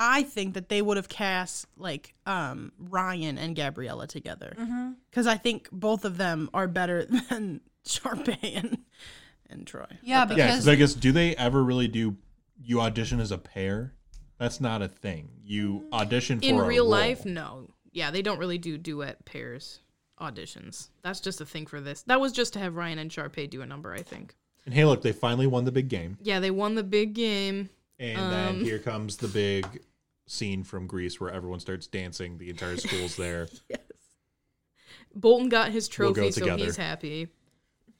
Speaker 2: I think that they would have cast like um, Ryan and Gabriella together
Speaker 6: Mm-hmm.
Speaker 2: because I think both of them are better than Sharpay and, and Troy.
Speaker 5: Yeah,
Speaker 8: Yeah, because
Speaker 5: because
Speaker 8: I guess do they ever really do you audition as a pair? That's not a thing. You
Speaker 7: Mm-hmm.
Speaker 8: audition for
Speaker 1: In
Speaker 8: a
Speaker 1: real
Speaker 8: role.
Speaker 1: life, no. Yeah, they don't really do duet pairs auditions. That's just a thing for this. That was just to have Ryan and Sharpay do a number, I think.
Speaker 8: And hey, look, they finally won the big game,
Speaker 1: Yeah, they won the big game.
Speaker 8: and
Speaker 1: Um,
Speaker 8: then here comes the big scene from Greece where everyone starts dancing. The entire school's there.
Speaker 1: Bolton got his
Speaker 8: We'll
Speaker 1: trophy,
Speaker 8: go
Speaker 1: so
Speaker 8: together.
Speaker 1: he's happy.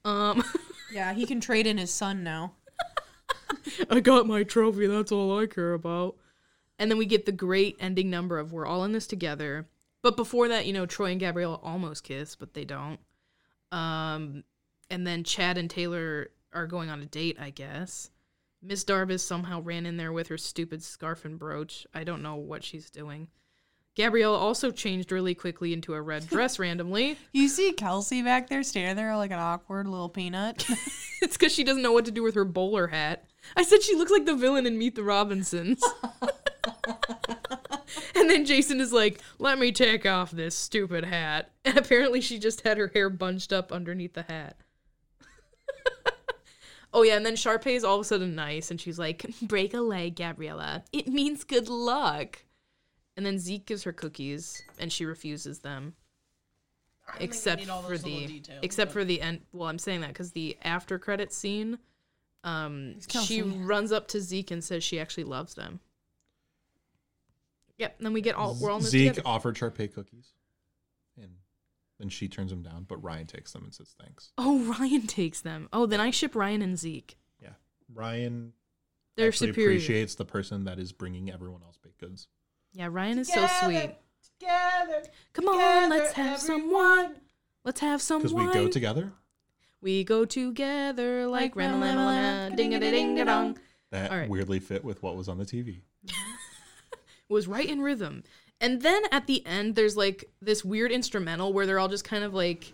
Speaker 1: Um,
Speaker 6: Yeah, he can trade in his son now.
Speaker 1: I got my trophy. That's all I care about. And then we get the great ending number of "We're all in this together." But before that, you know, Troy and Gabriella almost kiss, but they don't. Um, and then Chad and Taylor are going on a date, I guess. Miss Darvis somehow ran in there with her stupid scarf and brooch. I don't know what she's doing. Gabriella also changed really quickly into a red dress randomly.
Speaker 6: You see Kelsey back there standing there like an awkward little peanut.
Speaker 1: It's because she doesn't know what to do with her bowler hat. I said she looks like the villain in Meet the Robinsons. and then Jason is like, let me take off this stupid hat. And apparently she just had her hair bunched up underneath the hat. oh, yeah, and then Sharpay is all of a sudden nice and she's like, break a leg, Gabriella. It means good luck. And then Zeke gives her cookies and she refuses them except for the except for the end. Well, I'm saying that because the after credit scene, um, she runs up to Zeke and says she actually loves them. Yep. And then we get all we're all in this
Speaker 8: Zeke
Speaker 1: together.
Speaker 8: offered Sharpay cookies, and then she turns him down. But Ryan takes them and says thanks.
Speaker 1: Oh, Ryan takes them. Oh, then I ship Ryan and Zeke.
Speaker 8: Yeah, Ryan
Speaker 1: They're
Speaker 8: actually
Speaker 1: superior.
Speaker 8: appreciates the person that is bringing everyone else baked goods.
Speaker 1: Yeah, Ryan is so sweet. Come on, let's have some wine. Let's have some
Speaker 8: Because we
Speaker 1: wine.
Speaker 8: go together.
Speaker 1: We go together like ram a ding a ding a dong.
Speaker 8: That
Speaker 1: All right.
Speaker 8: weirdly fit with what was on the TV.
Speaker 1: was right in rhythm. And then at the end, there's like this weird instrumental where they're all just kind of like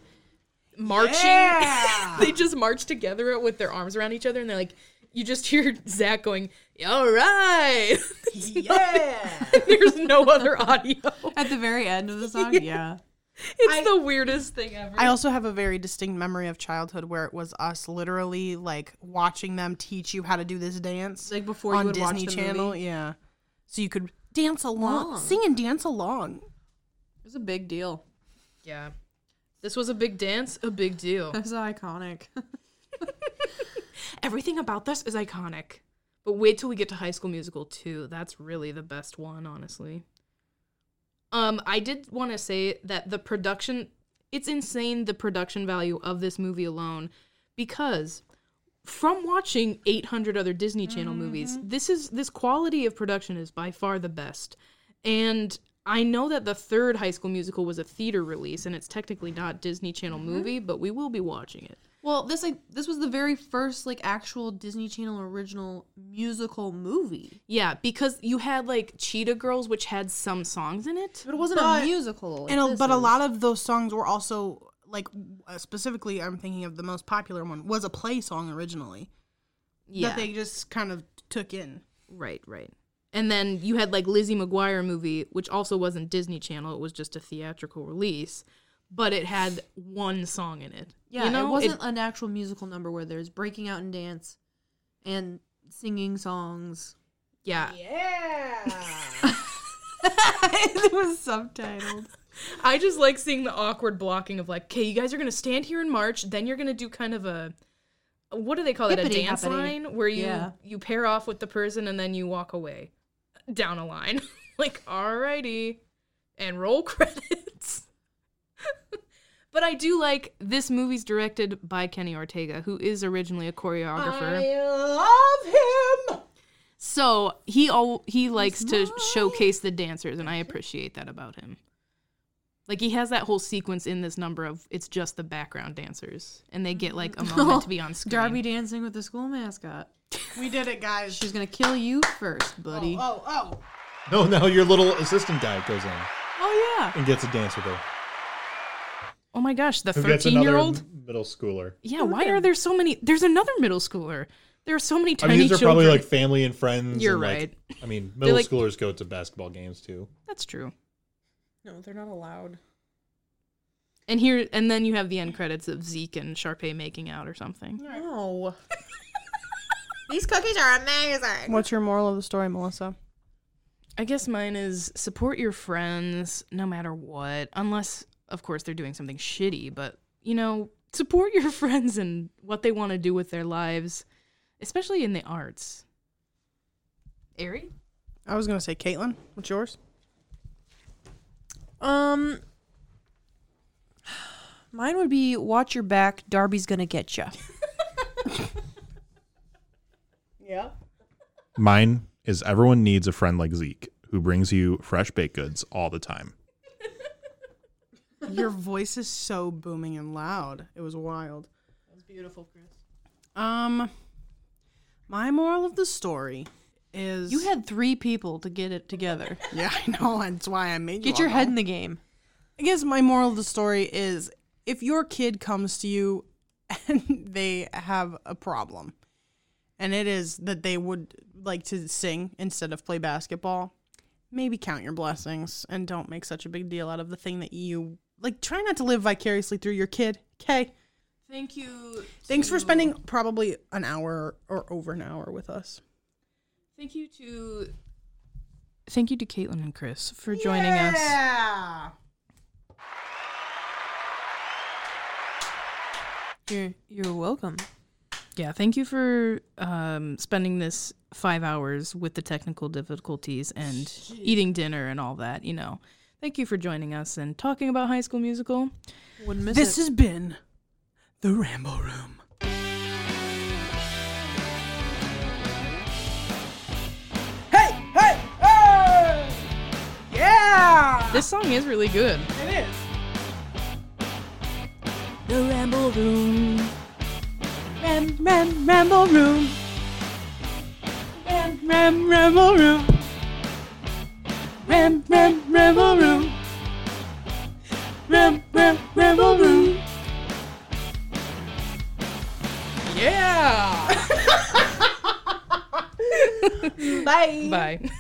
Speaker 1: marching. they just march together with their arms around each other, and they're like, you just hear Zach going, "All right, yeah." there's no other audio.
Speaker 6: At the very end of the song, yeah.
Speaker 1: It's the weirdest thing ever.
Speaker 2: I also have a very distinct memory of childhood where it was us literally like watching them teach you how to do this dance.
Speaker 6: Like before you
Speaker 2: on
Speaker 6: would watch
Speaker 2: Disney
Speaker 6: the
Speaker 2: Channel,
Speaker 6: movie.
Speaker 2: yeah. So you could dance along,
Speaker 6: Along.
Speaker 2: sing and dance along.
Speaker 6: It was a big deal.
Speaker 1: yeah, this was a big dance, a big deal.
Speaker 6: That's iconic.
Speaker 1: Everything about this is iconic. But wait till we get to High School Musical 2. That's really the best one, honestly. Um, I did want to say that the production it's insane the production value of this movie alone because from watching 800 other Disney Channel movies, this is this quality of production is by far the best. And I know that the third High School Musical was a theater release and it's technically not Disney Channel movie, but we will be watching it.
Speaker 6: Well, this like this was the very first like actual Disney Channel original musical movie.
Speaker 1: Yeah, because you had like Cheetah Girls, which had some songs in it.
Speaker 6: But it wasn't
Speaker 2: But-
Speaker 6: a musical.
Speaker 2: and a, but a lot of those songs were also like w- uh, specifically I'm thinking of the most popular one was a play song originally
Speaker 1: Yeah,
Speaker 2: that they just kind of took in.
Speaker 1: right, right. And then you had like Lizzie McGuire movie, which also wasn't Disney Channel; it was just a theatrical release, but it had one song in it.
Speaker 6: yeah,
Speaker 1: you know?
Speaker 6: it wasn't an actual musical number where there's breaking out in dance and singing songs.
Speaker 1: yeah,
Speaker 6: it was subtitled.
Speaker 1: I just like seeing the awkward blocking of like, okay, you guys are gonna stand here in March, then you're gonna do kind of a what do they call it? A
Speaker 6: Hippity
Speaker 1: dance
Speaker 6: hoppity.
Speaker 1: line where you
Speaker 6: Yeah.
Speaker 1: you pair off with the person and then you walk away down a line. like, alrighty. And roll credits. But I do like this movie's directed by Kenny Ortega, who is originally a choreographer.
Speaker 2: love him.
Speaker 1: So he all he likes to showcase the dancers, and I appreciate that about him. Like he has that whole sequence in this number of it's just the background dancers, and they get like a moment to be on screen.
Speaker 6: Darby dancing with the school mascot.
Speaker 2: We did it, guys.
Speaker 6: She's gonna kill you first, buddy.
Speaker 2: Oh, oh.
Speaker 8: No, no, your little assistant guy goes in
Speaker 6: oh yeah.
Speaker 8: and gets a dance with her.
Speaker 1: oh my gosh, the
Speaker 8: Who gets
Speaker 1: thirteen
Speaker 8: another
Speaker 1: year old.
Speaker 8: middle schooler.
Speaker 1: Yeah, why are there so many? There's another middle schooler. There are so many
Speaker 8: I
Speaker 1: tiny
Speaker 8: mean, these are
Speaker 1: children.
Speaker 8: probably like family and friends.
Speaker 1: You're
Speaker 8: and, like- I mean, middle
Speaker 1: like-
Speaker 8: schoolers go to basketball games too.
Speaker 1: That's true.
Speaker 3: No, they're not allowed.
Speaker 1: And here, and then you have the end credits of Zeke and Sharpay making out or something.
Speaker 3: No.
Speaker 5: These cookies are amazing.
Speaker 2: What's your moral of the story, Melissa?
Speaker 1: I guess mine is support your friends no matter what, unless, of course, they're doing something shitty. But, you know, support your friends and what they want to do with their lives, especially in the arts. Ari?
Speaker 2: I was gonna say Caitlin. What's yours?
Speaker 6: Um, mine would be watch your back. Darby's gonna get you.
Speaker 2: Yeah.
Speaker 4: Mine is everyone needs a friend like Zeke who brings you fresh baked goods all the time.
Speaker 2: Your voice is so booming and loud. It was wild. That was beautiful, Chris. Um, my moral of the story is
Speaker 6: You had three people to get it together.
Speaker 2: yeah, I know. That's why I made you
Speaker 6: Get your
Speaker 2: all
Speaker 6: head
Speaker 2: go.
Speaker 6: in the game.
Speaker 2: I guess my moral of the story is if your kid comes to you and they have a problem, and it is that they would like to sing instead of play basketball, maybe count your blessings and don't make such a big deal out of the thing that you like. Try not to live vicariously through your kid, okay?
Speaker 6: Thank you.
Speaker 2: Thanks for spending probably an hour or over an hour with us.
Speaker 1: Thank you to. Thank you to Caitlin and Chris for joining us.
Speaker 2: Yeah.
Speaker 6: You're you're welcome.
Speaker 1: Yeah, thank you for um, spending this five hours with the technical difficulties and eating dinner and all that, you know. Thank you for joining us and talking about High School Musical.
Speaker 6: Wouldn't miss
Speaker 2: This
Speaker 6: it.
Speaker 2: has been the Ramble Room. Hey, hey, hey! Yeah!
Speaker 1: This song is really good.
Speaker 2: It is.
Speaker 1: The Ramble Room.
Speaker 2: Ram, ram, ramble room. Ram, ram, ramble room. Ram, ram, ramble room. Ram, ram, ramble room. Yeah.
Speaker 1: Bye.